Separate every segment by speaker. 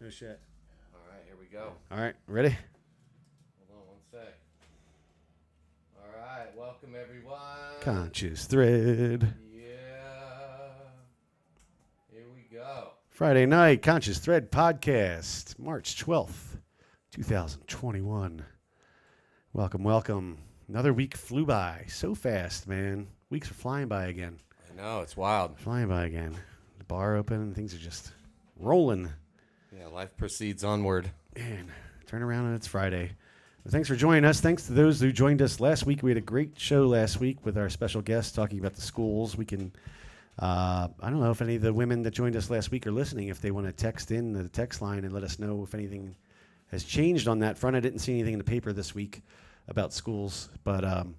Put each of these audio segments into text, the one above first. Speaker 1: No shit.
Speaker 2: All right, here we go.
Speaker 1: All right, ready?
Speaker 2: Hold on one sec. All right, welcome everyone.
Speaker 1: Conscious Thread.
Speaker 2: Yeah. Here we go.
Speaker 1: Friday night, Conscious Thread podcast, March 12th, 2021. Welcome, welcome. Another week flew by so fast, man. Weeks are flying by again.
Speaker 2: I know it's wild.
Speaker 1: Flying by again. The bar open and things are just rolling.
Speaker 2: Yeah, life proceeds onward.
Speaker 1: Man, turn around and it's Friday. Well, thanks for joining us. Thanks to those who joined us last week. We had a great show last week with our special guest talking about the schools. We can, uh, I don't know if any of the women that joined us last week are listening. If they want to text in the text line and let us know if anything has changed on that front. I didn't see anything in the paper this week about schools, but um,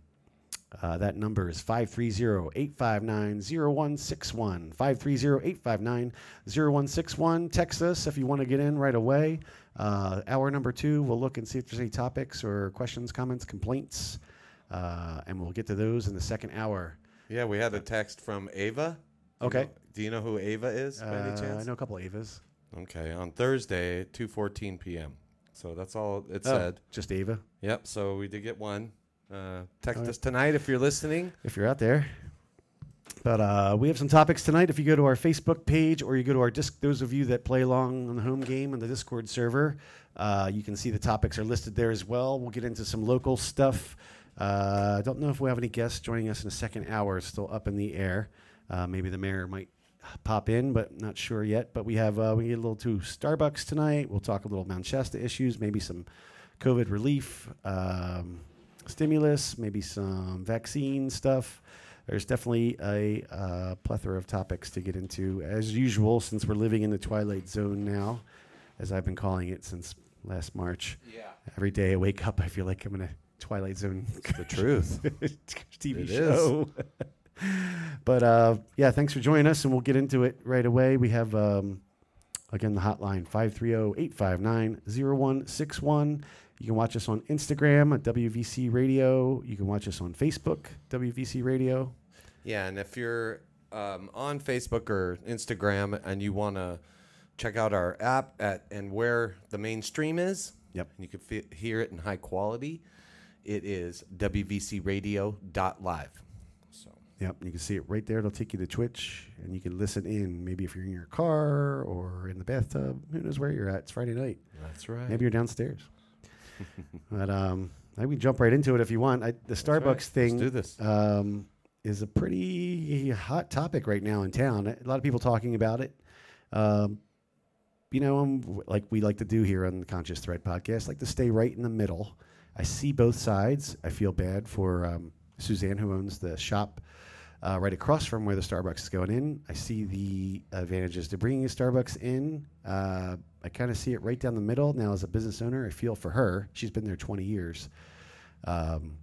Speaker 1: uh, that number is 530-859-0161. 530-859-0161. Text us if you want to get in right away. Uh, hour number two, we'll look and see if there's any topics or questions, comments, complaints, uh, and we'll get to those in the second hour.
Speaker 3: Yeah, we had a text from Ava. Do you
Speaker 1: Okay.
Speaker 3: know- Do you know who Ava is by
Speaker 1: Uh,
Speaker 3: any
Speaker 1: I
Speaker 3: chance?
Speaker 1: know a couple of Avas.
Speaker 3: Okay, on Thursday, 2:14 p.m. So that's all it
Speaker 1: Oh,
Speaker 3: said.
Speaker 1: just Ava.
Speaker 3: Yep. So we did get one. Uh, text
Speaker 1: Alright.
Speaker 3: us tonight if you're listening.
Speaker 1: if you're out there. But uh, we have some topics tonight. If you go to our Facebook page or you go to our disc, those of you that play along on the home game and the Discord server, uh, you can see the topics are listed there as well. We'll get into some local stuff. Uh, I don't know if we have any guests joining us in the second hour. It's still up in the air. Uh, maybe the mayor might pop in, but not sure yet. But we have uh, we get a little to Starbucks tonight. We'll talk a little Mount Shasta issues, maybe some COVID relief, um, stimulus, maybe some vaccine stuff. There's definitely a uh, plethora of topics to get into, as usual, since we're living in the twilight zone now, as I've been calling it since last March.
Speaker 2: Yeah.
Speaker 1: Every day I wake up, I feel like I'm in a twilight zone
Speaker 3: The truth.
Speaker 1: TV
Speaker 3: It is.
Speaker 1: show. but uh, yeah, thanks for joining us, and we'll get into it right away. We have, um, again, the hotline oh, 530 859 0161. You can watch us on Instagram at WVC Radio. You can watch us on Facebook, WVC Radio.
Speaker 3: Yeah, and if you're um, on Facebook or Instagram and you want to check out our app at and where the main stream is,
Speaker 1: Yep.
Speaker 3: and you can fe hear it in high quality, it is wvcradio.live. So
Speaker 1: Yep, you can see it right there. It'll take you to Twitch, and you can listen in. Maybe if you're in your car or in the bathtub, who knows where you're at? It's Friday night.
Speaker 3: that's right.
Speaker 1: Maybe you're downstairs. but um, I think we can jump right into it if you want. I, the Starbucks
Speaker 3: right. Let's
Speaker 1: thing
Speaker 3: do this.
Speaker 1: Um, is a pretty hot topic right now in town. A lot of people talking about it. Um, you know, I'm, like we like to do here on the Conscious Thread podcast, like to stay right in the middle. I see both sides. I feel bad for um, Suzanne, who owns the shop uh, right across from where the Starbucks is going in. I see the advantages to bringing a Starbucks in. Uh, I kind of see it right down the middle. Now, as a business owner, I feel for her. She's been there 20 years. Um,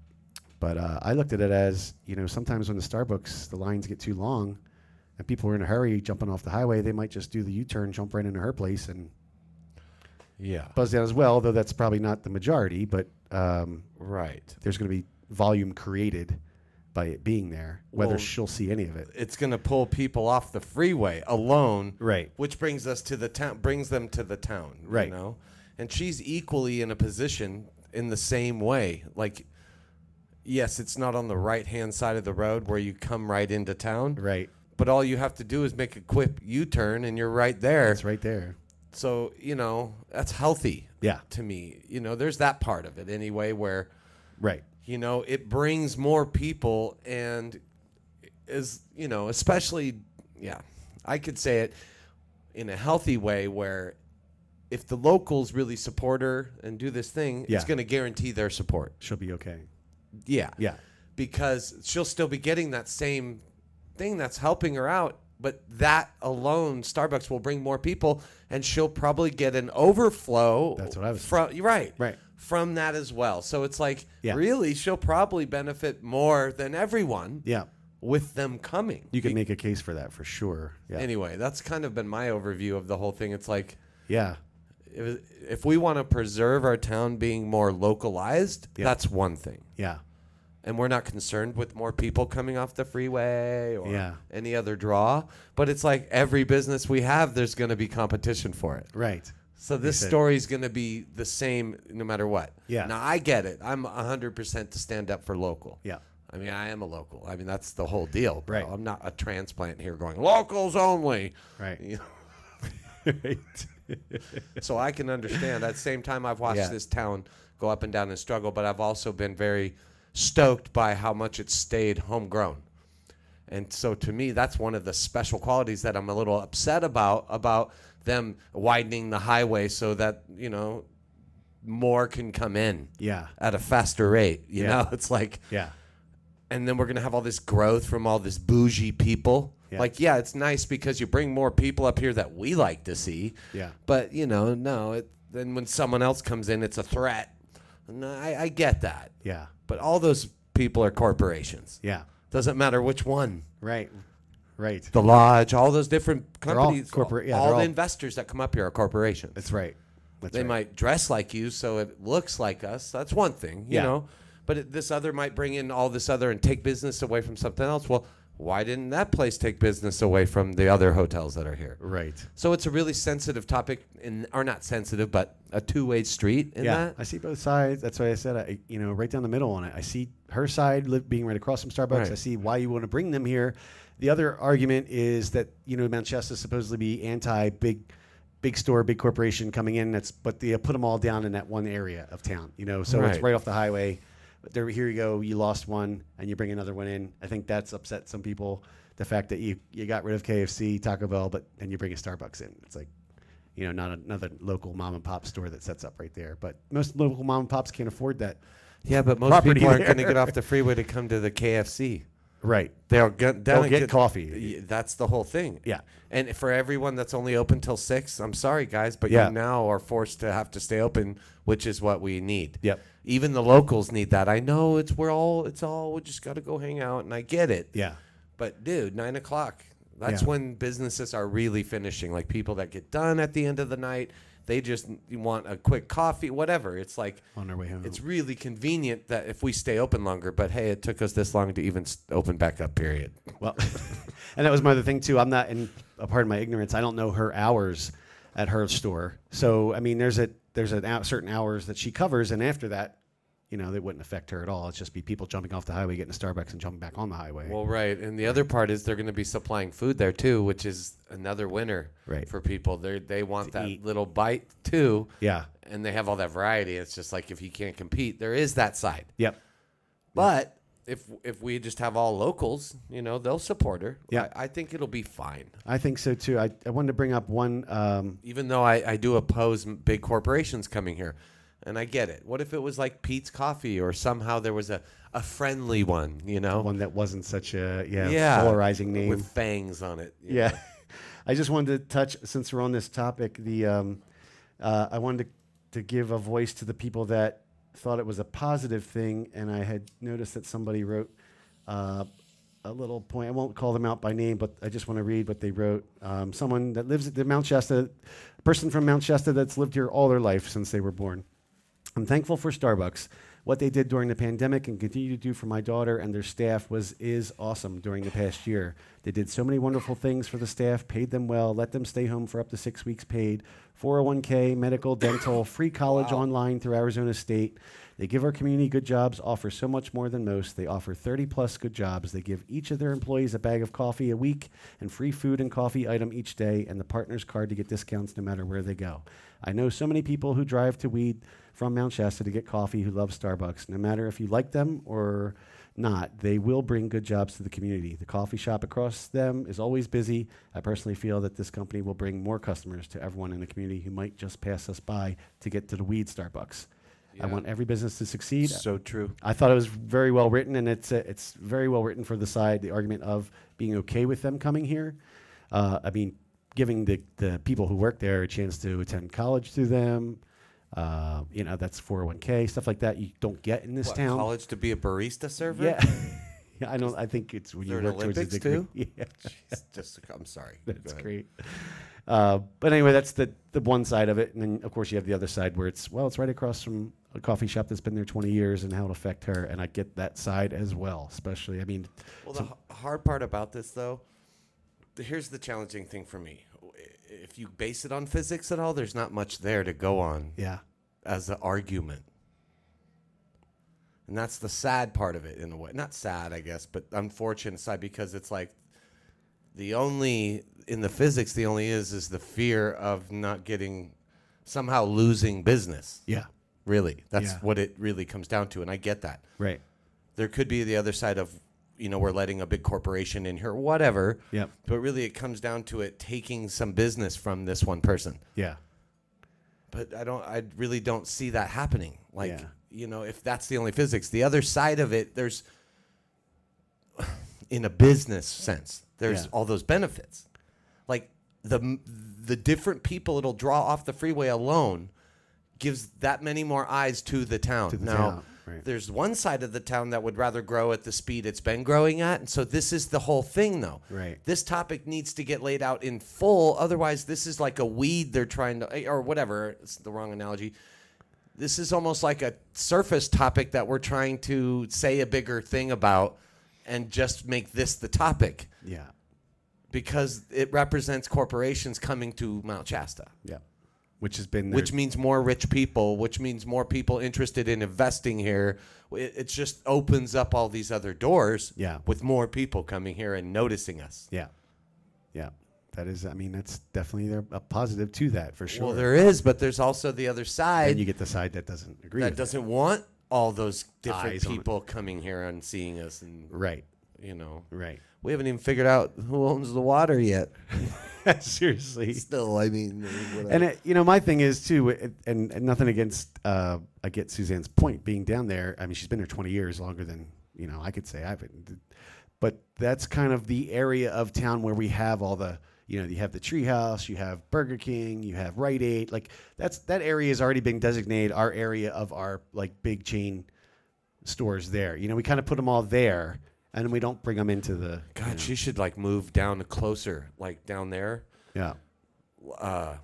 Speaker 1: but uh, I looked at it as you know, sometimes when the Starbucks the lines get too long, and people are in a hurry jumping off the highway, they might just do the U-turn, jump right into her place, and
Speaker 3: yeah.
Speaker 1: buzz down as well. Though that's probably not the majority, but um,
Speaker 3: Right.
Speaker 1: there's going to be volume created by it being there, whether
Speaker 3: Well-
Speaker 1: she'll see any of it.
Speaker 3: It's going to pull people off the freeway alone.
Speaker 1: Right.
Speaker 3: Which brings us to the town brings them to the town,
Speaker 1: Right.
Speaker 3: you know? And she's equally in a position in the same way. Like yes, it's not on the right-hand side of the road where you come right into town.
Speaker 1: Right.
Speaker 3: But all you have to do is make a quick U-turn and you're right there.
Speaker 1: It's right there.
Speaker 3: So, you know, that's healthy
Speaker 1: Yeah.
Speaker 3: to me. You know, there's that part of it anyway where
Speaker 1: Right.
Speaker 3: you know it brings more people and is you know especially yeah i could say it in a healthy way where if the locals really support her and do this thing
Speaker 1: Yeah.
Speaker 3: it's going to guarantee their support
Speaker 1: She'll be okay.
Speaker 3: yeah
Speaker 1: Yeah.
Speaker 3: because she'll still be getting that same thing that's helping her out but that alone starbucks will bring more people and she'll probably get an overflow
Speaker 1: That's what I was-
Speaker 3: from you're right
Speaker 1: Right.
Speaker 3: from that as well so it's like
Speaker 1: Yeah.
Speaker 3: really she'll probably benefit more than everyone
Speaker 1: Yeah.
Speaker 3: with them coming
Speaker 1: You can make a case for that for sure. Yeah.
Speaker 3: anyway that's kind of been my overview of the whole thing it's like
Speaker 1: yeah.
Speaker 3: if, if we want to preserve our town being more localized that's one thing
Speaker 1: Yeah.
Speaker 3: and we're not concerned with more people coming off the freeway or
Speaker 1: Yeah.
Speaker 3: any other draw. But it's like every business we have, there's going to be competition for it.
Speaker 1: Right.
Speaker 3: So this
Speaker 1: said-
Speaker 3: story is going to be the same no matter what.
Speaker 1: Yeah.
Speaker 3: Now I get it. I'm 100% to stand up for local.
Speaker 1: Yeah.
Speaker 3: I mean, I am a local. I mean, that's the whole deal, bro.
Speaker 1: Right.
Speaker 3: I'm not a transplant here going locals only.
Speaker 1: Right.
Speaker 3: You know?
Speaker 1: right.
Speaker 3: so I can understand. At the same time, I've watched
Speaker 1: Yeah.
Speaker 3: this town go up and down and struggle, but I've also been very stoked by how much it stayed homegrown. And so to me, that's one of the special qualities that I'm a little upset about about them widening the highway so that you know more can come in
Speaker 1: Yeah.
Speaker 3: at a faster rate. You
Speaker 1: Yeah.
Speaker 3: know, it's like
Speaker 1: Yeah.
Speaker 3: and then we're gonna have all this growth from all this bougie people.
Speaker 1: Yeah.
Speaker 3: Like, yeah, it's nice because you bring more people up here that we like to see.
Speaker 1: Yeah.
Speaker 3: But you know, no. It, then when someone else comes in, it's a threat. And I, I get that.
Speaker 1: Yeah.
Speaker 3: But all those people are corporations.
Speaker 1: Yeah.
Speaker 3: Doesn't matter which one.
Speaker 1: Right. Right.
Speaker 3: The lodge, all those different
Speaker 1: all
Speaker 3: companies,
Speaker 1: corpora- yeah,
Speaker 3: all
Speaker 1: they're
Speaker 3: the
Speaker 1: all-
Speaker 3: investors that come up here are corporations.
Speaker 1: That's right. That's
Speaker 3: they
Speaker 1: right.
Speaker 3: might dress like you, so it looks like us. That's one thing, you
Speaker 1: Yeah.
Speaker 3: know. But it, this other might bring in all this other and take business away from something else. Well, why didn't that place take business away from the other hotels that are here?
Speaker 1: Right.
Speaker 3: So it's a really sensitive topic, in, or not sensitive, but a two-way street in
Speaker 1: yeah,
Speaker 3: that.
Speaker 1: I see both sides. That's why I said, I, you know, right down the middle on it. I see her side li- being right across from Starbucks.
Speaker 3: Right.
Speaker 1: I see why you want to bring them here. The other argument is that you know Manchester supposedly be anti big, big store, big corporation coming in. That's but they put them all down in that one area of town. You know, so it's
Speaker 3: Right.
Speaker 1: right off the highway. But there, here you go. You lost one, and you bring another one in. I think that's upset some people. The fact that you you got rid of KFC, Taco Bell, but then you bring a Starbucks in. It's like you know, not another local mom and pop store that sets up right there. But most local mom and pops can't afford that.
Speaker 3: Yeah, but most
Speaker 1: Property
Speaker 3: people aren't
Speaker 1: there.
Speaker 3: going to get off the freeway to come to the KFC.
Speaker 1: Right.
Speaker 3: They'll get,
Speaker 1: They'll
Speaker 3: they'll
Speaker 1: get coffee.
Speaker 3: Y- That's the whole thing.
Speaker 1: Yeah.
Speaker 3: And for everyone that's only open till six, I'm sorry guys, but
Speaker 1: Yeah.
Speaker 3: you now are forced to have to stay open, which is what we need.
Speaker 1: Yep.
Speaker 3: Even the locals need that. I know it's we're all it's all we just got to go hang out, and I get it.
Speaker 1: Yeah.
Speaker 3: But dude, nine o'clock. That's
Speaker 1: Yeah.
Speaker 3: when businesses are really finishing. Like people that get done at the end of the night, they just n- want a quick coffee, whatever. It's like
Speaker 1: On their way home.
Speaker 3: It's really convenient that if we stay open longer. But hey, it took us this long to even s- open back up. Period.
Speaker 1: Well, and that was my other thing too. I'm not, and a part of my ignorance, I don't know her hours at her store. So I mean, there's a there's a hou- certain hours that she covers, and after that, you know, that wouldn't affect her at all. It's just be people jumping off the highway, getting a Starbucks, and jumping back on the highway.
Speaker 3: Well, right, and the other part is they're going to be supplying food there too, which is another winner
Speaker 1: Right.
Speaker 3: for people. They they want that
Speaker 1: eat.
Speaker 3: little bite too,
Speaker 1: yeah.
Speaker 3: and they have all that variety. It's just like if you can't compete, there is that side.
Speaker 1: Yep.
Speaker 3: But if if we just have all locals, you know, they'll support her.
Speaker 1: Yeah.
Speaker 3: I, I think it'll be fine.
Speaker 1: I think so too. I, I wanted to bring up one. Um,
Speaker 3: Even though I, I do oppose m- big corporations coming here, and I get it. What if it was like Pete's Coffee or somehow there was a, a friendly one, you know?
Speaker 1: one that wasn't such a yeah, polarizing name
Speaker 3: with fangs on it. you
Speaker 1: Yeah. I just wanted to touch, since we're on this topic, the um, uh, I wanted to, to give a voice to the people that thought it was a positive thing, and I had noticed that somebody wrote uh, a little point. I won't call them out by name, but I just want to read what they wrote. Um, someone that lives at the Mount Shasta, person from Mount Shasta that's lived here all their life since they were born. I'm thankful for Starbucks. What they did during the pandemic and continue to do for my daughter and their staff was is awesome during the past year. They did so many wonderful things for the staff, paid them well, let them stay home for up to six weeks paid, 401k, medical, dental, free college online through Arizona State. They give our community good jobs, offer so much more than most. They offer 30 plus good jobs. They give each of their employees a bag of coffee a week and free food and coffee item each day and the partner's card to get discounts no matter where they go. I know so many people who drive to Weed from Mount Shasta to get coffee who love Starbucks. No matter if you like them or not, they will bring good jobs to the community. The coffee shop across them is always busy. I personally feel that this company will bring more customers to everyone in the community who might just pass us by to get to the Weed Starbucks. I want every business to succeed.
Speaker 3: So true.
Speaker 1: I thought it was very well written, and it's uh, it's very well written for the side the argument of being okay with them coming here. Uh, I mean, giving the the people who work there a chance to attend college through them. Uh, you know, that's 401k stuff like that. You don't get in this
Speaker 3: What,
Speaker 1: town.
Speaker 3: college to be a barista server?
Speaker 1: Yeah. yeah, I don't. I think it's when
Speaker 3: there
Speaker 1: you
Speaker 3: an
Speaker 1: work towards a
Speaker 3: Olympics,
Speaker 1: degree.
Speaker 3: too?
Speaker 1: Yeah.
Speaker 3: Jeez, just I'm sorry.
Speaker 1: That's
Speaker 3: Go ahead.
Speaker 1: great. Uh, but anyway, that's the, the one side of it. And then, of course, you have the other side where it's, well, it's right across from a coffee shop that's been there 20 years and how it'll affect her. And I get that side as well, especially. I mean,
Speaker 3: Well, the h- hard part about this though, th- here's the challenging thing for me. So i- if you base it on physics at all, there's not much there to go on
Speaker 1: Yeah.
Speaker 3: as an argument. And that's the sad part of it in a way. Not sad, I guess, but unfortunate side because it's like the only in the physics the only is is the fear of not getting somehow losing business.
Speaker 1: Yeah.
Speaker 3: Really. That's
Speaker 1: Yeah.
Speaker 3: what it really comes down to and I get that
Speaker 1: Right.
Speaker 3: there could be the other side of you know we're letting a big corporation in here whatever
Speaker 1: Yep.
Speaker 3: but really it comes down to it taking some business from this one person
Speaker 1: Yeah.
Speaker 3: but i don't i really don't see that happening like
Speaker 1: Yeah.
Speaker 3: you know if that's the only physics the other side of it there's in a business sense there's
Speaker 1: Yeah.
Speaker 3: all those benefits like the m- the different people it'll draw off the freeway alone gives that many more eyes to the town
Speaker 1: the
Speaker 3: now
Speaker 1: town, right.
Speaker 3: there's one side of the town that would rather grow at the speed it's been growing at and so this is the whole thing though
Speaker 1: Right.
Speaker 3: this topic needs to get laid out in full otherwise this is like a weed they're trying to or whatever it's the wrong analogy this is almost like a surface topic that we're trying to say a bigger thing about and just make this the topic
Speaker 1: Yeah.
Speaker 3: because it represents corporations coming to Mount Shasta,
Speaker 1: Yeah. Which has been
Speaker 3: which means more rich people, which means more people interested in investing here. It, it just opens up all these other doors
Speaker 1: Yeah.
Speaker 3: with more people coming here and noticing us.
Speaker 1: Yeah. Yeah. That is, I mean, that's definitely there, a positive to that for sure.
Speaker 3: Well, there is, but there's also the other
Speaker 1: and you
Speaker 3: side
Speaker 1: get the side that doesn't agree.
Speaker 3: that
Speaker 1: with
Speaker 3: doesn't want all those different
Speaker 1: Eyes on it.
Speaker 3: people coming here and seeing us. And,
Speaker 1: it. Right.
Speaker 3: you know,
Speaker 1: Right.
Speaker 3: we haven't even figured out who owns the water yet.
Speaker 1: Seriously.
Speaker 3: Still, I mean, whatever.
Speaker 1: And it, you know, my thing is too, it, and, and nothing against. Uh, I get Suzanne's point being down there. I mean, she's been there twenty years longer than you know I could say I've been, but that's kind of the area of town where we have all the. You know, you have the Treehouse, you have Burger King, you have Rite Aid. Like that's that area has already been designated our area of our like big chain stores. There, you know, we kind of put them all there, and we don't bring them into the.
Speaker 3: God, she should like move down closer, like down there.
Speaker 1: Yeah,
Speaker 3: uh,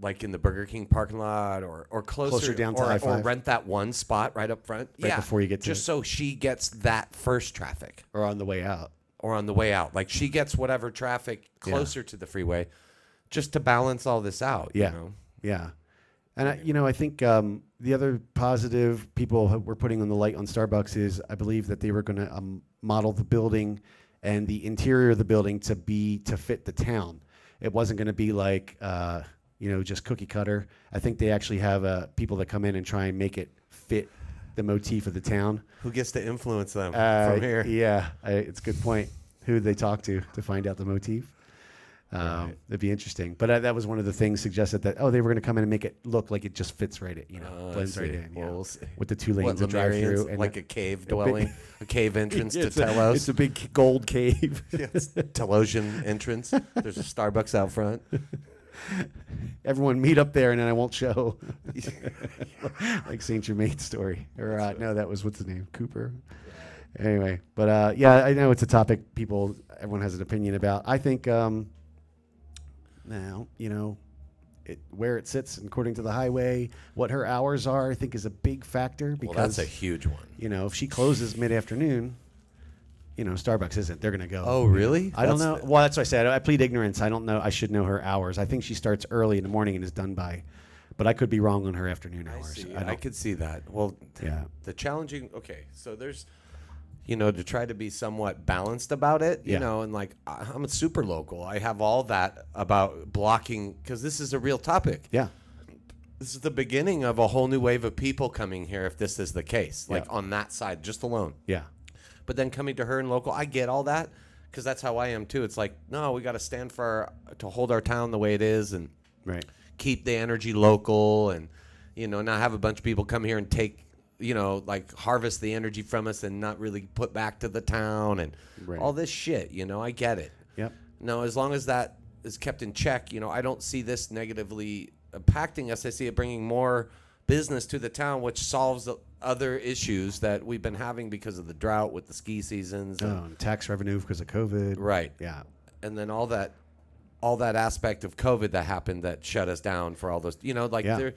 Speaker 3: like in the Burger King parking lot or or closer,
Speaker 1: Closer down to
Speaker 3: or, or
Speaker 1: I-five.
Speaker 3: rent that one spot right up front.
Speaker 1: Right
Speaker 3: yeah,
Speaker 1: before you get to
Speaker 3: just
Speaker 1: it.
Speaker 3: so she gets that first traffic
Speaker 1: or on the way out.
Speaker 3: or on the way out. Like she gets whatever traffic closer to the freeway, just to balance all this out.
Speaker 1: Yeah.
Speaker 3: You know?
Speaker 1: Yeah. And I, you know, I think um, the other positive people ha- were putting on the light on Starbucks is I believe that they were going to um, model the building and the interior of the building to be to fit the town. It wasn't going to be like uh, you know just cookie cutter. I think they actually have uh, people that come in and try and make it fit the motif of the town.
Speaker 3: Who gets to influence them
Speaker 1: Uh,
Speaker 3: from here?
Speaker 1: Yeah, I, it's a good point. Who did they talk to to find out the motif? Um, It'd be interesting. But uh, that was one of the things suggested that oh, they were going to come in and make it look like it just fits right, in, you know,
Speaker 3: Oh, I
Speaker 1: blends right
Speaker 3: see.
Speaker 1: in.
Speaker 3: Well,
Speaker 1: yeah.
Speaker 3: we'll see.
Speaker 1: With the two
Speaker 3: What,
Speaker 1: lanes of drive
Speaker 3: Lemurians?
Speaker 1: through and
Speaker 3: like a cave dwelling, a cave entrance to
Speaker 1: it's, a, it's
Speaker 3: Telos,
Speaker 1: a big gold cave.
Speaker 3: Telosian entrance. There's a Starbucks out front.
Speaker 1: Everyone meet up there, and then I won't show. like Saint Germain's story, or uh, no, that was what's the name, Cooper. Anyway, but uh, yeah, I know it's a topic people, everyone has an opinion about. I think um, now, you know, it, where it sits according to the highway, what her hours are, I think is a big factor
Speaker 3: Well,
Speaker 1: because
Speaker 3: that's a huge one.
Speaker 1: you know if she closes mid afternoon, you know Starbucks isn't. They're gonna go.
Speaker 3: Oh, really?
Speaker 1: I don't
Speaker 3: That's
Speaker 1: know.
Speaker 3: the-
Speaker 1: well, that's what I said. I plead ignorance. I don't know. I should know her hours. I think she starts early in the morning and is done by, but I could be wrong on her afternoon
Speaker 3: I,
Speaker 1: hours.
Speaker 3: see.
Speaker 1: I
Speaker 3: I,
Speaker 1: don't-
Speaker 3: could see that. Well,
Speaker 1: Yeah.
Speaker 3: the challenging. Okay, so there's, you know, to try to be somewhat balanced about it, you
Speaker 1: Yeah.
Speaker 3: know, and like I- I'm a super local. I have all that about blocking because this is a real topic.
Speaker 1: yeah.
Speaker 3: This is the beginning of a whole new wave of people coming here. If this is the case, like
Speaker 1: Yeah.
Speaker 3: on that side, just alone.
Speaker 1: Yeah.
Speaker 3: But then coming to her and local, I get all that because that's how I am too. It's like no, we got to stand for our, to hold our town the way it is and
Speaker 1: Right.
Speaker 3: keep the energy local and you know not have a bunch of people come here and take you know like harvest the energy from us and not really put back to the town and
Speaker 1: Right.
Speaker 3: all this shit you know i get it
Speaker 1: Yep.
Speaker 3: no as long as that is kept in check you know i don't see this negatively impacting us i see it bringing more business to the town which solves the other issues that we've been having because of the drought with the ski seasons and,
Speaker 1: Um, tax revenue because of COVID.
Speaker 3: right
Speaker 1: Yeah.
Speaker 3: and then all that all that aspect of covid that happened that shut us down for all those you know like
Speaker 1: Yeah.
Speaker 3: there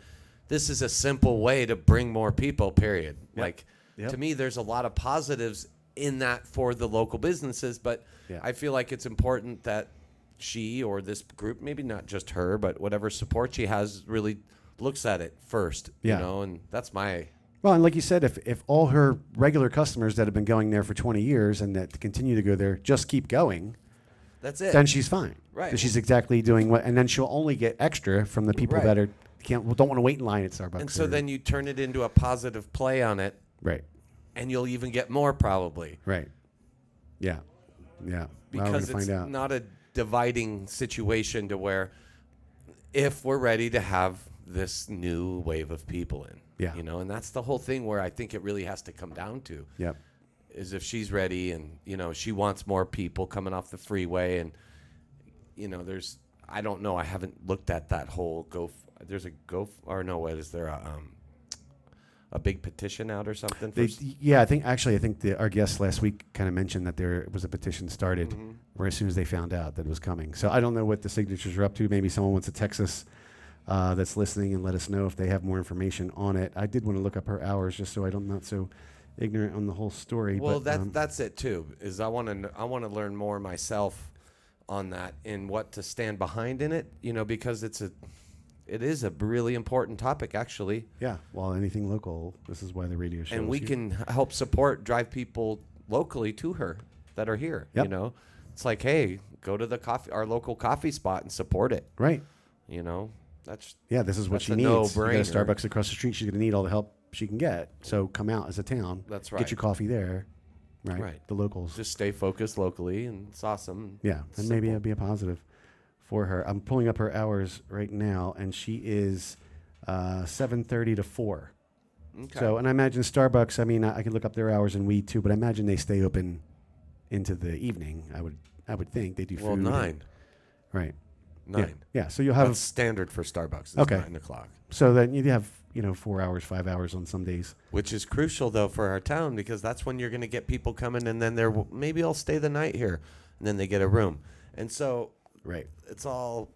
Speaker 3: this is a simple way to bring more people period like
Speaker 1: Yep.
Speaker 3: to me there's a lot of positives in that for the local businesses but
Speaker 1: Yeah.
Speaker 3: i feel like it's important that she or this group, maybe not just her, but whatever support she has, really looks at it first.
Speaker 1: Yeah.
Speaker 3: You know, and that's my
Speaker 1: Well, and like you said, if, if all her regular customers that have been going there for 20 years and that continue to go there just keep going,
Speaker 3: that's it.
Speaker 1: then she's fine.
Speaker 3: Right.
Speaker 1: 'Cause She's exactly doing what, and then she'll only get extra from the people
Speaker 3: Right.
Speaker 1: that are can't well, don't want to wait in line at Starbucks.
Speaker 3: and so
Speaker 1: or-
Speaker 3: then you turn it into a positive play on it,
Speaker 1: right,
Speaker 3: and you'll even get more probably.
Speaker 1: right, yeah, yeah. Well, we're gonna
Speaker 3: because it's
Speaker 1: find out.
Speaker 3: not a dividing situation to where if we're ready to have this new wave of people in
Speaker 1: Yeah.
Speaker 3: you know and that's the whole thing where i think it really has to come down to
Speaker 1: Yep.
Speaker 3: is if she's ready and you know she wants more people coming off the freeway and you know there's i don't know i haven't looked at that whole go f- there's a go f- or no what is there a, um a big petition out or something for
Speaker 1: They,
Speaker 3: s-
Speaker 1: yeah, I think actually, I think the, our guest last week kind of mentioned that there was a petition started
Speaker 3: Mm-hmm.
Speaker 1: where as soon as they found out that it was coming. So I don't know what the signatures are up to. Maybe someone wants to Texas uh, that's listening and let us know if they have more information on it. I did want to look up her hours just so I'm not so ignorant on the whole story.
Speaker 3: Well,
Speaker 1: but,
Speaker 3: that
Speaker 1: um,
Speaker 3: that's it too. Is I want to I want to learn more myself on that and what to stand behind in it. You know, because it's a it is a really important topic actually,
Speaker 1: yeah. Well, anything local, this is why the radio show.
Speaker 3: and
Speaker 1: is
Speaker 3: we
Speaker 1: here.
Speaker 3: can h- help support drive people locally to her that are here.
Speaker 1: Yep.
Speaker 3: You know, it's like hey, go to the coffee our local coffee spot and support it.
Speaker 1: right.
Speaker 3: You know, that's
Speaker 1: Yeah, this is what
Speaker 3: That's
Speaker 1: she
Speaker 3: a
Speaker 1: needs. You got a
Speaker 3: no-brainer.
Speaker 1: Starbucks across the street. She's going to need all the help she can get. So come out as a town.
Speaker 3: That's
Speaker 1: Get
Speaker 3: right.
Speaker 1: your coffee there. Right.
Speaker 3: Right.
Speaker 1: The locals.
Speaker 3: just stay focused locally and it's awesome.
Speaker 1: Yeah, and maybe
Speaker 3: Simple.
Speaker 1: it'd be a positive for her. I'm pulling up her hours right now, and she is uh, 7:30 to 4.
Speaker 3: Okay.
Speaker 1: So, and I imagine Starbucks. I mean, I, I could look up their hours and we too, but I imagine they stay open into the evening. I would, I would think they do.
Speaker 3: well,
Speaker 1: food and-
Speaker 3: nine,
Speaker 1: right?
Speaker 3: nine.
Speaker 1: Yeah. yeah. So you'll have
Speaker 3: That's standard for Starbucks. Is
Speaker 1: Okay.
Speaker 3: nine o'clock.
Speaker 1: so then you have you know four hours, five hours on some days.
Speaker 3: which is crucial though for our town because that's when you're going to get people coming and then they're maybe I'll stay the night here and then they get a room. And so
Speaker 1: Right.
Speaker 3: it's all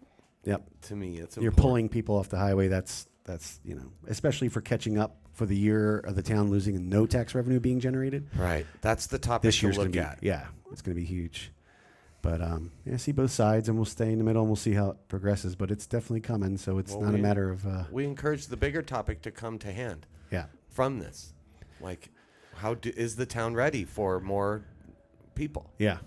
Speaker 1: Yep.
Speaker 3: to me it's
Speaker 1: You're
Speaker 3: important.
Speaker 1: pulling people off the highway. That's that's you know, especially for catching up for the year of the town losing and no tax revenue being generated.
Speaker 3: right. That's the topic
Speaker 1: this
Speaker 3: to
Speaker 1: year's going
Speaker 3: look
Speaker 1: to be
Speaker 3: at.
Speaker 1: yeah, it's going to be huge. But um, yeah, see both sides, and we'll stay in the middle, and we'll see how it progresses. But it's definitely coming, so it's
Speaker 3: Well,
Speaker 1: not a
Speaker 3: we-
Speaker 1: matter of uh,
Speaker 3: We encourage the bigger topic to come to hand
Speaker 1: yeah,
Speaker 3: from this. Like how do, is the town ready for more people?
Speaker 1: yeah,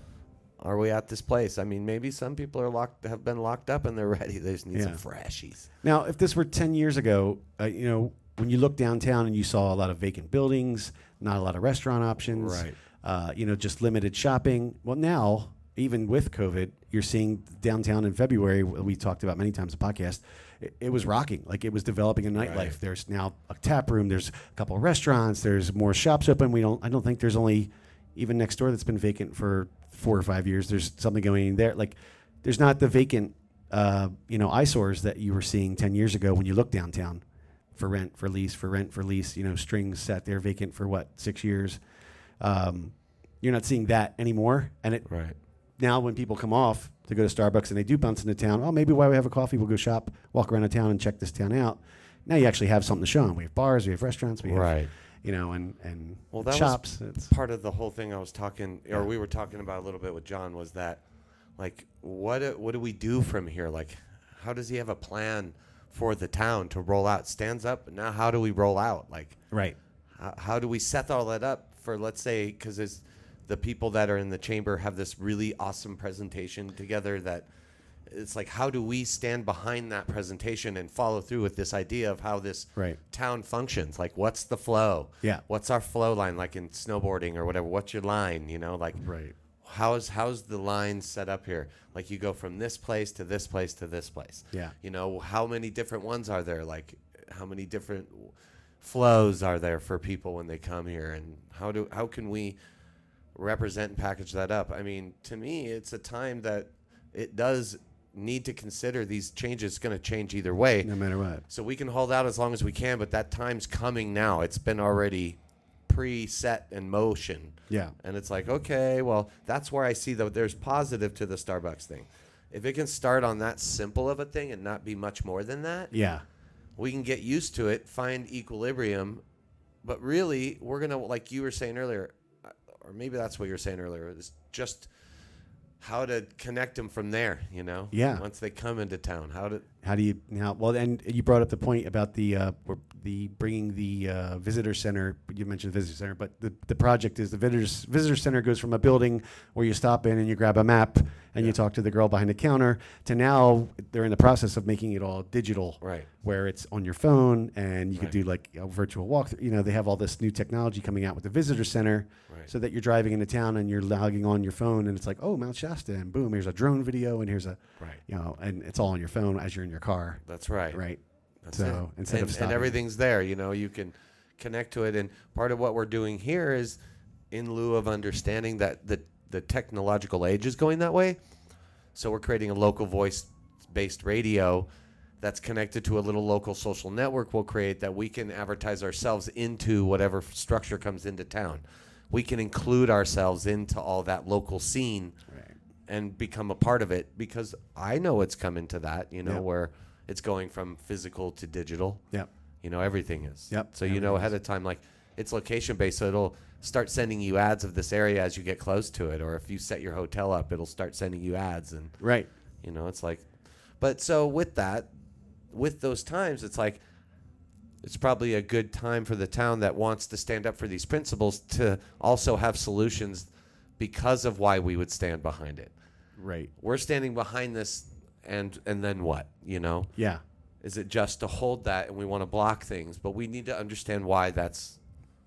Speaker 3: Are we at this place? I mean, maybe some people are locked have been locked up and they're ready. They just need some
Speaker 1: Yeah.
Speaker 3: freshies.
Speaker 1: Now, if this were 10 years ago, uh, you know, when you looked downtown and you saw a lot of vacant buildings, not a lot of restaurant options,
Speaker 3: Right.
Speaker 1: uh, you know, just limited shopping. Well, now, even with COVID, you're seeing downtown in February, w- we talked about many times in the podcast, it, it was rocking. Like it was developing a nightlife.
Speaker 3: Right.
Speaker 1: There's now a tap room, there's a couple of restaurants, there's more shops open. We don't, I don't think there's only, even next door that's been vacant for four or five years, there's something going in there. Like there's not the vacant uh, you know eyesores that you were seeing 10 years ago when you looked downtown for rent for lease for rent for lease you know strings sat there vacant for what six years um, you're not seeing that anymore and it
Speaker 3: Right.
Speaker 1: now when people come off to go to starbucks and they do bounce into town oh maybe while we have a coffee we'll go shop walk around the town and check this town out now you actually have something to show them we have bars we have restaurants we have
Speaker 3: Right.
Speaker 1: you know and and
Speaker 3: Well, that was
Speaker 1: shops it's,
Speaker 3: part of the whole thing I was talking or we were talking about a little bit with John was that like what do- what do we do from here? Like how does he have a plan for the town to roll out? Stands up now. How do we roll out? Like
Speaker 1: right
Speaker 3: how, how do we set all that up for let's say because the people that are in the chamber have this really awesome presentation together that it's like how do we stand behind that presentation and follow through with this idea of how this
Speaker 1: Right.
Speaker 3: town functions like what's the flow
Speaker 1: Yeah.
Speaker 3: what's our flow line like in snowboarding or whatever what's your line you know like
Speaker 1: right
Speaker 3: how's how's the line set up here like you go from this place to this place to this place
Speaker 1: Yeah.
Speaker 3: you know how many different ones are there like how many different w- flows are there for people when they come here and how do how can we represent and package that up i mean to me it's a time that it does need to consider these changes It's going to change either way
Speaker 1: no matter what
Speaker 3: so we can hold out as long as we can but that time's coming now it's been already preset in motion
Speaker 1: yeah
Speaker 3: and it's like, okay, well, that's where I see that there's positive to the Starbucks thing. If it can start on that simple of a thing and not be much more than that,
Speaker 1: yeah
Speaker 3: we can get used to it, find equilibrium. But really, we're going to, like you were saying earlier, uh, or maybe that's what you were saying earlier, is just how to connect them from there. You know,
Speaker 1: Yeah.
Speaker 3: Once they come into town, how to
Speaker 1: How do you now? Well, and you brought up the point about the uh, we're- the bringing the uh, visitor center. You mentioned visitor center, but the, the project is the visitors visitor center goes from a building where you stop in and you grab a map and you talk to the girl behind the counter to now they're in the process of making it all digital,
Speaker 3: Right.
Speaker 1: Where it's on your phone and you
Speaker 3: Right.
Speaker 1: could do like a virtual walkthrough. You know, they have all this new technology coming out with the visitor center,
Speaker 3: Right.
Speaker 1: so that you're driving into town and you're logging on your phone and it's like, oh, Mount Shasta, and boom, here's a drone video and here's a
Speaker 3: right.
Speaker 1: you know, and it's all on your phone as you're in your car,
Speaker 3: That's right.
Speaker 1: right?
Speaker 3: That's
Speaker 1: so
Speaker 3: it.
Speaker 1: instead
Speaker 3: and,
Speaker 1: of stopping,
Speaker 3: and everything's there, you know, you can connect to it. And part of what we're doing here is, in lieu of understanding that the the technological age is going that way, so we're creating a local voice based radio that's connected to a little local social network we'll create that we can advertise ourselves into whatever f- structure comes into town. We can include ourselves into all that local scene
Speaker 1: Right.
Speaker 3: and become a part of it because I know it's coming to that, you know,
Speaker 1: Yeah.
Speaker 3: where it's going from physical to digital.
Speaker 1: Yep.
Speaker 3: You know, everything is.
Speaker 1: Yep,
Speaker 3: So you know ahead of time, like it's location based, so it'll start sending you ads of this area as you get close to it, or if you set your hotel up, it'll start sending you ads, and
Speaker 1: Right.
Speaker 3: you know, it's like, but so with that, with those times, it's like. It's probably a good time for the town that wants to stand up for these principles to also have solutions because of why we would stand behind it
Speaker 1: Right.
Speaker 3: we're standing behind this and and then what you know
Speaker 1: Yeah.
Speaker 3: is it just to hold that and we want to block things but we need to understand why that's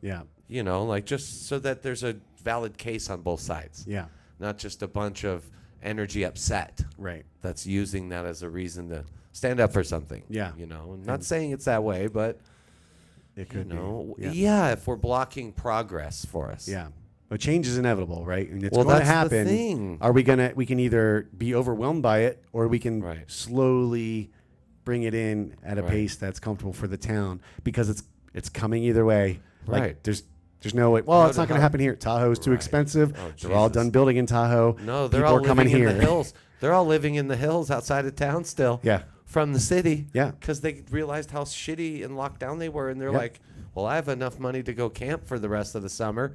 Speaker 1: Yeah.
Speaker 3: you know like just so that there's a valid case on both sides
Speaker 1: Yeah.
Speaker 3: not just a bunch of energy upset
Speaker 1: Right.
Speaker 3: that's using that as a reason to stand up for something
Speaker 1: Yeah.
Speaker 3: you know and not saying it's that way but
Speaker 1: It
Speaker 3: you
Speaker 1: could
Speaker 3: know
Speaker 1: be. Yeah. yeah.
Speaker 3: yeah if we're blocking progress for us
Speaker 1: But change is inevitable, right? And it's
Speaker 3: Well,
Speaker 1: going to
Speaker 3: that's the
Speaker 1: happen.
Speaker 3: thing.
Speaker 1: Are we gonna? We can either be overwhelmed by it, or we can
Speaker 3: Right.
Speaker 1: slowly bring it in at a
Speaker 3: Right.
Speaker 1: pace that's comfortable for the town because it's it's coming either way. Like
Speaker 3: Right.
Speaker 1: there's there's no way. Well,
Speaker 3: No,
Speaker 1: it's not
Speaker 3: no,
Speaker 1: going to
Speaker 3: how-
Speaker 1: happen here. Tahoe's too
Speaker 3: Right.
Speaker 1: expensive.
Speaker 3: Oh,
Speaker 1: They're all
Speaker 3: Jesus.
Speaker 1: done building in Tahoe.
Speaker 3: no they're
Speaker 1: People
Speaker 3: all
Speaker 1: are coming
Speaker 3: living
Speaker 1: here.
Speaker 3: in the hills they're all living in the hills outside of town still
Speaker 1: Yeah.
Speaker 3: from the city.
Speaker 1: Yeah.
Speaker 3: Because they realized how shitty and locked down they were. And they're
Speaker 1: Yeah.
Speaker 3: like, well, I have enough money to go camp for the rest of the summer.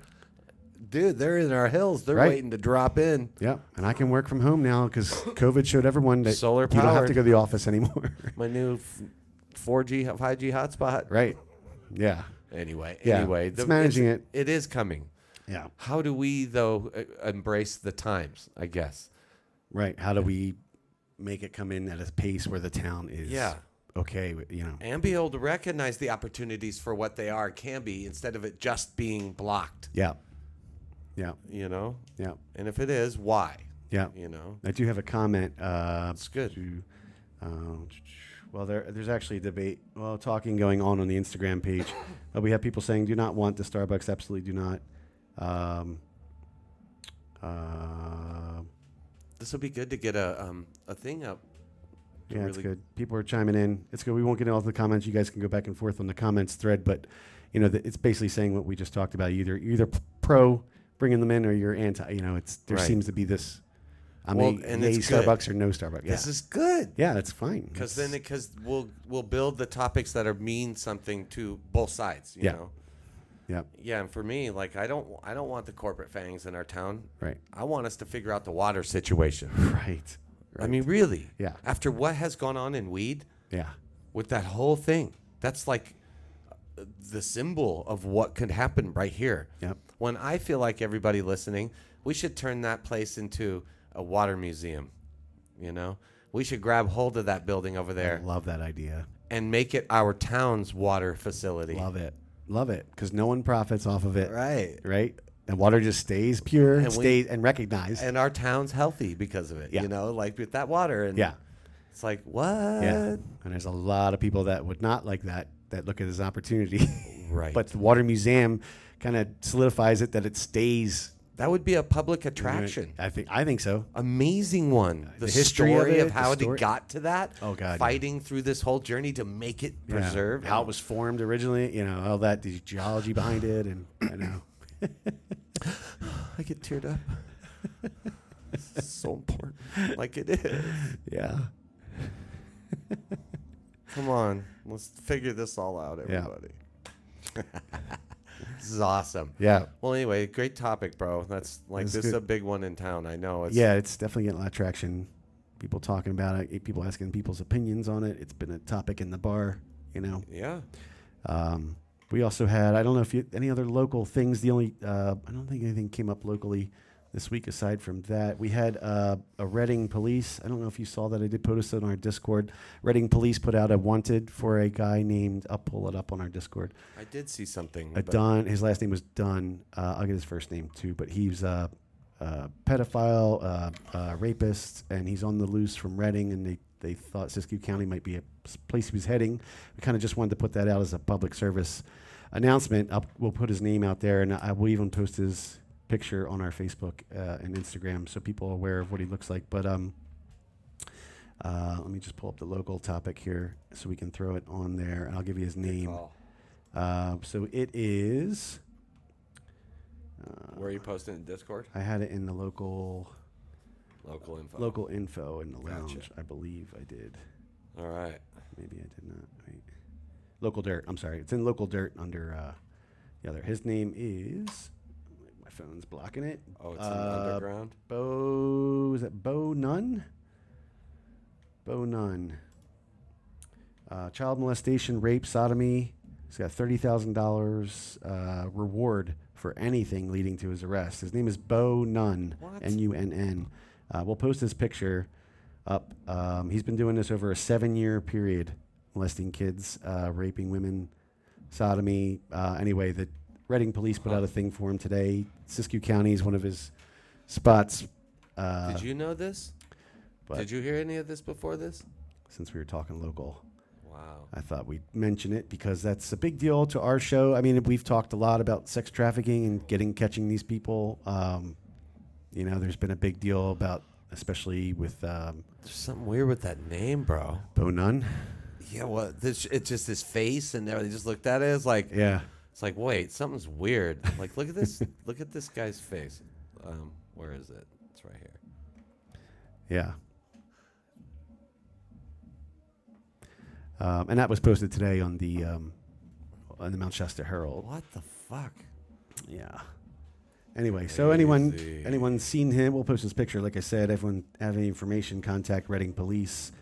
Speaker 3: Dude, they're in our hills. They're
Speaker 1: Right.
Speaker 3: waiting to drop in.
Speaker 1: Yeah, and I can work from home now because COVID showed everyone that
Speaker 3: Solar
Speaker 1: you don't have to
Speaker 3: powered.
Speaker 1: go to the office anymore.
Speaker 3: My new f- 4G, 5G hotspot.
Speaker 1: right. Yeah.
Speaker 3: Anyway,
Speaker 1: Yeah.
Speaker 3: anyway.
Speaker 1: It's managing it.
Speaker 3: It is coming.
Speaker 1: Yeah.
Speaker 3: How do we, though, e- embrace the times, I guess?
Speaker 1: Right. How do we make it come in at a pace where the town is
Speaker 3: Yeah.
Speaker 1: okay? with- You know.
Speaker 3: And be able to recognize the opportunities for what they are, can be, instead of it just being blocked,
Speaker 1: Yeah. Yeah.
Speaker 3: you know?
Speaker 1: Yeah.
Speaker 3: And if it is, why?
Speaker 1: Yeah.
Speaker 3: You know?
Speaker 1: I do have a comment. Uh,
Speaker 3: That's good.
Speaker 1: to, um, well, there, there's actually a debate, well, talking going on on the Instagram page. Uh, we have people saying, "Do not want the Starbucks. Absolutely, do not." Um, uh,
Speaker 3: This will be good to get a um, a thing up.
Speaker 1: Yeah, it's
Speaker 3: really-
Speaker 1: good. People are chiming in. It's good. We won't get all the comments. You guys can go back and forth on the comments thread, but you know, the, it's basically saying what we just talked about. Either you're either pro bringing them in or you're anti. You know, it's there
Speaker 3: Right.
Speaker 1: seems to be this. I'm
Speaker 3: Well,
Speaker 1: a,
Speaker 3: and
Speaker 1: yay
Speaker 3: it's good.
Speaker 1: Starbucks or no Starbucks. Yeah,
Speaker 3: This is good
Speaker 1: yeah, that's fine.
Speaker 3: because
Speaker 1: That's-
Speaker 3: then because we'll we'll build the topics that are mean something to both sides. You
Speaker 1: Yeah.
Speaker 3: know.
Speaker 1: yeah,
Speaker 3: Yeah, and for me, like I don't I don't want the corporate fangs in our town.
Speaker 1: right,
Speaker 3: I want us to figure out the water situation.
Speaker 1: right,
Speaker 3: I mean, really.
Speaker 1: Yeah.
Speaker 3: After what has gone on in weed
Speaker 1: yeah,
Speaker 3: with that whole thing, that's like uh, the symbol of what could happen right here.
Speaker 1: Yep.
Speaker 3: When I feel like everybody listening, we should turn that place into a water museum. You know, we should grab hold of that building over there
Speaker 1: love that idea.
Speaker 3: and make it our town's water facility.
Speaker 1: Love it, love it, because no one profits off of it,
Speaker 3: Right.
Speaker 1: Right, and water just stays pure and
Speaker 3: we-
Speaker 1: stays and recognized.
Speaker 3: And our town's healthy because of it.
Speaker 1: Yeah.
Speaker 3: You know, like with that water. And
Speaker 1: yeah.
Speaker 3: it's like, what? Uh,
Speaker 1: Yeah. And there's a lot of people that would not like that that look at it as an opportunity.
Speaker 3: Right.
Speaker 1: but the water museum kind of solidifies it that it stays.
Speaker 3: That would be a public attraction.
Speaker 1: I think I think so.
Speaker 3: amazing one. The,
Speaker 1: The history
Speaker 3: history
Speaker 1: of
Speaker 3: story
Speaker 1: it,
Speaker 3: of,
Speaker 1: the
Speaker 3: how
Speaker 1: story-
Speaker 3: it got to that.
Speaker 1: Oh, God, yeah.
Speaker 3: Fighting through this whole journey to make it
Speaker 1: Yeah.
Speaker 3: preserved.
Speaker 1: How it was formed originally, you know, all that the geology behind it and I know.
Speaker 3: I get teared up. This is so important. Like it is.
Speaker 1: Yeah.
Speaker 3: Come on, let's figure this all out,
Speaker 1: Yeah.
Speaker 3: everybody. This is awesome.
Speaker 1: Yeah.
Speaker 3: Well, anyway, great topic, bro. That's like
Speaker 1: That's
Speaker 3: this is
Speaker 1: good.
Speaker 3: a big one in town. I know. It's,
Speaker 1: yeah, it's definitely getting a lot of traction. People talking about it, people asking people's opinions on it. It's been a topic in the bar, you know.
Speaker 3: Yeah.
Speaker 1: Um, we also had, I don't know if you, any other local things, the only, uh, I don't think anything came up locally this week aside from that. We had uh, a Reading police, I don't know if you saw that, I did post it on our Discord. Reading police put out a wanted for a guy named, I'll pull it up on our Discord.
Speaker 3: I did see something.
Speaker 1: Uh,
Speaker 3: but-
Speaker 1: Don, his last name was Dunn. Uh, I'll get his first name too, but he's a, a pedophile, uh, uh, rapist, and he's on the loose from Reading. And they, they thought Siskiyou County might be a s- place he was heading. We kind of just wanted to put that out as a public service announcement. I'll, we'll put his name out there, and I will even post his picture on our Facebook uh, and Instagram so people are aware of what he looks like. But um, uh, let me just pull up the local topic here so we can throw it on there, and I'll give you his name.
Speaker 3: Oh,
Speaker 1: Uh, so it is. uh,
Speaker 3: where are you posting in Discord?
Speaker 1: I had it in the local
Speaker 3: Local info.
Speaker 1: local info in the lounge.
Speaker 3: Gotcha.
Speaker 1: I believe I did.
Speaker 3: All right.
Speaker 1: Maybe I did not. Wait. Local dirt. I'm sorry. It's in local dirt under uh, the other. His name is. My phone's blocking it.
Speaker 3: Oh, it's
Speaker 1: Uh,
Speaker 3: in underground.
Speaker 1: Bo is that Bo Nunn? Bo Nunn. Uh, child molestation, rape, sodomy. He's got thirty thousand dollars uh, reward for anything leading to his arrest. His name is Bo Nunn.
Speaker 3: What?
Speaker 1: N U N N. Uh, We'll post his picture up. Um, he's been doing this over a seven-year period, molesting kids, uh, raping women, sodomy. Uh, anyway, the Reading police put out a thing for him today. Siskiyou County is one of his spots. Uh,
Speaker 3: Did you know this?
Speaker 1: but-
Speaker 3: Did you hear any of this before this? Uh,
Speaker 1: Since we were talking local,
Speaker 3: Wow.
Speaker 1: I thought we'd mention it because that's a big deal to our show. I mean, we've talked a lot about sex trafficking and getting catching these people. Um, you know, there's been a big deal about, especially with um,
Speaker 3: There's something weird with that name, bro.
Speaker 1: Bo Nunn.
Speaker 3: Yeah, well, this it's just his face and everything. Just looked at it as like
Speaker 1: Yeah.
Speaker 3: it's like wait, something's weird. Like look at this, look at this guy's face. Um, where is it? It's right here.
Speaker 1: Yeah. Um, and that was posted today on the um, on the Manchester Herald.
Speaker 3: What the fuck?
Speaker 1: Yeah. Anyway, so anyone
Speaker 3: Crazy.
Speaker 1: anyone seen him? We'll post his picture. Like I said, everyone have any information, contact Reading Police.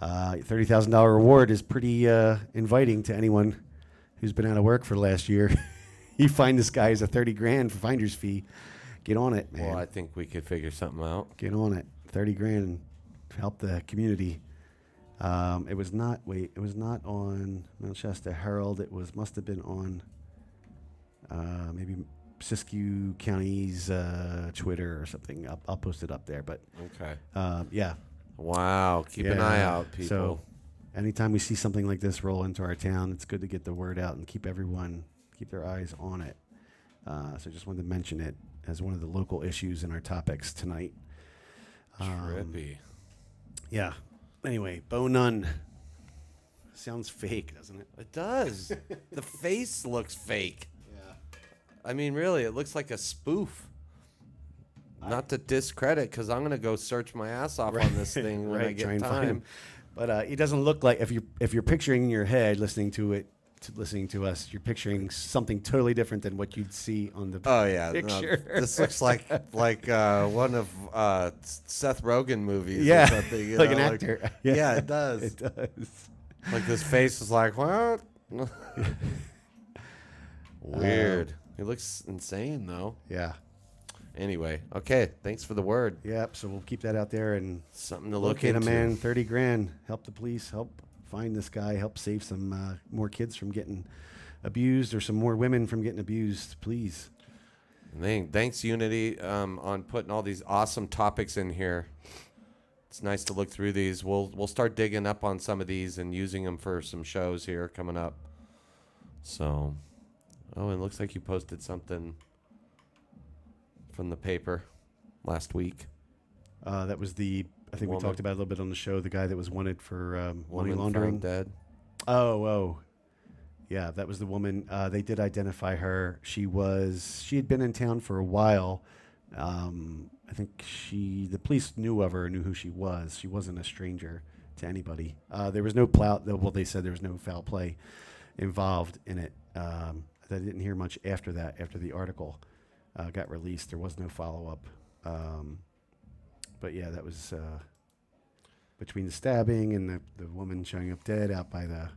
Speaker 1: Uh, Thirty thousand dollar reward is pretty uh, inviting to anyone who's been out of work for the last year. you find this guy is a thirty grand finder's fee. Get on it, man.
Speaker 3: Well, I think we could figure something out.
Speaker 1: Get on it. Thirty grand and help the community. Um, it was not wait. It was not on Manchester Herald. It was must have been on uh, maybe Siskiyou County's uh, Twitter or something. I'll, I'll post it up there. But
Speaker 3: Okay.
Speaker 1: uh, yeah,
Speaker 3: Wow. Keep an eye
Speaker 1: Yeah.
Speaker 3: out, people.
Speaker 1: So, anytime we see something like this roll into our town, it's good to get the word out and keep everyone keep their eyes on it. Uh, so just wanted to mention it as one of the local issues in our topics tonight.
Speaker 3: um,
Speaker 1: Um,
Speaker 3: Trippy.
Speaker 1: Yeah. Anyway, Bo Nunn. Sounds fake, doesn't it?
Speaker 3: It does. the face looks fake.
Speaker 1: Yeah.
Speaker 3: I mean, really, it looks like a spoof. Not to discredit, because I'm gonna go search my ass off on this thing when I
Speaker 1: right.
Speaker 3: get
Speaker 1: Try and
Speaker 3: time.
Speaker 1: find him. But uh, it doesn't look like if you if you're picturing in your head listening to it, to listening to us, you're picturing something totally different than what you'd see on the.
Speaker 3: Oh yeah, no,
Speaker 1: Picture.
Speaker 3: this looks like like uh, one of uh, Seth Rogen movies.
Speaker 1: Yeah,
Speaker 3: or something, you
Speaker 1: like
Speaker 3: know,
Speaker 1: an actor.
Speaker 3: yeah.
Speaker 1: Yeah.
Speaker 3: it does.
Speaker 1: it does.
Speaker 3: Like this face is like what? Uh, Weird. he looks insane though.
Speaker 1: Yeah.
Speaker 3: Anyway, okay. Thanks for the word.
Speaker 1: Yep. So we'll keep that out there and
Speaker 3: Something to look
Speaker 1: locate
Speaker 3: into.
Speaker 1: a man, thirty grand. Help the police. Help find this guy. Help save some uh, more kids from getting abused or some more women from getting abused, please.
Speaker 3: Thank- Thanks, Unity, um, on putting all these awesome topics in here. It's nice to look through these. We'll we'll start digging up on some of these and using them for some shows here coming up. So, oh, it looks like you posted something from the paper last week.
Speaker 1: Uh, that was the I think
Speaker 3: Woman.
Speaker 1: we talked about it a little bit on the show. The guy that was wanted for um, money
Speaker 3: Woman found
Speaker 1: laundering.
Speaker 3: dead.
Speaker 1: Oh, oh, yeah, that was the woman. Uh, they did identify her. She was she had been in town for a while. Um, I think she the police knew of her, knew who she was. She wasn't a stranger to anybody. Uh, there was no plow. Well, they said there was no foul play involved in it. Um, that I didn't hear much after that, after the article uh, got released. There was no follow up. Um, but yeah, that was uh, between the stabbing and the, the woman showing up dead out by the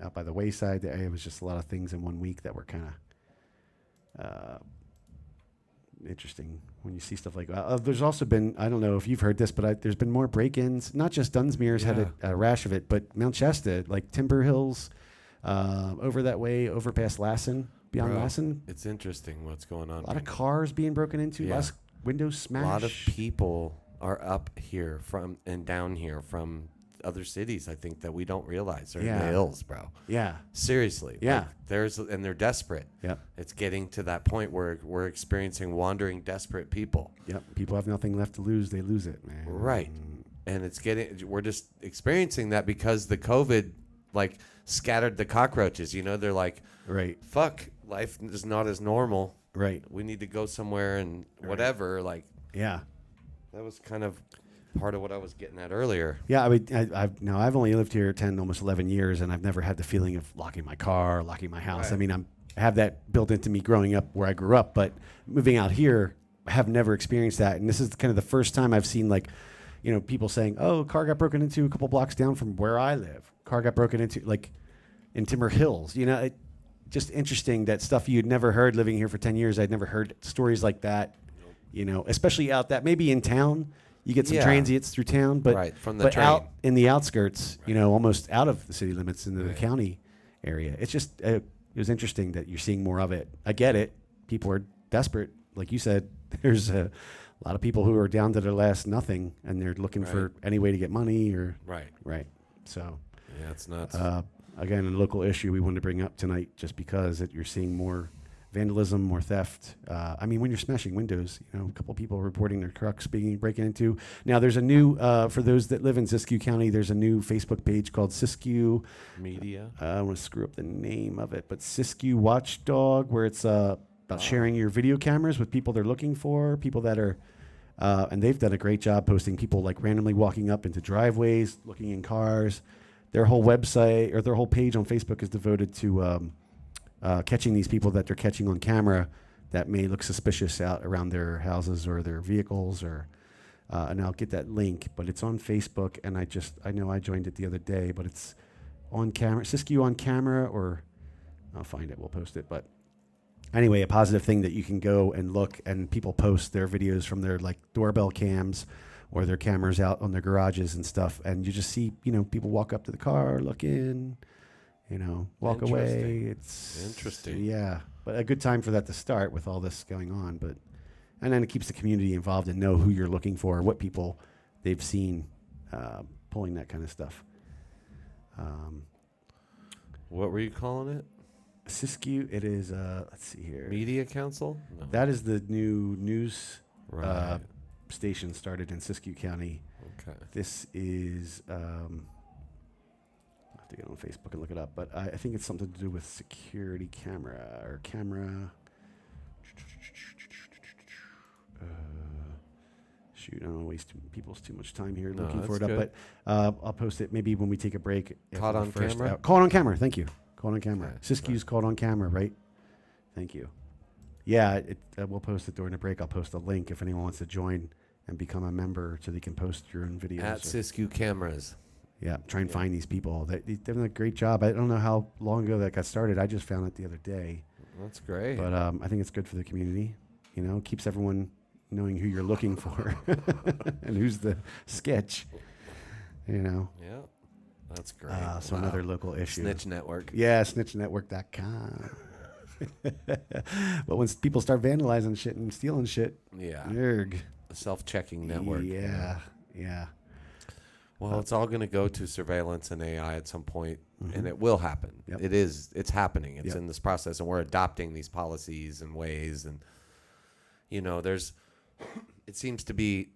Speaker 1: out by the wayside. There, it was just a lot of things in one week that were kind of uh, interesting when you see stuff like. Uh, uh, there's also been I don't know if you've heard this, but I, there's been more break-ins. Not just Dunsmuir's had a, a rash of it, but Mount Shasta, like Timber Hills, uh, over that way, over past Lassen, beyond
Speaker 3: Bro,
Speaker 1: Lassen.
Speaker 3: It's interesting what's going on.
Speaker 1: A lot
Speaker 3: right
Speaker 1: of cars being broken into,
Speaker 3: Yeah.
Speaker 1: lots of windows
Speaker 3: A
Speaker 1: smashed.
Speaker 3: lot of people are up here from and down here from other cities. I think that we don't realize they're in
Speaker 1: Yeah.
Speaker 3: the hills, bro.
Speaker 1: yeah,
Speaker 3: Seriously,
Speaker 1: Yeah.
Speaker 3: Like, there's and they're desperate.
Speaker 1: Yep.
Speaker 3: It's getting to that point where we're experiencing wandering, desperate people.
Speaker 1: yep. People have nothing left to lose; they lose it, man.
Speaker 3: Right. And it's getting we're just experiencing that because the COVID like scattered the cockroaches. You know, they're like,
Speaker 1: Right,
Speaker 3: fuck, life is not as normal.
Speaker 1: right.
Speaker 3: We need to go somewhere and whatever. Like
Speaker 1: Yeah,
Speaker 3: that was kind of part of what I was getting at earlier.
Speaker 1: yeah. I mean, I, I've now I've only lived here ten, almost eleven years, and I've never had the feeling of locking my car, locking my house. I mean, I'm I have that built into me growing up where I grew up, but moving out here, I have never experienced that. And this is kind of the first time I've seen like, you know, people saying, "Oh, car got broken into a couple blocks down from where I live. Car got broken into like in Timber Hills." You know, it, just interesting that stuff you'd never heard living here for ten years. I'd never heard stories like that. You know, especially out that maybe in town. You get some
Speaker 3: Yeah.
Speaker 1: transients through town, but
Speaker 3: Right, from the
Speaker 1: but
Speaker 3: train.
Speaker 1: out in the outskirts, you know, almost out of the city limits into the county area. It's just uh, it was interesting that you're seeing more of it. I get it. People are desperate, like you said. There's a lot of people who are down to their last nothing, and they're looking for any way to get money or
Speaker 3: Right.
Speaker 1: right. So
Speaker 3: Yeah, it's nuts.
Speaker 1: uh, again, a local issue we wanted to bring up tonight, just because it, you're seeing more vandalism, more theft. Uh, I mean, when you're smashing windows, you know, a couple people reporting their trucks being breaking into. Now, there's a new uh, for those that live in Siskiyou County. There's a new Facebook page called Siskiyou.
Speaker 3: Media.
Speaker 1: I want to screw up the name of it, but Siskiyou Watchdog, where it's uh, about sharing your video cameras with people they're looking for, people that are, uh, and they've done a great job posting people like randomly walking up into driveways, looking in cars. Their whole website or their whole page on Facebook is devoted to um, uh, catching these people that they're catching on camera that may look suspicious out around their houses or their vehicles or. Uh, and I'll get that link, but it's on Facebook, and I just I know I joined it the other day, but it's on camera, Siskiyou on camera, or I'll find it. We'll post it. But anyway, a positive thing that you can go and look, and people post their videos from their like doorbell cams or their cameras out on their garages and stuff, and you just see you know people walk up to the car, look in, you know, walk away.
Speaker 3: Interesting.
Speaker 1: It's
Speaker 3: Interesting.
Speaker 1: yeah. But a good time for that to start with all this going on, but. And then it keeps the community involved and know who you're looking for, what people they've seen uh, pulling that kind of stuff. Um,
Speaker 3: What were you calling it?
Speaker 1: Siskiyou. It is. Uh, let's see here.
Speaker 3: Media Council? No.
Speaker 1: That is the new news
Speaker 3: right.
Speaker 1: uh, station started in Siskiyou County.
Speaker 3: okay.
Speaker 1: This is. Um, I have to get on Facebook and look it up, but I, I think it's something to do with security camera or camera. Uh, shoot, I don't want to waste people's too much time here
Speaker 3: No,
Speaker 1: looking for it
Speaker 3: that's
Speaker 1: up,
Speaker 3: good.
Speaker 1: but uh, I'll post it maybe when we take a break. after
Speaker 3: Caught
Speaker 1: the
Speaker 3: on
Speaker 1: first
Speaker 3: camera?
Speaker 1: hour- Caught on camera. Thank you. Caught on camera.
Speaker 3: Okay,
Speaker 1: Siskiyou's caught on camera, right? Thank you. Yeah, it, uh, we'll post it during the break. I'll post a link if anyone wants to join and become a member, so they can post your own videos.
Speaker 3: At
Speaker 1: or-
Speaker 3: Siskiyou Cameras.
Speaker 1: yeah, try and find these people. They, they've done a great job. I don't know how long ago that got started. I just found it the other day,
Speaker 3: That's great.
Speaker 1: but um, I think it's good for the community. You know, keeps everyone knowing who you're looking for and who's the sketch. You know,
Speaker 3: yeah. That's great.
Speaker 1: uh, so
Speaker 3: Wow.
Speaker 1: another local issue.
Speaker 3: Snitch Network.
Speaker 1: Yeah, snitchnetwork.com. but when s- people start vandalizing shit and stealing shit,
Speaker 3: Yeah.
Speaker 1: erg.
Speaker 3: A self checking Ah. network.
Speaker 1: Yeah, yeah.
Speaker 3: Well, it's all going to go to surveillance and AI at some point, and it will happen.
Speaker 1: Mm-hmm. Yep.
Speaker 3: It is. It's happening. It's
Speaker 1: Yep.
Speaker 3: in this process, and we're adopting these policies and ways. And you know, there's. It seems to be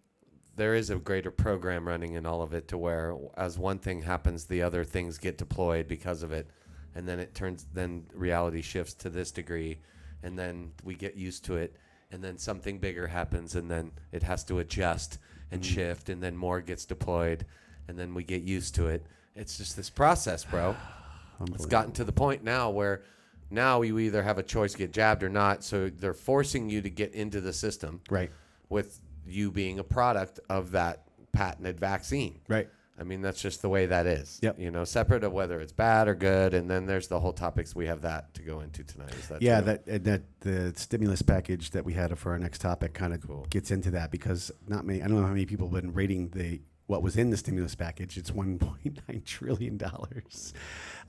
Speaker 3: there is a greater program running in all of it to where as one thing happens, the other things get deployed because of it, and then it turns. Then reality shifts to this degree, and then we get used to it. And then something bigger happens, and then it has to adjust and shift, and then more gets deployed, and then we get used to it. It's just this process, bro. it's gotten to the point now where Now you either have a choice get jabbed or not, so they're forcing you to get into the system
Speaker 1: Right.
Speaker 3: with you being a product of that patented vaccine.
Speaker 1: Right.
Speaker 3: I mean, that's just the way that is.
Speaker 1: Yep.
Speaker 3: You know, separate of whether it's bad or good, and then there's the whole topics we have that to go into tonight. Is that
Speaker 1: Yeah,
Speaker 3: true?
Speaker 1: that uh, that that the stimulus package that we had for our next topic kind of gets into that because not many. I don't know how many people have been rating the what was in the stimulus package. It's one point nine trillion dollars,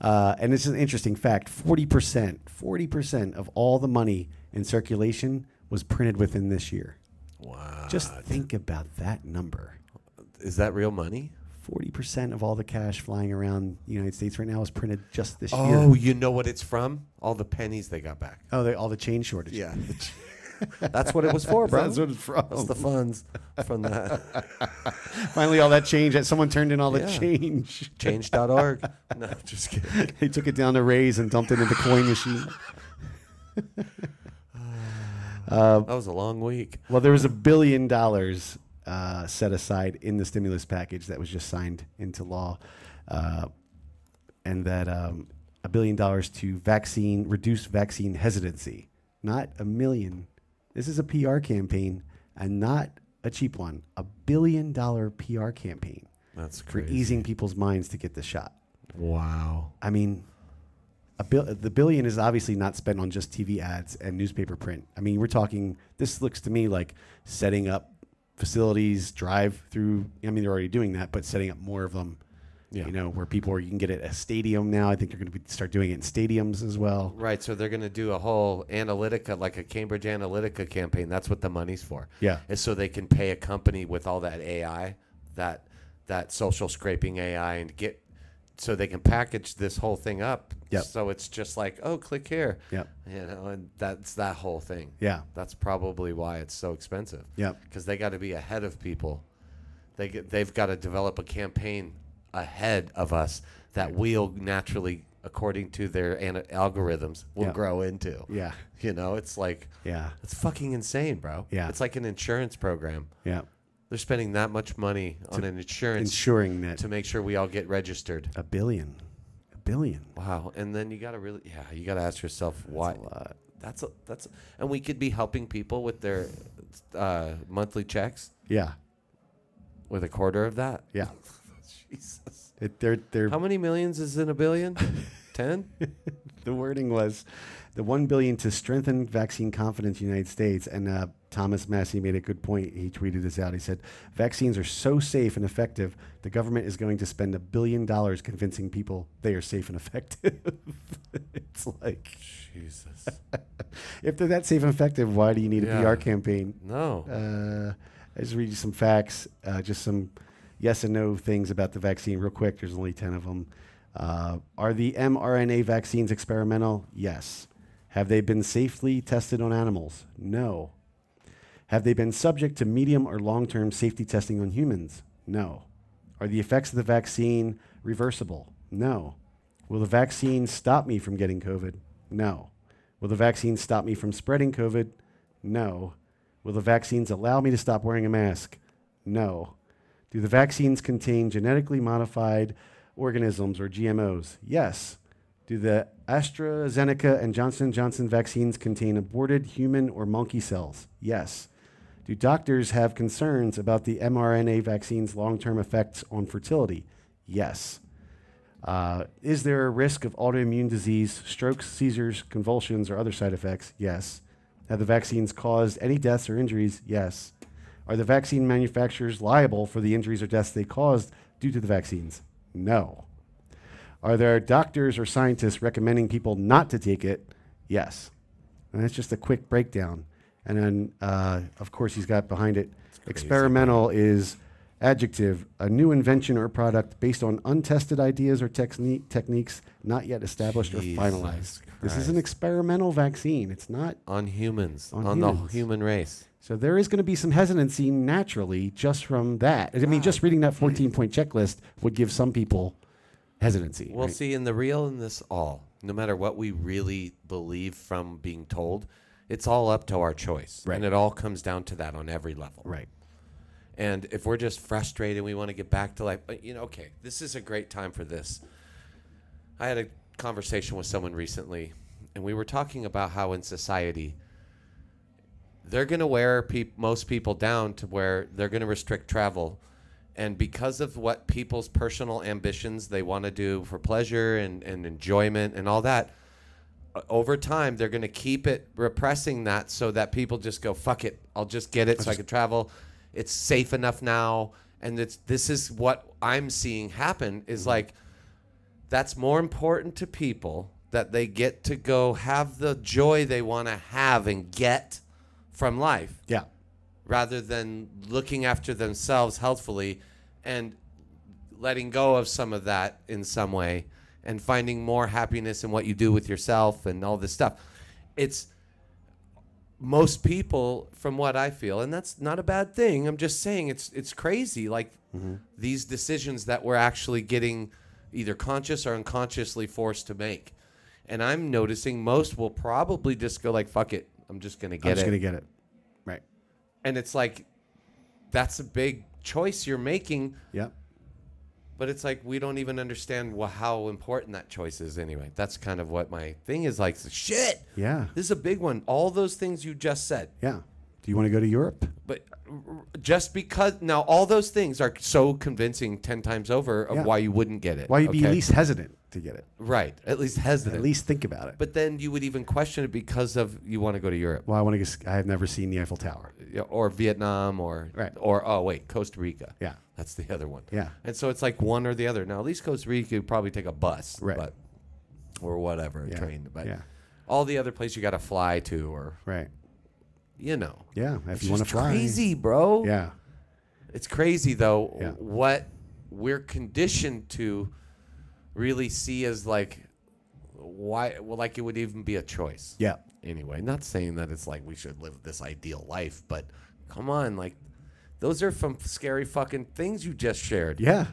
Speaker 1: uh, and it's an interesting fact. Forty percent, forty percent of all the money in circulation was printed within this year.
Speaker 3: wow.
Speaker 1: Just think about that number.
Speaker 3: is that real money?
Speaker 1: Forty percent of all the cash flying around the United States right now was printed just this
Speaker 3: Oh,
Speaker 1: year.
Speaker 3: you know what it's from? All the pennies they got back.
Speaker 1: Oh, they, all the chain shortage.
Speaker 3: That's what it was for, bro.
Speaker 1: That's what it's from.
Speaker 3: That's the funds from that
Speaker 1: Finally, all that change that someone turned in all the
Speaker 3: Yeah.
Speaker 1: change.
Speaker 3: change.org. No, just kidding.
Speaker 1: they took it down to raise and dumped it into the coin machine. Um,
Speaker 3: That was a long week.
Speaker 1: Well, there was a billion dollars uh, set aside in the stimulus package that was just signed into law, uh, and that um, a billion dollars to vaccine reduce vaccine hesitancy. Not a million. This is a PR campaign and not a cheap one. A billion dollar PR campaign
Speaker 3: That's
Speaker 1: for e-
Speaker 3: crazy.
Speaker 1: easing people's minds to get the shot.
Speaker 3: Wow.
Speaker 1: I mean, a bill, the billion is obviously not spent on just TV ads and newspaper print. I mean, we're talking. This looks to me like setting up facilities, drive-through. I mean, they're already doing that, but setting up more of them.
Speaker 3: Yeah.
Speaker 1: You know, where people are, you can get it at a stadium now. I think they're going to be, start doing it in stadiums as well.
Speaker 3: Right, so they're going to do a whole Analytica, like a Cambridge Analytica campaign. That's what the money's for.
Speaker 1: Yeah.
Speaker 3: is so they can pay a company with all that AI, that that social scraping AI, and get so they can package this whole thing up.
Speaker 1: Yep.
Speaker 3: So it's just like, oh, click here.
Speaker 1: Yep.
Speaker 3: You know, and that's that whole thing.
Speaker 1: Yeah.
Speaker 3: That's probably why it's so expensive.
Speaker 1: Yep.
Speaker 3: Because they got to be ahead of people. They get, they've got to develop a campaign ahead of us that we'll naturally, according to their ana- algorithms, will
Speaker 1: Yeah.
Speaker 3: grow into.
Speaker 1: Yeah.
Speaker 3: You know, it's like
Speaker 1: Yeah.
Speaker 3: it's fucking insane, bro.
Speaker 1: Yeah.
Speaker 3: It's like an insurance program.
Speaker 1: Yeah.
Speaker 3: They're spending that much money on an insurance
Speaker 1: Ensuring that
Speaker 3: to make sure we all get registered.
Speaker 1: a billion, a billion.
Speaker 3: Wow. And then you got to really, yeah, you got to ask yourself why.
Speaker 1: lot.
Speaker 3: That's a, that's, a, and we could be helping people with their uh, monthly checks
Speaker 1: Yeah.
Speaker 3: with a quarter of that.
Speaker 1: Yeah.
Speaker 3: Jesus.
Speaker 1: It, they're they're
Speaker 3: How many millions is in a billion? Ten?
Speaker 1: the wording was the one billion to strengthen vaccine confidence in the United States. And uh, Thomas Massey made a good point. He tweeted this out. He said, "Vaccines are so safe and effective. The government is going to spend a billion dollars convincing people they are safe and effective." it's like,
Speaker 3: Jesus.
Speaker 1: if they're that safe and effective, why do you need a
Speaker 3: Yeah.
Speaker 1: PR campaign?
Speaker 3: No.
Speaker 1: Uh, I just read you some facts, uh, just some yes and no things about the vaccine, real quick. There's only 10 of them. Uh, are the mRNA vaccines experimental? Yes. Have they been safely tested on animals? No. Have they been subject to medium or long term safety testing on humans? No. Are the effects of the vaccine reversible? No. Will the vaccine stop me from getting COVID? No. Will the vaccine stop me from spreading COVID? No. Will the vaccines allow me to stop wearing a mask? No. Do the vaccines contain genetically modified organisms or GMOs? Yes. Do the AstraZeneca and Johnson Johnson vaccines contain aborted human or monkey cells? Yes. Do doctors have concerns about the mRNA vaccine's long-term effects on fertility? Yes. Uh, is there a risk of autoimmune disease, strokes, seizures, convulsions, or other side effects? Yes. Have the vaccines caused any deaths or injuries? Yes. Are the vaccine manufacturers liable for the injuries or deaths they caused due to the vaccines? No. Are there doctors or scientists recommending people not to take it? Yes. And that's just a quick breakdown. And then, uh, of course, he's got behind it experimental is adjective, a new invention or product based on untested ideas or techni- techniques not yet established
Speaker 3: Jesus
Speaker 1: or finalized. This is an
Speaker 3: Christ.
Speaker 1: experimental vaccine. It's not.
Speaker 3: on humans,
Speaker 1: On
Speaker 3: on,
Speaker 1: humans.
Speaker 3: the human race.
Speaker 1: So there is going to be some hesitancy naturally just from that. I mean, just reading that 14 point checklist would give some people hesitancy.
Speaker 3: Well,
Speaker 1: right?
Speaker 3: see, in the real in this all, no matter what we really believe from being told, it's all up to our choice.
Speaker 1: Right.
Speaker 3: And it all comes down to that on every level.
Speaker 1: Right.
Speaker 3: And if we're just frustrated and we want to get back to life, but you know, okay, this is a great time for this. I had a conversation with someone recently and we were talking about how in society they're going to wear peop most people down to where they're going to restrict travel. And because of what people's personal ambitions they want to do for pleasure and, and enjoyment and all that, o- over time, they're going to keep it repressing that so that people just go, fuck it. I'll just get it so I can travel. It's safe enough now. And it's, this is what I'm seeing happen is like, that's more important to people that they get to go have the joy they want to have and get from life
Speaker 1: Yeah.
Speaker 3: rather than looking after themselves healthfully and letting go of some of that in some way and finding more happiness in what you do with yourself and all this stuff. It's most people from what I feel and that's not a bad thing. I'm just saying it's it's crazy like
Speaker 1: Mm-hmm.
Speaker 3: these decisions that we're actually getting either conscious or unconsciously forced to make. And I'm noticing most will probably just go like fuck it. I'm just going to
Speaker 1: I'm
Speaker 3: get
Speaker 1: just
Speaker 3: it
Speaker 1: gonna get it. Right.
Speaker 3: and it's like that's a big choice you're making
Speaker 1: Yeah.
Speaker 3: but it's like we don't even understand wha- how important that choice is anyway that's kind of what my thing is like shit
Speaker 1: Yeah.
Speaker 3: this is a big one all those things you just said
Speaker 1: Yeah. Do you want to go to Europe?
Speaker 3: but r- r- just because now all those things are so convincing 10 times over of
Speaker 1: Yeah.
Speaker 3: why you wouldn't get it
Speaker 1: Why you be
Speaker 3: okay?
Speaker 1: at least hesitant to get it?
Speaker 3: right at least
Speaker 1: At
Speaker 3: hesitant
Speaker 1: least think about it.
Speaker 3: but then you would even question it because of you want to go to europe
Speaker 1: Well, I want to. I have never seen the Eiffel Tower.
Speaker 3: Yeah, or vietnam or
Speaker 1: Right.
Speaker 3: or oh wait costa rica
Speaker 1: Yeah.
Speaker 3: That's the other one.
Speaker 1: Yeah.
Speaker 3: And so it's like one or the other. Now, at least Costa Rica, you probably take a bus,
Speaker 1: Right.
Speaker 3: But, or whatever,
Speaker 1: Yeah.
Speaker 3: a train. But
Speaker 1: Yeah.
Speaker 3: all the other places you got to fly to, or
Speaker 1: Right.
Speaker 3: you know,
Speaker 1: Yeah. If
Speaker 3: it's
Speaker 1: you want to
Speaker 3: just
Speaker 1: fly.
Speaker 3: crazy, bro.
Speaker 1: Yeah.
Speaker 3: It's crazy though.
Speaker 1: Yeah.
Speaker 3: What we're conditioned to really see as like why, well, like it would even be a choice.
Speaker 1: Yeah.
Speaker 3: Anyway, not saying that it's like we should live this ideal life, but come on, like those are from scary fucking things you just shared.
Speaker 1: Yeah.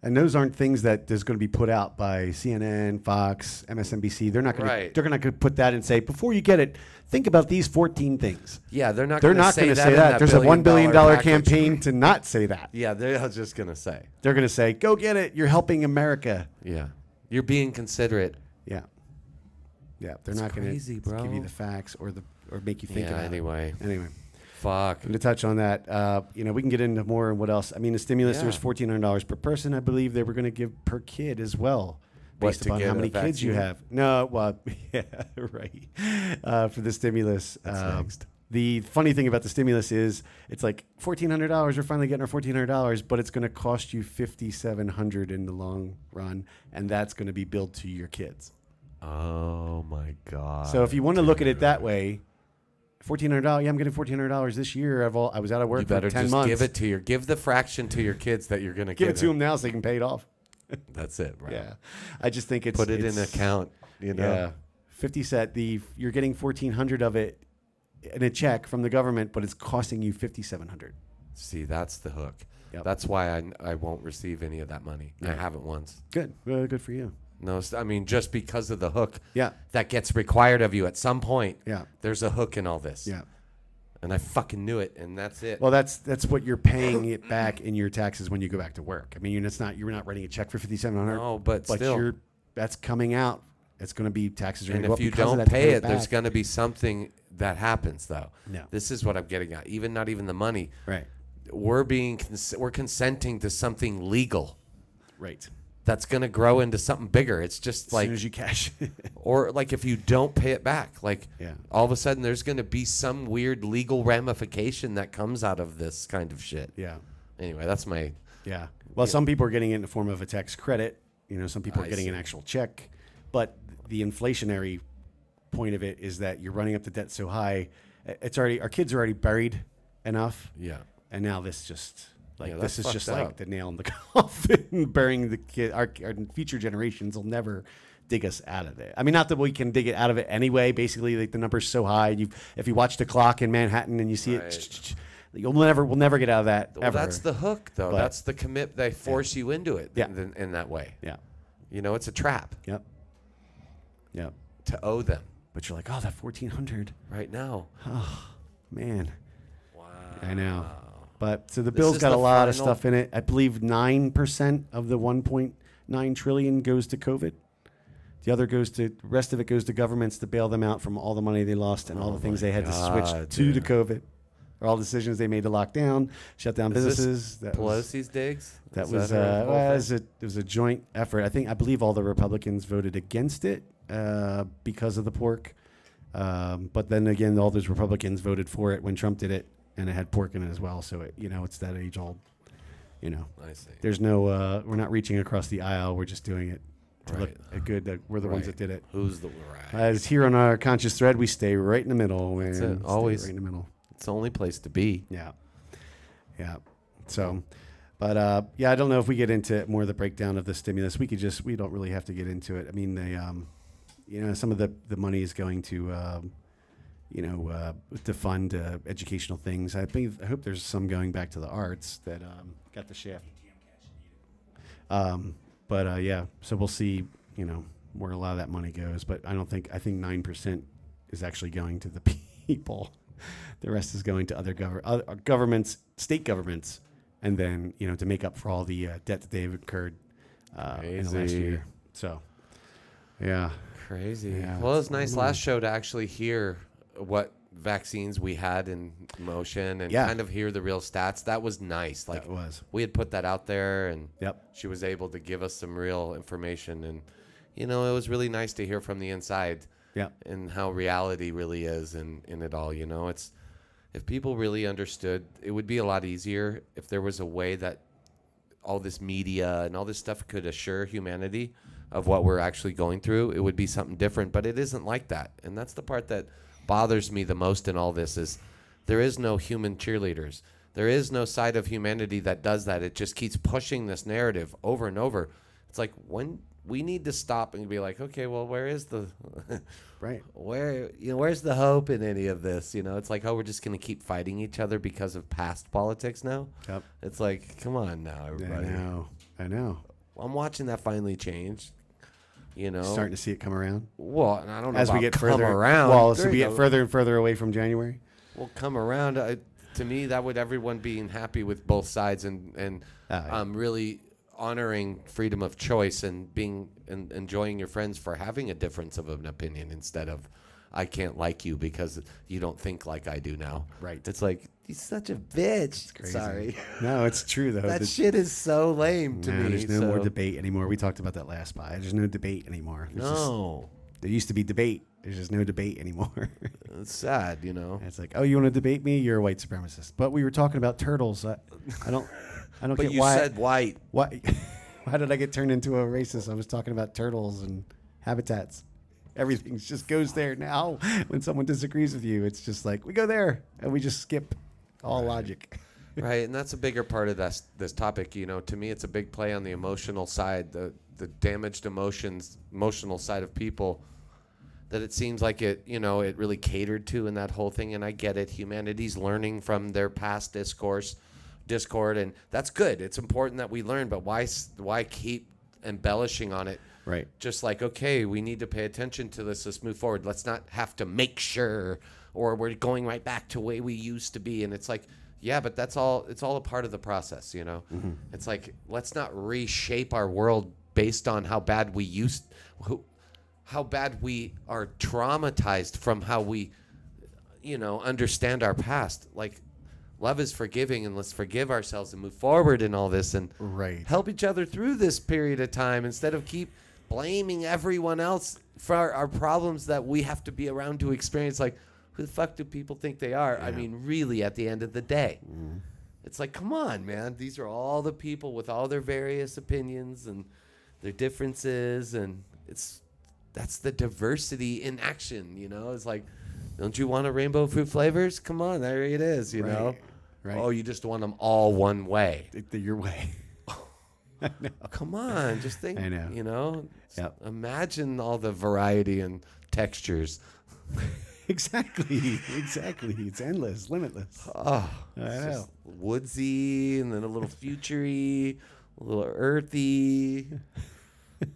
Speaker 1: And those aren't things that there's going to be put out by CNN, Fox, MSNBC. They're not going to.
Speaker 3: Right.
Speaker 1: They're going to put that and say, before you get it, think about these 14 things.
Speaker 3: Yeah, they're not.
Speaker 1: They're
Speaker 3: gonna
Speaker 1: not
Speaker 3: say
Speaker 1: going to
Speaker 3: that
Speaker 1: say
Speaker 3: in
Speaker 1: that.
Speaker 3: that
Speaker 1: There's a one billion dollar
Speaker 3: dollar package.
Speaker 1: campaign to not say that.
Speaker 3: Yeah, they're I was just gonna say.
Speaker 1: They're going to say, "Go get it. You're helping America."
Speaker 3: Yeah, you're being considerate.
Speaker 1: Yeah. Yeah. They're
Speaker 3: It's
Speaker 1: not going
Speaker 3: crazy,
Speaker 1: to give you
Speaker 3: bro.
Speaker 1: the facts or the or make you think
Speaker 3: yeah.
Speaker 1: about
Speaker 3: Anyway,
Speaker 1: it. Anyway.
Speaker 3: fuck.
Speaker 1: And to touch on that, uh, you know, we can get into more and what else. I mean, the stimulus there was
Speaker 3: Yeah.
Speaker 1: fourteen hundred dollars per person. I believe they were going to give per kid as well,
Speaker 3: What,
Speaker 1: based
Speaker 3: to
Speaker 1: upon
Speaker 3: get
Speaker 1: how
Speaker 3: a
Speaker 1: many kids you
Speaker 3: vaccine?
Speaker 1: have. No, well, yeah, right. Uh, for the stimulus, um,
Speaker 3: next.
Speaker 1: the funny thing about the stimulus is it's like fourteen hundred dollars. We're finally getting our fourteen hundred dollars, but it's going to cost you fifty seven hundred in the long run, and that's going to be billed to your kids.
Speaker 3: Oh my god.
Speaker 1: So if you want to look at it that way, fourteen hundred dollars. Yeah, I'm getting fourteen hundred dollars this year. I've all, I was out of work
Speaker 3: you
Speaker 1: for
Speaker 3: better
Speaker 1: ten
Speaker 3: just
Speaker 1: months.
Speaker 3: give it to your give the fraction to your kids that you're gonna
Speaker 1: give it
Speaker 3: get
Speaker 1: to them now so they can pay it off.
Speaker 3: That's it. Right.
Speaker 1: Yeah, I just think it's
Speaker 3: Put it in
Speaker 1: it's-
Speaker 3: account. You know.
Speaker 1: Yeah, fifty cent. The you're getting fourteen hundred of it in a check from the government, but it's costing you fifty seven hundred.
Speaker 3: See, that's the hook.
Speaker 1: Yep.
Speaker 3: That's why I, I won't receive any of that money. I haven't once.
Speaker 1: Good, well, good for you.
Speaker 3: No, s- I mean just because of the hook
Speaker 1: Yeah,
Speaker 3: that gets required of you at some point.
Speaker 1: yeah,
Speaker 3: There's a hook in all this.
Speaker 1: yeah.
Speaker 3: And I fucking knew it, and that's it.
Speaker 1: Well, that's that's what you're paying it back in your taxes when you go back to work. I mean, it's not you're not writing a check for fifty seven hundred.
Speaker 3: No, but
Speaker 1: but
Speaker 3: still.
Speaker 1: you're that's coming out. It's going to be taxes. Are
Speaker 3: and
Speaker 1: gonna go
Speaker 3: if
Speaker 1: up
Speaker 3: you
Speaker 1: because of
Speaker 3: don't
Speaker 1: that to
Speaker 3: pay it, there's
Speaker 1: back.
Speaker 3: going to be something that happens, though.
Speaker 1: No.
Speaker 3: This is what I'm getting at. Even not even the money.
Speaker 1: right,
Speaker 3: We're being cons- we're consenting to something legal
Speaker 1: right.
Speaker 3: that's going to grow into something bigger. It's just
Speaker 1: Like,
Speaker 3: like
Speaker 1: as soon as you cash,
Speaker 3: or like if you don't pay it back, like
Speaker 1: Yeah.
Speaker 3: all of a sudden there's going to be some weird legal ramification that comes out of this kind of shit.
Speaker 1: yeah.
Speaker 3: Anyway, that's my
Speaker 1: Yeah. Well, some people are getting it in the form of a tax credit. You know, some people are
Speaker 3: I
Speaker 1: getting an actual check. But the inflationary point of it is that you're running up the debt so high. i- It's already our kids are already buried enough,
Speaker 3: yeah.
Speaker 1: and now this just like
Speaker 3: Yeah,
Speaker 1: this
Speaker 3: that's
Speaker 1: is just
Speaker 3: fucked
Speaker 1: like
Speaker 3: up.
Speaker 1: the nail in the coffin, burying the kid. Our, our future generations will never dig us out of it. I mean, not that we can dig it out of it anyway. Basically, like the number's so high. You, if you watch the clock in Manhattan and you see it,
Speaker 3: Right.
Speaker 1: you'll never, we'll never get out of that
Speaker 3: Well,
Speaker 1: ever.
Speaker 3: that's the hook, though.
Speaker 1: But-
Speaker 3: that's the commit. They force you into it
Speaker 1: Yeah.
Speaker 3: in, in that way.
Speaker 1: yeah.
Speaker 3: You know, it's a trap
Speaker 1: Yep. Yep.
Speaker 3: to owe them
Speaker 1: But you're like, oh, that 1400,
Speaker 3: right now.
Speaker 1: man.
Speaker 3: Wow.
Speaker 1: I know. But so the
Speaker 3: This
Speaker 1: bill's
Speaker 3: is
Speaker 1: got a
Speaker 3: the
Speaker 1: lot of
Speaker 3: final-
Speaker 1: stuff in it. I believe nine percent of the 1.9 trillion goes to COVID. The other goes to the rest of it goes to governments to bail them out from all the money they lost and all the things they had to
Speaker 3: Oh God,
Speaker 1: switch to the
Speaker 3: dude.
Speaker 1: COVID, or all the decisions they made to lock down, shut down
Speaker 3: Is this
Speaker 1: businesses. That was
Speaker 3: Pelosi's digs.
Speaker 1: that
Speaker 3: Is
Speaker 1: was
Speaker 3: her
Speaker 1: uh,
Speaker 3: whole thing?
Speaker 1: well, it was a it was a joint effort. I think I believe all the Republicans voted against it uh, because of the pork, um, but then again, all those Republicans voted for it when Trump did it, and it had pork in it as well. So it you know it's that age old, you know.
Speaker 3: I see.
Speaker 1: There's no uh, we're not reaching across the aisle. We're just doing it to look
Speaker 3: Right.
Speaker 1: at good. That we're the ones that
Speaker 3: Right.
Speaker 1: did it.
Speaker 3: Who's the right?
Speaker 1: As here on our conscious thread, we stay right in the middle. Man.
Speaker 3: it,
Speaker 1: Stay
Speaker 3: always.
Speaker 1: right in the middle.
Speaker 3: It's the only place to be.
Speaker 1: Yeah, yeah. So, but uh, yeah, I don't know if we get into more of the breakdown of the stimulus. We could just we don't really have to get into it. I mean, they, um, you know, some of the the money is going to. Um, you know, uh, to fund uh, educational things. I think I hope there's some going back to the arts that um, got the shift. Um, but uh, yeah, so we'll see. You know where a lot of that money goes, but I don't think I think nine percent is actually going to the people. The rest is going to other, gover- other uh, governments, state governments, and then you know to make up for all the uh, debt that they've incurred uh, in the last
Speaker 3: Crazy.
Speaker 1: year. So yeah,
Speaker 3: Crazy.
Speaker 1: Yeah,
Speaker 3: well, it was
Speaker 1: it's
Speaker 3: nice
Speaker 1: unbelievable.
Speaker 3: last show to actually hear what vaccines we had in motion and
Speaker 1: Yeah.
Speaker 3: kind of hear the real stats. That was nice. Like
Speaker 1: that was
Speaker 3: we had put that out there and
Speaker 1: yep.
Speaker 3: she was able to give us some real information and you know, it was really nice to hear from the inside
Speaker 1: Yeah.
Speaker 3: and how reality really is in, in it all, you know. It's if people really understood, it would be a lot easier if there was a way that all this media and all this stuff could assure humanity of what we're actually going through, it would be something different. But it isn't like that, and that's the part that bothers me the most in all this is there is no human cheerleaders. There is no side of humanity that does that. It just keeps pushing this narrative over and over. It's like when we need to stop and be like, okay, well, where is the
Speaker 1: Right.
Speaker 3: where you know where's the hope in any of this you know it's like oh we're just going to keep fighting each other because of past politics now
Speaker 1: Yep.
Speaker 3: it's like come on now
Speaker 1: I
Speaker 3: everybody
Speaker 1: know. I know.
Speaker 3: i'm watching that finally change you know
Speaker 1: Starting to see it come around
Speaker 3: well and i don't know
Speaker 1: as we
Speaker 3: about
Speaker 1: get
Speaker 3: Oh. come
Speaker 1: further
Speaker 3: around
Speaker 1: Well, as
Speaker 3: There
Speaker 1: we
Speaker 3: you
Speaker 1: get
Speaker 3: go.
Speaker 1: further and further away from January.
Speaker 3: well come around I, to me that would everyone being happy with both sides and and
Speaker 1: Ah, yeah.
Speaker 3: um, really honoring freedom of choice and being and enjoying your friends for having a difference of an opinion instead of I can't like you because you don't think like I do now.
Speaker 1: Right.
Speaker 3: It's like he's such a bitch.
Speaker 1: Crazy.
Speaker 3: Sorry.
Speaker 1: No, it's true though.
Speaker 3: that
Speaker 1: The-
Speaker 3: shit is so lame to
Speaker 1: no,
Speaker 3: me.
Speaker 1: there's no
Speaker 3: so-
Speaker 1: more debate anymore. We talked about that last pod. There's no debate anymore. There's just-
Speaker 3: No.
Speaker 1: there used to be debate. There's just no debate anymore.
Speaker 3: It's sad, you know.
Speaker 1: it's like, oh, you want to debate me? You're a white supremacist. But we were talking about turtles. I, I don't, I don't
Speaker 3: But
Speaker 1: get
Speaker 3: you
Speaker 1: why.
Speaker 3: said white.
Speaker 1: why, why did I get turned into a racist? I was talking about turtles and habitats. Everything just goes there now. When someone disagrees with you, it's just like we go there and we just skip all logic.
Speaker 3: right and that's a bigger part of this this topic you know to me it's a big play on the emotional side the the damaged emotions emotional side of people that it seems like it you know it really catered to in that whole thing and i get it humanity's learning from their past discourse discord and that's good it's important that we learn but why s- why keep embellishing on it
Speaker 1: Right.
Speaker 3: just like okay we need to pay attention to this let's move forward let's not have to make sure or we're going right back to way we used to be and it's like yeah but that's all it's all a part of the process you know it's like let's not reshape our world based on how bad we used who, how bad we are traumatized from how we you know understand our past like love is forgiving and let's forgive ourselves and move forward in all this and
Speaker 1: Right.
Speaker 3: help each other through this period of time instead of keep blaming everyone else for our, our problems that we have to be around to experience. Like, who the fuck do people think they are? I mean, really, at the end of the day,
Speaker 1: Mm-hmm.
Speaker 3: it's like, come on, man. These are all the people with all their various opinions and their differences, and it's that's the diversity in action. You know, it's like. Don't you want a rainbow fruit flavors? Come on, there it is, you
Speaker 1: Right,
Speaker 3: know.
Speaker 1: right.
Speaker 3: Oh, you just want them all one way.
Speaker 1: Take the- your way.
Speaker 3: Come on, just think.
Speaker 1: I know.
Speaker 3: You know.
Speaker 1: Yep.
Speaker 3: Imagine all the variety and textures.
Speaker 1: exactly. Exactly. It's endless, limitless.
Speaker 3: Oh,
Speaker 1: I
Speaker 3: it's
Speaker 1: know.
Speaker 3: just woodsy and then a little futury, a little earthy, a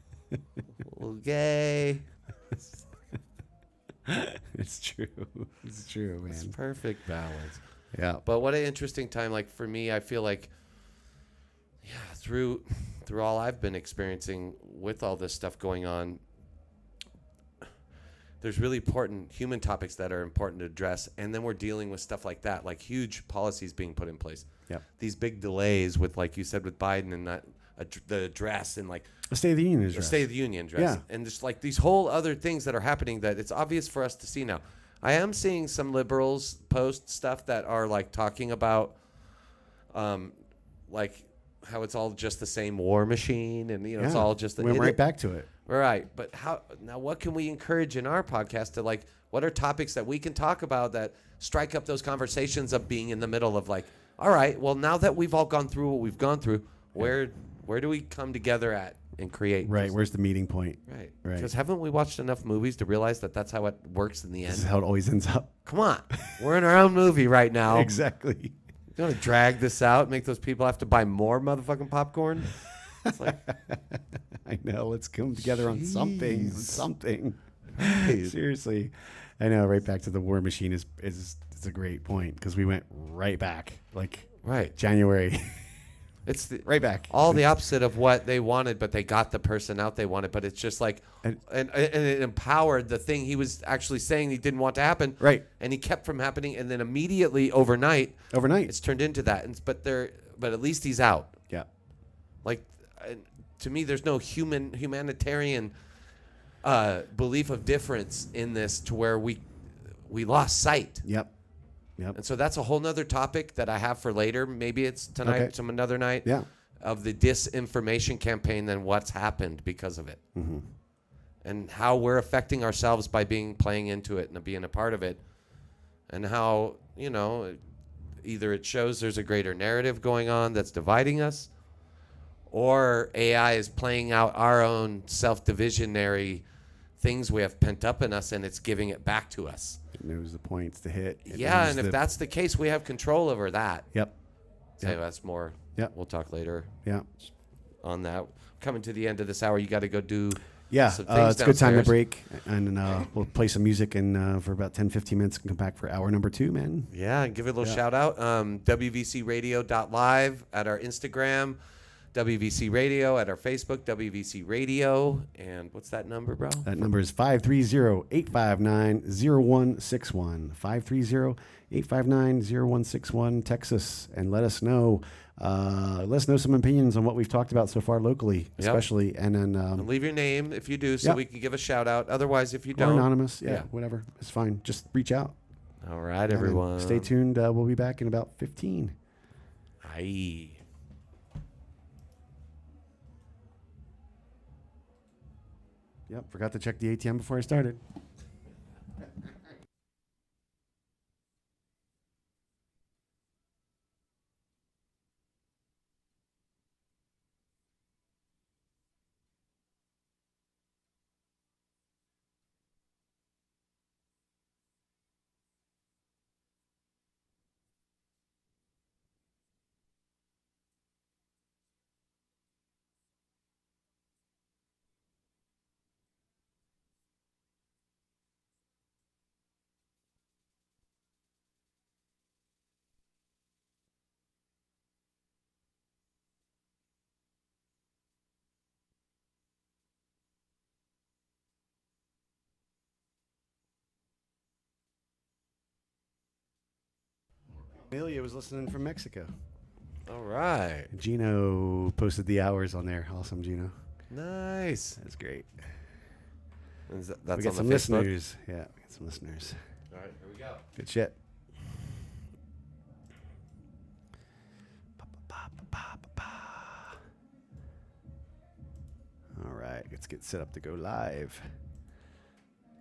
Speaker 3: little gay.
Speaker 1: It's true. It's true,
Speaker 3: It's
Speaker 1: man.
Speaker 3: perfect balance.
Speaker 1: Yeah.
Speaker 3: But what an interesting time. Like for me, I feel like, yeah, through through all I've been experiencing with all this stuff going on, there's really important human topics that are important to address, and then we're dealing with stuff like that, like huge policies being put in place.
Speaker 1: Yep.
Speaker 3: These big delays with, like you said, with Biden and that ad- the address and like
Speaker 1: The State of the Union is
Speaker 3: or
Speaker 1: right.
Speaker 3: State of the Union address,
Speaker 1: Yeah.
Speaker 3: and just like these whole other things that are happening that it's obvious for us to see now. I am seeing some liberals post stuff that are like talking about, um, like how it's all just the same war machine, and you know it's
Speaker 1: Yeah.
Speaker 3: all just the
Speaker 1: went
Speaker 3: it-
Speaker 1: right back to it.
Speaker 3: Right, but how now? What can we encourage in our podcast to like? What are topics that we can talk about that strike up those conversations of being in the middle of like? All right, well now that we've all gone through what we've gone through, where where do we come together at and create?
Speaker 1: Right. Where's the meeting point?
Speaker 3: right,
Speaker 1: Right.
Speaker 3: Because haven't we watched enough movies to realize that that's how it works in the
Speaker 1: This is
Speaker 3: end?
Speaker 1: how it always ends up.
Speaker 3: Come on, we're in our own movie right now.
Speaker 1: Exactly.
Speaker 3: You want to drag this out, make those people have to buy more motherfucking popcorn? It's like,
Speaker 1: I know. Let's come together on something. on
Speaker 3: Jeez.
Speaker 1: Something.
Speaker 3: Right.
Speaker 1: Seriously, I know. Right back to the war machine is is it's a great point because we went right back like
Speaker 3: right?
Speaker 1: January,
Speaker 3: It's the,
Speaker 1: right back.
Speaker 3: all the opposite of what they wanted, but they got the person out they wanted. But it's just like,
Speaker 1: And-
Speaker 3: and, and, it empowered the thing he was actually saying he didn't want to happen.
Speaker 1: Right.
Speaker 3: And he kept from happening. And then immediately overnight,
Speaker 1: overnight.
Speaker 3: it's turned into that. And, but they're, but at least he's out.
Speaker 1: Yeah.
Speaker 3: Like, and to me, there's no human, humanitarian uh, belief of difference in this to where we, we lost sight.
Speaker 1: Yep. Yep.
Speaker 3: And so that's a whole nother topic that I have for later. Maybe it's tonight,
Speaker 1: Okay.
Speaker 3: some another night.
Speaker 1: Yeah.
Speaker 3: Of the disinformation campaign than what's happened because of it,
Speaker 1: Mm-hmm.
Speaker 3: and how we're affecting ourselves by being playing into it and being a part of it, and how you know either it shows there's a greater narrative going on that's dividing us, or AI is playing out our own self divisionary things we have pent up in us, and it's giving it back to us.
Speaker 1: It knows the points to hit. It
Speaker 3: Yeah,
Speaker 1: knows
Speaker 3: and if
Speaker 1: the-
Speaker 3: that's the case, we have control over that.
Speaker 1: Yep.
Speaker 3: So that's more.
Speaker 1: Yeah.
Speaker 3: We'll talk later
Speaker 1: Yeah.
Speaker 3: on that. Coming to the end of this hour, you got to go do.
Speaker 1: Yeah,
Speaker 3: some
Speaker 1: uh,
Speaker 3: things
Speaker 1: it's a good time to
Speaker 3: downstairs.
Speaker 1: break, and uh, we'll play some music and uh, for about 10, 15 minutes, and come back for hour number two, man.
Speaker 3: Yeah, and give it a little shout out. Um, WVCRadio.live at our Instagram, WVC Radio at our Facebook, WVC Radio. And what's that number, bro?
Speaker 1: That number is 530-859-0161. 530-859-0161, Texas. And let us know. Uh, let us know some opinions on what we've talked about so far locally, especially. And then
Speaker 3: And
Speaker 1: um,
Speaker 3: leave your name if you do so
Speaker 1: Yeah.
Speaker 3: we can give a shout out. Otherwise, if you
Speaker 1: or
Speaker 3: don't.
Speaker 1: anonymous. Yeah,
Speaker 3: Yeah.
Speaker 1: whatever. It's fine. Just reach out.
Speaker 3: All right,
Speaker 1: And then
Speaker 3: everyone.
Speaker 1: Stay tuned. Uh, we'll be back in about 15.
Speaker 3: Aye.
Speaker 1: Yep, forgot to check the ATM before I started. Amelia was listening from Mexico.
Speaker 3: All right.
Speaker 1: Gino posted the hours on there. Awesome, Gino.
Speaker 3: Nice.
Speaker 1: That's great.
Speaker 3: And is that- that's
Speaker 1: we got
Speaker 3: on
Speaker 1: some
Speaker 3: the Facebook.
Speaker 1: listeners. Yeah, we got some listeners.
Speaker 2: All right, here we go.
Speaker 1: Good shit. All right, let's get set up to go live.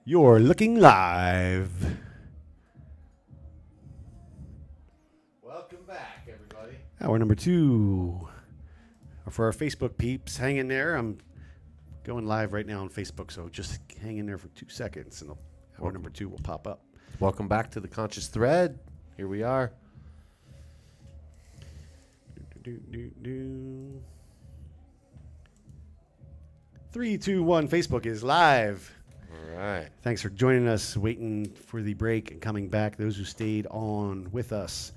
Speaker 1: You're looking live.
Speaker 2: Welcome back, everybody.
Speaker 1: Hour number two. For our Facebook peeps, hang in there. I'm going live right now on Facebook, so just hang in there for two seconds, and hour number two will pop up.
Speaker 3: Welcome back to the Conscious Thread. Here we are.
Speaker 1: Do, do, do. Three, two, one. Facebook is live.
Speaker 3: All right.
Speaker 1: Thanks for joining us, waiting for the break and coming back. Those who stayed on with us.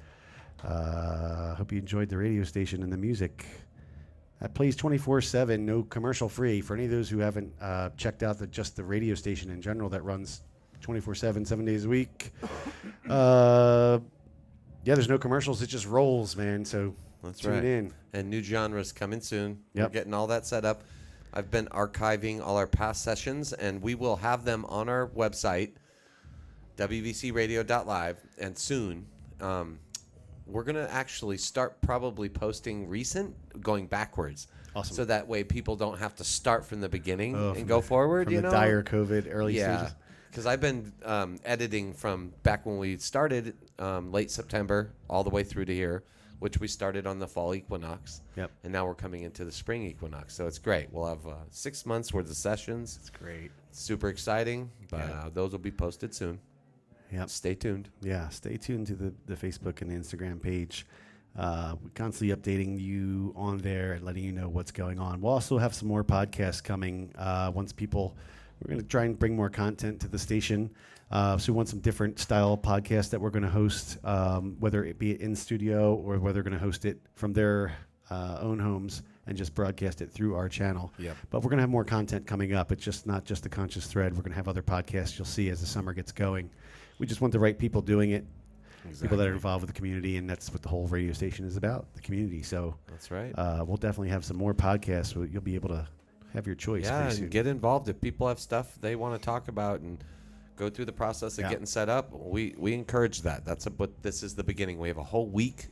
Speaker 1: Uh, hope you enjoyed the radio station and the music. That plays 24 7, no commercial free. For any of those who haven't uh, checked out the, just the radio station in general that runs 24 7, seven days a week. Uh, yeah, there's no commercials. It just rolls, man. So
Speaker 3: That's
Speaker 1: tune
Speaker 3: right.
Speaker 1: in.
Speaker 3: And new genres coming soon. We're
Speaker 1: Yep.
Speaker 3: getting all that set up. I've been archiving all our past sessions, and we will have them on our website, wvcradio.live, and soon. Um, we're gonna actually start probably posting recent, going backwards,
Speaker 1: Awesome.
Speaker 3: so that way people don't have to start from the beginning
Speaker 1: Oh,
Speaker 3: and
Speaker 1: from
Speaker 3: go
Speaker 1: the-
Speaker 3: forward.
Speaker 1: From
Speaker 3: you
Speaker 1: the
Speaker 3: know,
Speaker 1: dire COVID early
Speaker 3: yeah,
Speaker 1: stages.
Speaker 3: because I've been um, editing from back when we started um, late September all the way through to here, which we started on the fall equinox.
Speaker 1: Yep.
Speaker 3: And now we're coming into the spring equinox, so it's great. We'll have uh, six months worth of sessions.
Speaker 1: It's great.
Speaker 3: Super exciting, but
Speaker 1: Yeah.
Speaker 3: uh, those will be posted soon.
Speaker 1: Yep.
Speaker 3: Stay tuned.
Speaker 1: yeah stay tuned to the, the facebook and instagram page uh, we're constantly updating you on there and letting you know what's going on we'll also have some more podcasts coming uh, once people we're going to try and bring more content to the station uh, so we want some different style podcasts that we're going to host um, whether it be in studio or whether we're going to host it from their uh, own homes and just broadcast it through our channel
Speaker 3: Yep.
Speaker 1: but we're going to have more content coming up. It's just not just the conscious thread. We're going to have other podcasts you'll see as the summer gets going. We just want the right people doing it, people that are involved with the community, and that's what the whole radio station is about the community. So
Speaker 3: That's right.
Speaker 1: uh, we'll definitely have some more podcasts. where You'll be able to have your choice.
Speaker 3: yeah,
Speaker 1: pretty
Speaker 3: and
Speaker 1: soon.
Speaker 3: get involved if people have stuff they want to talk about and go through the process of
Speaker 1: Yeah.
Speaker 3: getting set up. We we encourage that. That's a, but this is the beginning. We have a whole week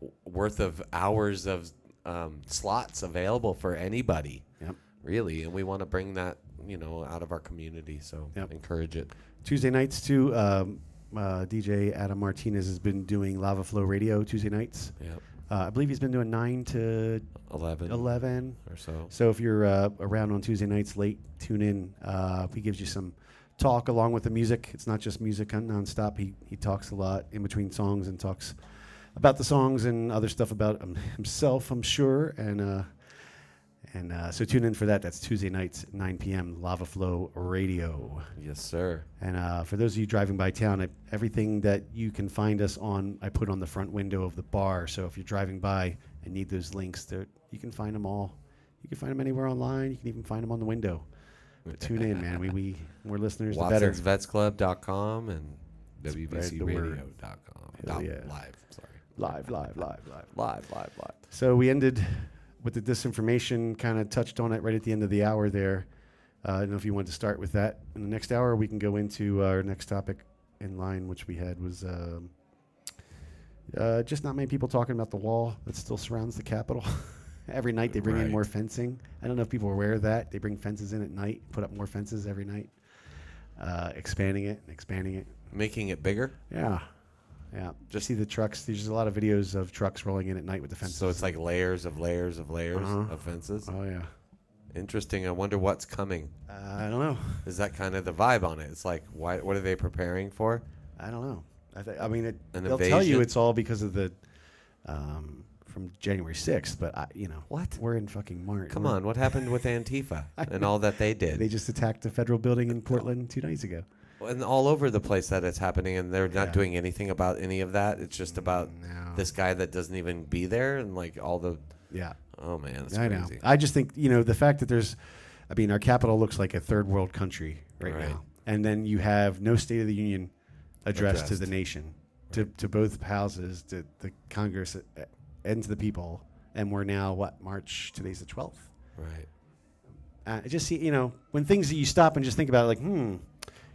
Speaker 3: w- worth of hours of um, slots available for anybody,
Speaker 1: Yep.
Speaker 3: really, and we want to bring that you know out of our community. So
Speaker 1: Yep.
Speaker 3: encourage it.
Speaker 1: Tuesday nights too. Um, uh, DJ Adam Martinez has been doing Lava Flow Radio Tuesday nights.
Speaker 3: Yep,
Speaker 1: Uh, I believe he's been doing nine to
Speaker 3: eleven
Speaker 1: eleven.
Speaker 3: or so.
Speaker 1: So if you're uh, around on Tuesday nights late, tune in. Uh, he gives you some talk along with the music. It's not just music on- nonstop. He he talks a lot in between songs and talks about the songs and other stuff about um, himself. I'm sure and. Uh, and uh, so tune in for that. That's Tuesday nights, 9 p.m. Lava Flow Radio.
Speaker 3: Yes, sir.
Speaker 1: And uh, for those of you driving by town, I, everything that you can find us on, I put on the front window of the bar. So if you're driving by and need those links, they're- you can find them all. You can find them anywhere online. You can even find them on the window. But tune in, man. We, we more listeners, the better.
Speaker 3: WatsonsVetsClub.com and
Speaker 1: the word.
Speaker 3: WBCRadio.com.
Speaker 1: Hell
Speaker 3: Dot
Speaker 1: yeah.
Speaker 3: Live, sorry.
Speaker 1: Live, live, live, live.
Speaker 3: Live, live, live.
Speaker 1: So we ended with the disinformation, kind of touched on it right at the end of the hour there. Uh, I don't know if you wanted to start with that in the next hour. We can go into our next topic in line, which we had was um, uh, just not many people talking about the wall that still surrounds the Capitol. every night they bring in
Speaker 3: Right.
Speaker 1: more fencing. I don't know if people are aware of that. They bring fences in at night, put up more fences every night, uh, expanding it and expanding it.
Speaker 3: Making it bigger.
Speaker 1: Yeah. Yeah. Just see the trucks. There's a lot of videos of trucks rolling in at night with the fences.
Speaker 3: So it's like layers of layers of layers
Speaker 1: Uh-huh.
Speaker 3: of fences.
Speaker 1: oh, yeah.
Speaker 3: Interesting. I wonder what's coming.
Speaker 1: Uh, I don't know.
Speaker 3: Is that kind of the vibe on it? It's like, why? What are they preparing for?
Speaker 1: I don't know. I, th- I mean, it,
Speaker 3: An
Speaker 1: they'll tell you
Speaker 3: invasion?
Speaker 1: it's all because of the um, from January sixth, but I, you know,
Speaker 3: What?
Speaker 1: We're in fucking March.
Speaker 3: Come
Speaker 1: We're-
Speaker 3: on, what happened with Antifa and all that they did,
Speaker 1: They just attacked the federal building in Portland two nights ago.
Speaker 3: and all over the place that it's happening, and they're not
Speaker 1: Yeah. Mm,
Speaker 3: doing anything about any of that. It's just about
Speaker 1: No.
Speaker 3: this guy that doesn't even be there, and like all the.
Speaker 1: Yeah,
Speaker 3: Oh man, it's
Speaker 1: I know.
Speaker 3: crazy.
Speaker 1: I just think you know the fact that there's, I mean, our capital looks like a third world country right,
Speaker 3: Right.
Speaker 1: now, and then you have no State of the Union address to
Speaker 3: Addressed.
Speaker 1: the nation, to to both houses, to the Congress, uh, and to the people, and we're now what March? Today's the twelfth.
Speaker 3: Right.
Speaker 1: uh, I just see you know when things that you stop and just think about like hmm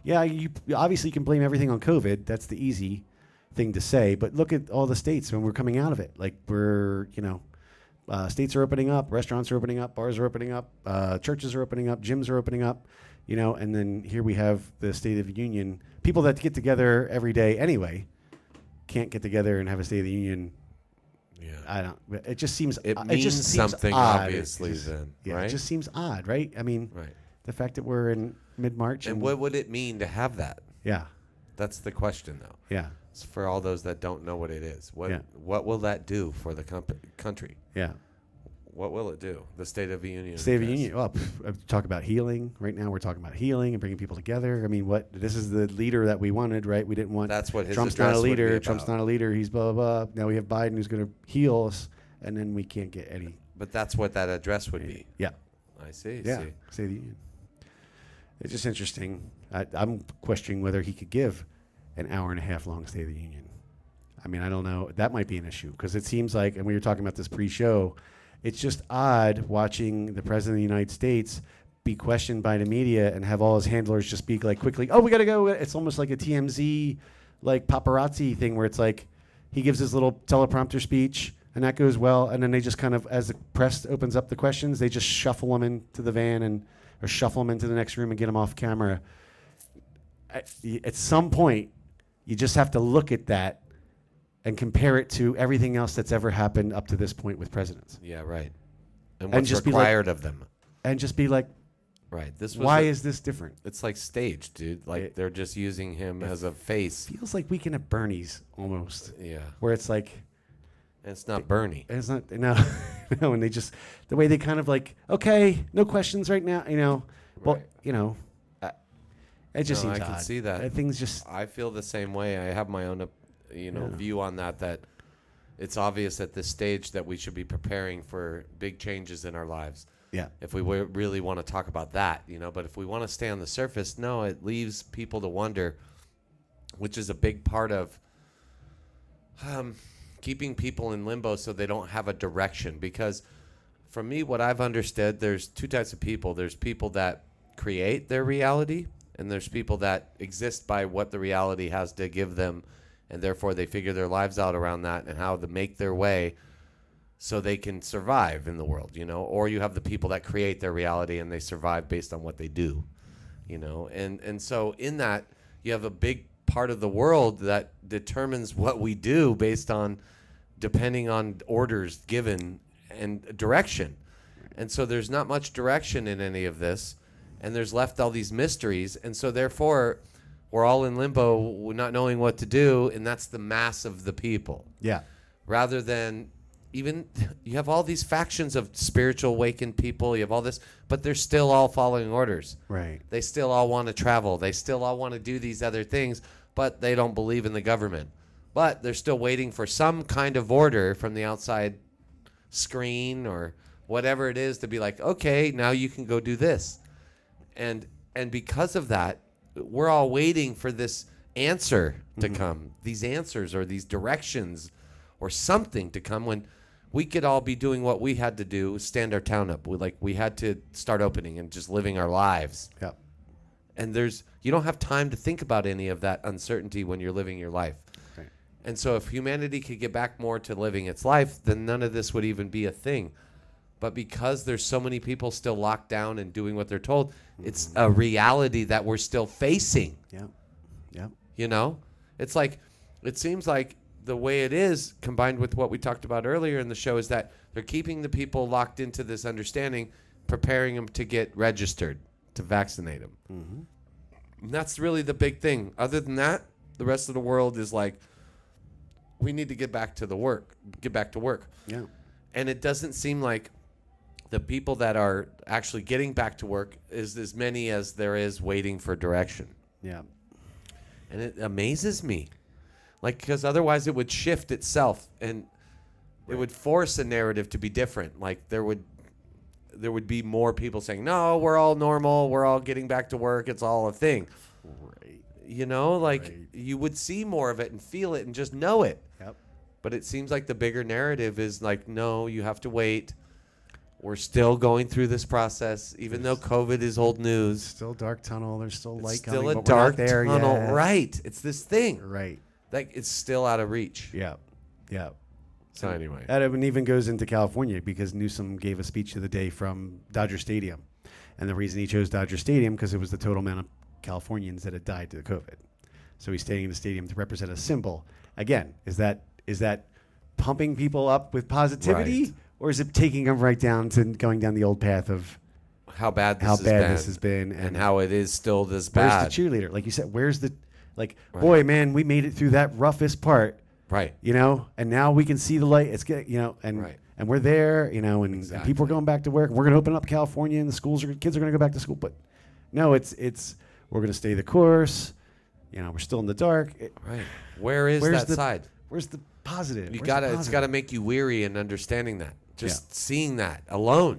Speaker 1: yeah you obviously you can blame everything on covid that's the easy thing to say but look at all the states when we're coming out of it like we're you know uh, states are opening up restaurants are opening up bars are opening up uh, churches are opening up gyms are opening up you know and then here we have the state of the union people that get together every day anyway can't get together and have a state of the union
Speaker 3: Yeah.
Speaker 1: i don't it just seems
Speaker 3: It
Speaker 1: just
Speaker 3: means
Speaker 1: seems
Speaker 3: something,
Speaker 1: odd.
Speaker 3: obviously.
Speaker 1: It's just-
Speaker 3: then,
Speaker 1: yeah
Speaker 3: right?
Speaker 1: it just seems odd right i mean
Speaker 3: right.
Speaker 1: the fact that we're in mid March
Speaker 3: And what would it mean to have that?
Speaker 1: yeah,
Speaker 3: That's the question, though.
Speaker 1: yeah,
Speaker 3: It's for all those that don't know what it is. What
Speaker 1: Yeah.
Speaker 3: what will that do for the comp- country?
Speaker 1: yeah.
Speaker 3: What will it do? The State of the Union.
Speaker 1: State of the
Speaker 3: address.
Speaker 1: Union. Well, pff, uh, talk about healing. Right now, we're talking about healing and bringing people together. I mean, what this is the leader that we wanted, right? We didn't want
Speaker 3: That's what his
Speaker 1: Trump's not a
Speaker 3: address would be
Speaker 1: leader. Trump's
Speaker 3: about.
Speaker 1: not a leader. He's blah blah blah. Now we have Biden who's going to heal us, and then we can't get any.
Speaker 3: But that's what that address would be.
Speaker 1: Yeah,
Speaker 3: I see.
Speaker 1: yeah.
Speaker 3: see.
Speaker 1: State of the Union. It's just interesting. I, I'm questioning whether he could give an hour and a half long State of the Union. I mean, I don't know. That might be an issue because it seems like, and we were talking about this pre-show, it's just odd watching the president of the United States be questioned by the media and have all his handlers just speak like quickly. Oh, we got to go. It's almost like a TMZ, like paparazzi thing where it's like he gives his little teleprompter speech and that goes well, and then they just kind of, as the press opens up the questions, they just shuffle them into the van and or shuffle them into the next room and get them off camera. At, at some point, you just have to look at that and compare it to everything else that's ever happened up to this point with presidents
Speaker 3: Yeah, right. And
Speaker 1: And
Speaker 3: what's
Speaker 1: just be like-
Speaker 3: required of them?
Speaker 1: and just be like
Speaker 3: Right. This was
Speaker 1: why
Speaker 3: a-
Speaker 1: is this different
Speaker 3: it's like staged, dude. Like
Speaker 1: It-
Speaker 3: they're just using him as a face.
Speaker 1: feels like weekend at bernie's almost
Speaker 3: Yeah.
Speaker 1: where it's like
Speaker 3: And it's not Bernie.
Speaker 1: it's not no no and they just the way they kind of like okay no questions right now you know well
Speaker 3: Right.
Speaker 1: you know I, it just
Speaker 3: No,
Speaker 1: seems
Speaker 3: I can
Speaker 1: odd.
Speaker 3: see that.
Speaker 1: Uh, things just
Speaker 3: I feel the same way. I have my own, op- you know,
Speaker 1: Yeah.
Speaker 3: view on that. That it's obvious at this stage that we should be preparing for big changes in our lives.
Speaker 1: yeah
Speaker 3: If we were- really want to talk about that, you know, but if we want to stay on the surface, no, it leaves people to wonder, which is a big part of um, keeping people in limbo so they don't have a direction. Because for me, what I've understood, there's two types of people. There's people that create their reality, and there's people that exist by what the reality has to give them, and therefore they figure their lives out around that and how to make their way so they can survive in the world, you know. Or you have the people that create their reality and they survive based on what they do, you know. And and so in that you have a big part of the world that determines what we do based on depending on orders given and direction. And so there's not much direction in any of this and there's left all these mysteries and so therefore we're all in limbo w- not knowing what to do and that's the mass of the people
Speaker 1: yeah
Speaker 3: rather than even you have all these factions of spiritual awakened people you have all this but they're still all following orders
Speaker 1: right
Speaker 3: they still all want to travel they still all want to do these other things but they don't believe in the government but they're still waiting for some kind of order from the outside screen or whatever it is to be like okay now you can go do this and and because of that we're all waiting for this answer to come these answers or these directions or something to come when we could all be doing what we had to do stand our town up we like we had to start opening and just living our lives
Speaker 1: yeah
Speaker 3: and there's you don't have time to think about any of that uncertainty when you're living your life
Speaker 1: Right.
Speaker 3: and so if humanity could get back more to living its life then none of this would even be a thing but because there's so many people still locked down and doing what they're told it's a reality that we're still facing
Speaker 1: yeah yeah
Speaker 3: you know it's like it seems like the way it is combined with what we talked about earlier in the show is that they're keeping the people locked into this understanding preparing them to get registered to vaccinate them and that's really the big thing other than that the rest of the world is like we need to get back to the work get back to work
Speaker 1: yeah
Speaker 3: and it doesn't seem like the people that are actually getting back to work is as many as there is waiting for direction
Speaker 1: yeah
Speaker 3: and it amazes me like because otherwise it would shift itself and it would force a narrative to be different like there would there would be more people saying no we're all normal we're all getting back to work it's all a thing
Speaker 1: right
Speaker 3: you know like
Speaker 1: Right.
Speaker 3: you would see more of it and feel it and just know it
Speaker 1: yep
Speaker 3: but it seems like the bigger narrative is like no you have to wait we're still going through this process even though covid is old news
Speaker 1: still dark tunnel there's still
Speaker 3: it's
Speaker 1: light
Speaker 3: still
Speaker 1: coming,
Speaker 3: a
Speaker 1: but we're not
Speaker 3: dark
Speaker 1: there
Speaker 3: tunnel
Speaker 1: yet.
Speaker 3: right it's this thing
Speaker 1: right
Speaker 3: like it's still out of reach.
Speaker 1: yeah yeah
Speaker 3: So anyway,
Speaker 1: That even even goes into California because Newsom gave a speech of the day from Dodger Stadium, and the reason he chose Dodger Stadium because it was the total amount of Californians that had died to the COVID. So he's staying in the stadium to represent a symbol. Again, is that is that pumping people up with positivity,
Speaker 3: Right.
Speaker 1: or is it taking them right down to going down the old path of
Speaker 3: how bad this
Speaker 1: how
Speaker 3: has
Speaker 1: bad
Speaker 3: been,
Speaker 1: this has been
Speaker 3: and,
Speaker 1: and
Speaker 3: how it is still this
Speaker 1: where's
Speaker 3: bad.
Speaker 1: the cheerleader? Like you said, where's the like
Speaker 3: Right.
Speaker 1: boy man, we made it through that roughest part
Speaker 3: right.
Speaker 1: you know, and now we can see the light. It's get you know, and
Speaker 3: Right.
Speaker 1: and we're there, you know, and, and people
Speaker 3: Exactly.
Speaker 1: are going back to work. We're going to open up California, and the schools are kids are going to go back to school. But no, it's it's we're going to stay the course. You know, we're still in the dark. It-
Speaker 3: Right. Where is
Speaker 1: where's
Speaker 3: that
Speaker 1: the
Speaker 3: side?
Speaker 1: Where's the positive?
Speaker 3: You
Speaker 1: Where's the
Speaker 3: gotta. It's
Speaker 1: positive?
Speaker 3: gotta make you weary and understanding that. Just
Speaker 1: Yeah.
Speaker 3: seeing that alone.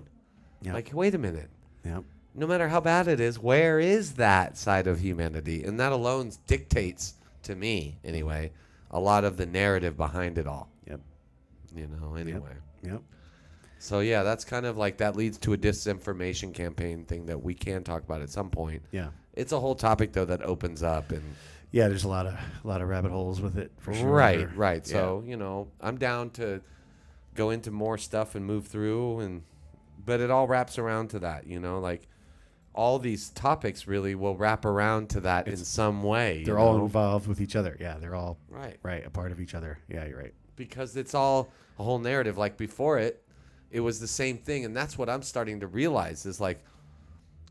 Speaker 1: Yeah.
Speaker 3: Like, wait a minute.
Speaker 1: Yeah.
Speaker 3: no matter how bad it is, where is that side of humanity? And that alone dictates to me, anyway, a lot of the narrative behind it all.
Speaker 1: Yep.
Speaker 3: You know, anyway.
Speaker 1: Yep.
Speaker 3: So yeah, that's kind of like that leads to a disinformation campaign thing that we can talk about at some point.
Speaker 1: Yeah.
Speaker 3: It's a whole topic though that opens up and
Speaker 1: Yeah. There's a lot of a lot of rabbit holes with it for sure.
Speaker 3: right, right.
Speaker 1: Yeah.
Speaker 3: So you know, I'm down to go into more stuff and move through, and but it all wraps around to that. You know, like all these topics really will wrap around to that in some way. you
Speaker 1: they're all
Speaker 3: know?
Speaker 1: involved with each other. Yeah. They're all
Speaker 3: right
Speaker 1: right a part of each other. Yeah. You're right.
Speaker 3: because it's all a whole narrative. Like before it, it was the same thing, and that's what I'm starting to realize is like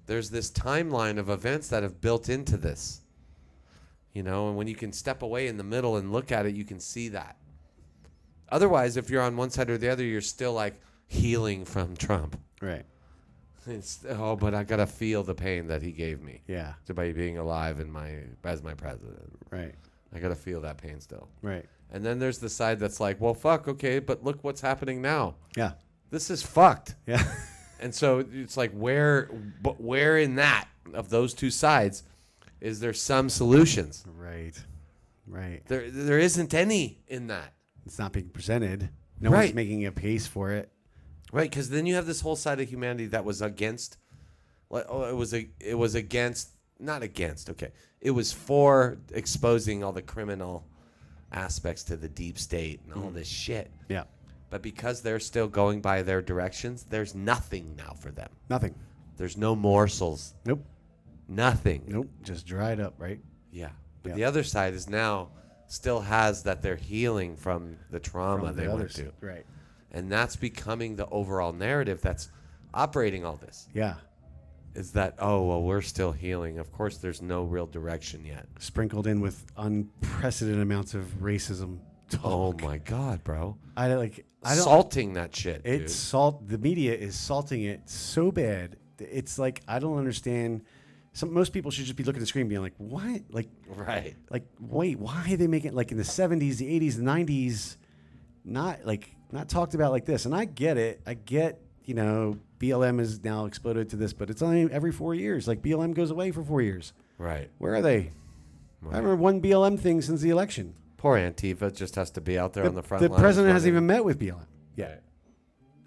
Speaker 3: there's this timeline of events that have built into this. You know, and when you can step away in the middle and look at it, you can see that. Otherwise, if you're on one side or the other, you're still like healing from Trump.
Speaker 1: Right.
Speaker 3: It's oh, but I gotta feel the pain that he gave me
Speaker 1: Yeah.
Speaker 3: by being alive in my as my president.
Speaker 1: Right.
Speaker 3: I gotta feel that pain still.
Speaker 1: Right.
Speaker 3: And then there's the side that's like, well, fuck, okay, but look what's happening now.
Speaker 1: Yeah.
Speaker 3: This is fucked.
Speaker 1: Yeah.
Speaker 3: And so it's like, where, but where in that of those two sides is there some solutions?
Speaker 1: right. Right.
Speaker 3: There, there isn't any in that,
Speaker 1: It's not being presented. No
Speaker 3: Right.
Speaker 1: one's making a case for it.
Speaker 3: right? Because then you have this whole side of humanity that was against, like, oh, it was a, it was against, not against, okay, it was for exposing all the criminal aspects to the deep state and all this shit.
Speaker 1: Yeah.
Speaker 3: But because they're still going by their directions, there's nothing now for them.
Speaker 1: Nothing.
Speaker 3: There's no morsels,
Speaker 1: Nope.
Speaker 3: nothing.
Speaker 1: Nope. Just dried up. Right.
Speaker 3: Yeah. But
Speaker 1: Yeah.
Speaker 3: the other side is now still has that they're healing from the trauma
Speaker 1: From
Speaker 3: they
Speaker 1: the
Speaker 3: went
Speaker 1: others.
Speaker 3: to.
Speaker 1: Right.
Speaker 3: And that's becoming the overall narrative that's operating all this.
Speaker 1: Yeah.
Speaker 3: Is that, oh, well, we're still healing. Of course, there's no real direction yet.
Speaker 1: Sprinkled in with unprecedented amounts of racism.
Speaker 3: Oh,
Speaker 1: Talk.
Speaker 3: my God, bro.
Speaker 1: I don't- like. I don't.
Speaker 3: Salting that shit. dude.
Speaker 1: It's salt. The media is salting it so bad. It's like I don't understand. Some most people should just be looking at the screen, being like, "What? Like,
Speaker 3: Right.
Speaker 1: like wait, why are they making it like in the '70s, the '80s, the '90s? Not like not talked about like this." And I get it. I get you know BLM is now exploded to this, but it's only every four years. Like BLM goes away for four years.
Speaker 3: Right.
Speaker 1: Where are they? I remember one BLM thing since the election.
Speaker 3: Poor Antifa just has to be out there on the front
Speaker 1: the
Speaker 3: lines
Speaker 1: president hasn't
Speaker 3: running.
Speaker 1: even met with BLM. Yeah.
Speaker 3: Right.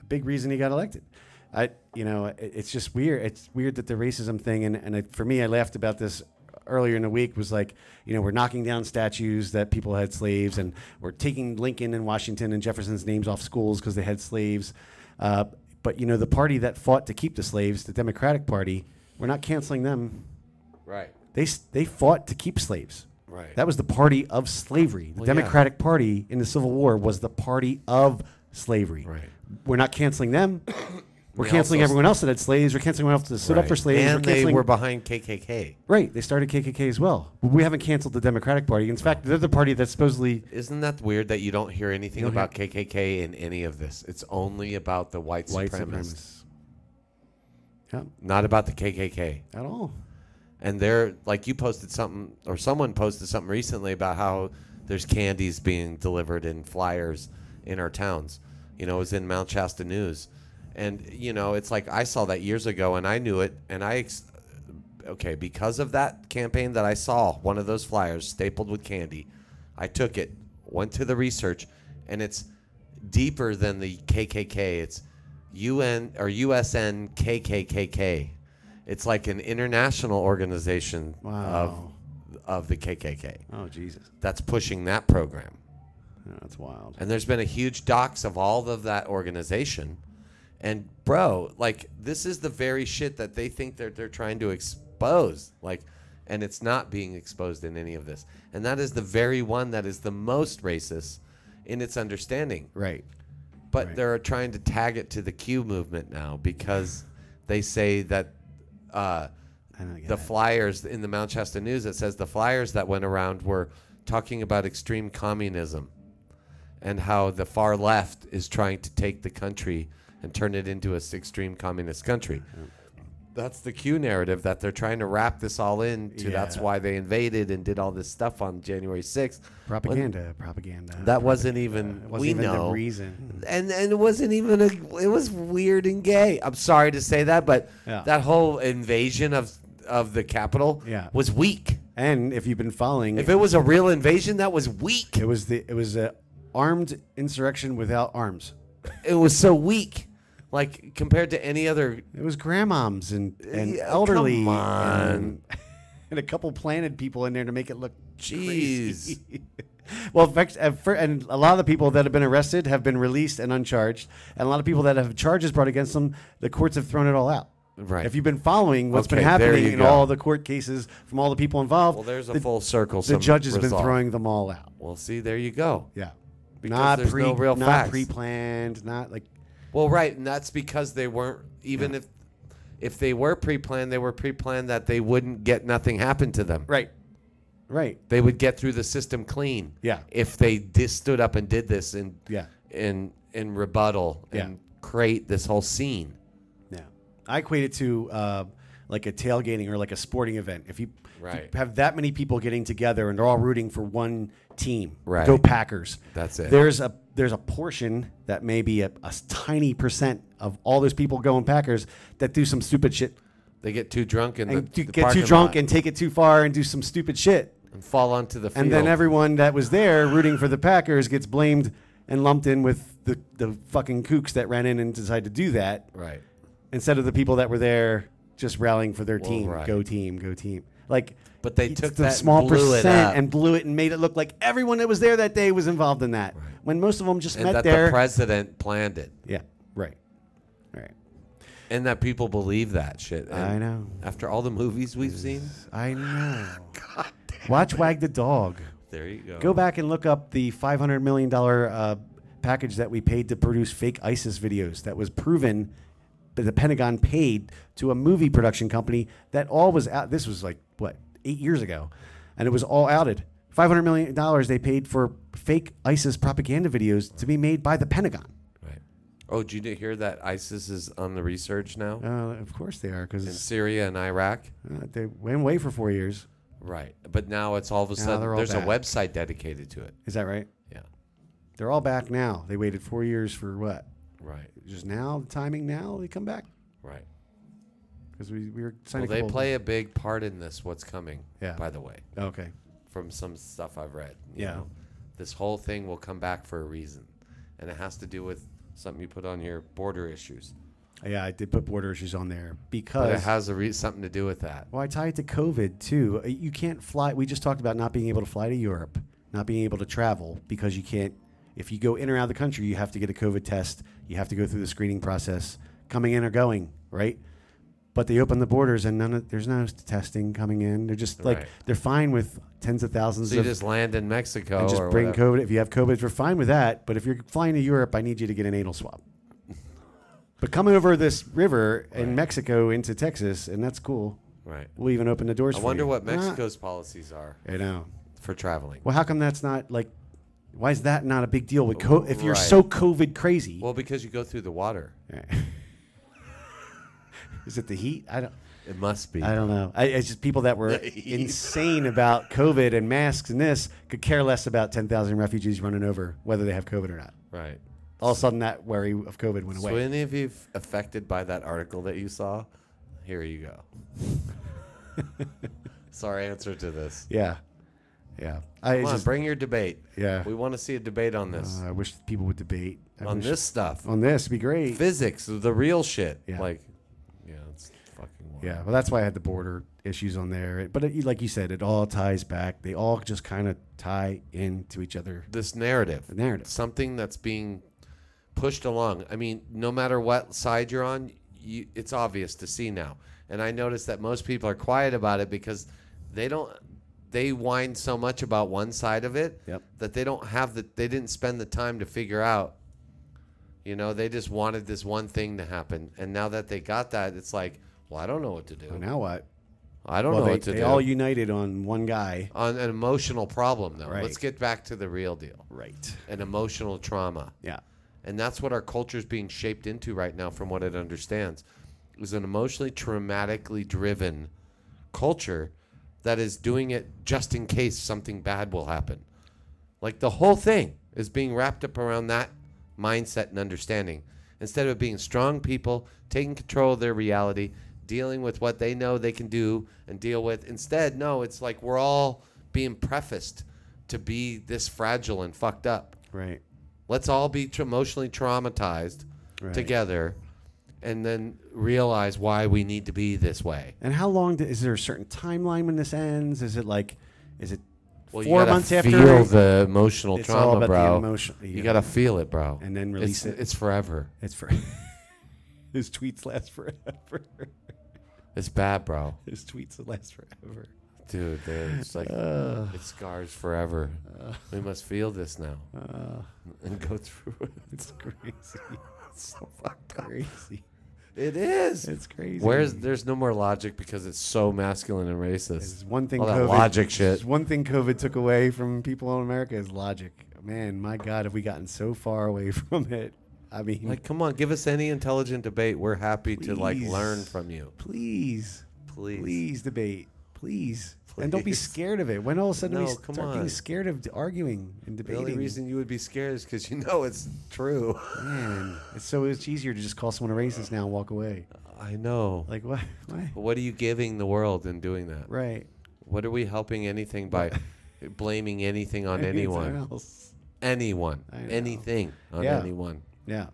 Speaker 1: a big reason he got elected. I, you know, it, it's just weird. It's weird that the racism thing, and and it, for me, I laughed about this earlier in the week. Was like, you know, we're knocking down statues that people had slaves, and we're taking Lincoln and Washington and Jefferson's names off schools because they had slaves. Uh, but you know, the party that fought to keep the slaves, the Democratic Party, we're not canceling them.
Speaker 3: Right.
Speaker 1: They s- they fought to keep slaves.
Speaker 3: Right.
Speaker 1: That was the party of slavery. The
Speaker 3: Well, yeah.
Speaker 1: Democratic Party in the Civil War was the party of slavery.
Speaker 3: Right.
Speaker 1: We're not canceling them. We're
Speaker 3: They
Speaker 1: canceling
Speaker 3: also-
Speaker 1: everyone else that had slaves. We're canceling everyone else that stood up for
Speaker 3: Right.
Speaker 1: slaves.
Speaker 3: And
Speaker 1: we're
Speaker 3: they
Speaker 1: canceling,
Speaker 3: were behind KKK.
Speaker 1: right. They started KKK as well. But we haven't canceled the Democratic Party. In fact, they're the party that's supposedly
Speaker 3: Isn't that weird that you don't hear anything
Speaker 1: You don't
Speaker 3: about KKK in any of this? It's only about the white,
Speaker 1: white
Speaker 3: supremacists,
Speaker 1: supremacists. Yeah,
Speaker 3: not about the KKK.
Speaker 1: at all.
Speaker 3: And they're like you posted something or someone posted something recently about how there's candies being delivered in flyers in our towns. You know, it was in Mount Shasta News. And you know, it's like I saw that years ago and I knew it and I ex- okay, because of that campaign that I saw, one of those flyers stapled with candy, I took it, went to the research, and it's deeper than the KKK. It's UN or USN KKKK. It's like an international organization
Speaker 1: Wow.
Speaker 3: of of the KKK
Speaker 1: Oh Jesus,
Speaker 3: that's pushing that program.
Speaker 1: Yeah, that's wild.
Speaker 3: And there's been a huge dox of all of that organization. And bro, like this is the very shit that they think that they're trying to expose. Like and it's not being exposed in any of this. And that is the very one that is the most racist in its understanding.
Speaker 1: Right.
Speaker 3: But
Speaker 1: Right.
Speaker 3: they're trying to tag it to the Q movement now because they say that uh,
Speaker 1: I don't get
Speaker 3: the
Speaker 1: it.
Speaker 3: flyers in the Mount Shasta News. It says the flyers that went around were talking about extreme communism and how the far left is trying to take the country and turn it into a s- extreme communist country. that's the Q narrative that they're trying to wrap this all into. That's
Speaker 1: Yeah.
Speaker 3: why they invaded and did all this stuff on January 6th.
Speaker 1: Propaganda, propaganda. Uh,
Speaker 3: That wasn't even
Speaker 1: It
Speaker 3: we
Speaker 1: wasn't even
Speaker 3: know
Speaker 1: the reason.
Speaker 3: and and it wasn't even a it was weird and gay. I'm sorry to say that, but
Speaker 1: Yeah.
Speaker 3: that whole invasion of of the Capitol
Speaker 1: Yeah.
Speaker 3: was weak.
Speaker 1: And if you've been following,
Speaker 3: If it was a real invasion, that was weak.
Speaker 1: it was the it was a armed insurrection without arms.
Speaker 3: It was so weak, like compared to any other.
Speaker 1: It was grandmoms and, and
Speaker 3: Yeah,
Speaker 1: elderly
Speaker 3: come on.
Speaker 1: And, and a couple planted people in there to make it look
Speaker 3: Jeez.
Speaker 1: crazy. well, in fact, at fir- and a lot of the people that have been arrested have been released and uncharged, and a lot of people that have charges brought against them, the courts have thrown it all out.
Speaker 3: Right.
Speaker 1: If you've been following what's been
Speaker 3: Okay, there
Speaker 1: happening
Speaker 3: you
Speaker 1: in
Speaker 3: go.
Speaker 1: all the court cases from all the people involved,
Speaker 3: Well, there's a
Speaker 1: the,
Speaker 3: full circle.
Speaker 1: the
Speaker 3: some
Speaker 1: judge has been
Speaker 3: resolve.
Speaker 1: throwing them all out.
Speaker 3: Well, see, there you go.
Speaker 1: Yeah.
Speaker 3: Because there's no real
Speaker 1: not
Speaker 3: facts.
Speaker 1: pre-planned, not like
Speaker 3: Well, right, and that's because they weren't even if if they were pre-planned, they were pre-planned that they wouldn't get nothing happen to them.
Speaker 1: right, right.
Speaker 3: They would get through the system clean.
Speaker 1: Yeah.
Speaker 3: If they dis- stood up and did this and
Speaker 1: Yeah.
Speaker 3: and and rebuttal
Speaker 1: Yeah.
Speaker 3: and create this whole scene.
Speaker 1: Yeah, I equate it to uh, like a tailgating or like a sporting event. If you, if you
Speaker 3: Right.
Speaker 1: have that many people getting together and they're all rooting for one team,
Speaker 3: Right.
Speaker 1: Go Packers.
Speaker 3: That's it.
Speaker 1: There's a there's a portion that may be a, a tiny percent of all those people going Packers that do some stupid shit
Speaker 3: They get too drunk in the,
Speaker 1: and do-
Speaker 3: the
Speaker 1: get too
Speaker 3: parking
Speaker 1: drunk
Speaker 3: lot
Speaker 1: and take it too far and do some stupid shit.
Speaker 3: and fall onto the field.
Speaker 1: And then everyone that was there rooting for the Packers gets blamed and lumped in with the, the fucking kooks that ran in and decided to do that
Speaker 3: right.
Speaker 1: instead of the people that were there just rallying for their
Speaker 3: Well,
Speaker 1: team.
Speaker 3: right.
Speaker 1: Go team, go team. Like,
Speaker 3: But they
Speaker 1: it's
Speaker 3: took
Speaker 1: the
Speaker 3: that and
Speaker 1: small
Speaker 3: blew it
Speaker 1: percent
Speaker 3: up.
Speaker 1: and blew it and made it look like everyone that was there that day was involved in that. When most of them just
Speaker 3: And
Speaker 1: met
Speaker 3: that
Speaker 1: there.
Speaker 3: the president planned it.
Speaker 1: yeah, right, right.
Speaker 3: And that people believe that shit. And
Speaker 1: I know.
Speaker 3: After all the movies we've seen,
Speaker 1: I know. Watch Wag the Dog.
Speaker 3: there you go.
Speaker 1: Go back and look up the five hundred million dollar uh, package that we paid to produce fake ISIS videos. That was proven that the Pentagon paid to a movie production company. That all was out. This was like what eight years ago, and it was all outed. Five hundred million dollars they paid for fake ISIS propaganda videos to be made by the Pentagon.
Speaker 3: Right. Oh, did you hear that ISIS is on the research now
Speaker 1: Uh, of course they are,
Speaker 3: in
Speaker 1: because
Speaker 3: Syria and Iraq?
Speaker 1: uh, they went away for four years.
Speaker 3: Right. But now it's all of a
Speaker 1: Now
Speaker 3: sudden
Speaker 1: they're all
Speaker 3: there's
Speaker 1: back.
Speaker 3: a website dedicated to it.
Speaker 1: Is that right?
Speaker 3: Yeah.
Speaker 1: They're all back now. They waited four years for what?
Speaker 3: Right.
Speaker 1: Just now, the timing now they come back
Speaker 3: Right.
Speaker 1: because we, we were
Speaker 3: Well,
Speaker 1: signing.
Speaker 3: they play a big part in this. What's coming?
Speaker 1: Yeah.
Speaker 3: By the way,
Speaker 1: Okay.
Speaker 3: from some stuff I've read. you
Speaker 1: Yeah.
Speaker 3: know. this whole thing will come back for a reason, and it has to do with something you put on your border issues.
Speaker 1: Yeah, I did put border issues on there
Speaker 3: But it
Speaker 1: because
Speaker 3: has a re- something to do with that.
Speaker 1: well, I tie it to COVID too. Uh, You can't fly. We just talked about not being able to fly to Europe, not being able to travel because you can't. If you go in or out of the country, you have to get a COVID test. You have to go through the screening process, coming in or going, right? But they open the borders and none of there's no testing coming in. They're just like
Speaker 3: Right.
Speaker 1: they're fine with tens of thousands
Speaker 3: So you
Speaker 1: of
Speaker 3: just land in Mexico
Speaker 1: and just
Speaker 3: or
Speaker 1: bring
Speaker 3: whatever.
Speaker 1: COVID. If you have COVID, we're fine with that. But if you're flying to Europe, I need you to get an anal swab. but coming over this river in Mexico into Texas, and that's cool.
Speaker 3: Right.
Speaker 1: We'll even open the doors.
Speaker 3: I
Speaker 1: for
Speaker 3: wonder
Speaker 1: you.
Speaker 3: what
Speaker 1: Nah,
Speaker 3: Mexico's policies are
Speaker 1: I know.
Speaker 3: for traveling.
Speaker 1: Well, how come that's not like? Why is that not a big deal with co- if you're
Speaker 3: Right.
Speaker 1: so COVID crazy?
Speaker 3: Well, because you go through the water.
Speaker 1: is it the heat? I don't.
Speaker 3: It must be.
Speaker 1: I don't know. I, it's just people that were insane about COVID and masks and this could care less about ten thousand refugees running over whether they have COVID or not.
Speaker 3: Right.
Speaker 1: All of a sudden, that worry of COVID went away.
Speaker 3: So any of you f- affected by that article that you saw? Here you go. it's our answer to this.
Speaker 1: Yeah, yeah. I
Speaker 3: Come on,
Speaker 1: just,
Speaker 3: bring your debate.
Speaker 1: Yeah.
Speaker 3: We want to see a debate on this.
Speaker 1: uh, I wish people would debate I
Speaker 3: on
Speaker 1: wish-
Speaker 3: this stuff.
Speaker 1: On this, would be great.
Speaker 3: Physics, the real shit.
Speaker 1: Yeah.
Speaker 3: Like, yeah, it's fucking wild.
Speaker 1: yeah, well, that's why I had the border issues on there. It- But it, like you said, it all ties back. They all just kind of tie into each other.
Speaker 3: This narrative.
Speaker 1: The narrative.
Speaker 3: Something that's being pushed along. I mean, no matter what side you're on, you, it's obvious to see now. And I notice that most people are quiet about it because they don't. They whine so much about one side of it
Speaker 1: Yep.
Speaker 3: that they don't have the. They didn't spend the time to figure out. You know, they just wanted this one thing to happen, and now that they got that, it's like, well, I don't know what to do.
Speaker 1: So now what?
Speaker 3: I don't
Speaker 1: well,
Speaker 3: know
Speaker 1: they,
Speaker 3: what to
Speaker 1: they
Speaker 3: do.
Speaker 1: all united on one guy.
Speaker 3: on an emotional problem though.
Speaker 1: Right.
Speaker 3: Let's get back to the real deal.
Speaker 1: Right.
Speaker 3: An emotional trauma.
Speaker 1: Yeah.
Speaker 3: And that's what our culture is being shaped into right now from what it understands. is an emotionally traumatically driven culture that is doing it just in case something bad will happen. Like the whole thing is being wrapped up around that mindset and understanding instead of being strong people taking control of their reality, dealing with what they know they can do and deal with. Instead, no, it's like we're all being prefaced to be this fragile and fucked up.
Speaker 1: Right.
Speaker 3: Let's all be tra- emotionally traumatized
Speaker 1: Right.
Speaker 3: together and then realize why we need to be this way.
Speaker 1: And how long do, is there a certain timeline when this ends? Is it like, is it
Speaker 3: Well, you
Speaker 1: four
Speaker 3: gotta
Speaker 1: months after?
Speaker 3: feel the emotional
Speaker 1: it's
Speaker 3: trauma,
Speaker 1: all about
Speaker 3: bro.
Speaker 1: the emotion.
Speaker 3: You gotta feel it, bro,
Speaker 1: and then
Speaker 3: It's-
Speaker 1: release it.
Speaker 3: It's forever.
Speaker 1: It's for his tweets last forever.
Speaker 3: It's bad, bro,
Speaker 1: His tweets last forever.
Speaker 3: dude. dude, It's like it scars forever. we must feel this now
Speaker 1: Uh,
Speaker 3: and go through it.
Speaker 1: it's crazy. It's so fucked crazy.
Speaker 3: It is.
Speaker 1: It's crazy.
Speaker 3: Where's there's no more logic because it's so masculine and racist.
Speaker 1: It's one thing
Speaker 3: all that
Speaker 1: COVID,
Speaker 3: logic shit.
Speaker 1: it's One thing COVID took away from people in America is logic. Man, my God, have we gotten so far away from it? I mean,
Speaker 3: Like, come on, give us any intelligent debate. We're happy to like
Speaker 1: Please.
Speaker 3: learn from you.
Speaker 1: please,
Speaker 3: Please.
Speaker 1: please debate, please. and don't be
Speaker 3: Please.
Speaker 1: scared of it. When all of a sudden we
Speaker 3: No,
Speaker 1: start
Speaker 3: come
Speaker 1: being
Speaker 3: on.
Speaker 1: scared of arguing and
Speaker 3: The
Speaker 1: debating,
Speaker 3: only reason you would be scared is because you know it's true.
Speaker 1: man, it's so it's easier to just call someone a racist now and walk away.
Speaker 3: I know.
Speaker 1: Like what? Why?
Speaker 3: But what are you giving the world in doing that?
Speaker 1: Right.
Speaker 3: What are we helping anything by blaming anything on anyone?
Speaker 1: Anyone else.
Speaker 3: Anyone.
Speaker 1: I know.
Speaker 3: Anything on
Speaker 1: Yeah.
Speaker 3: anyone.
Speaker 1: Yeah.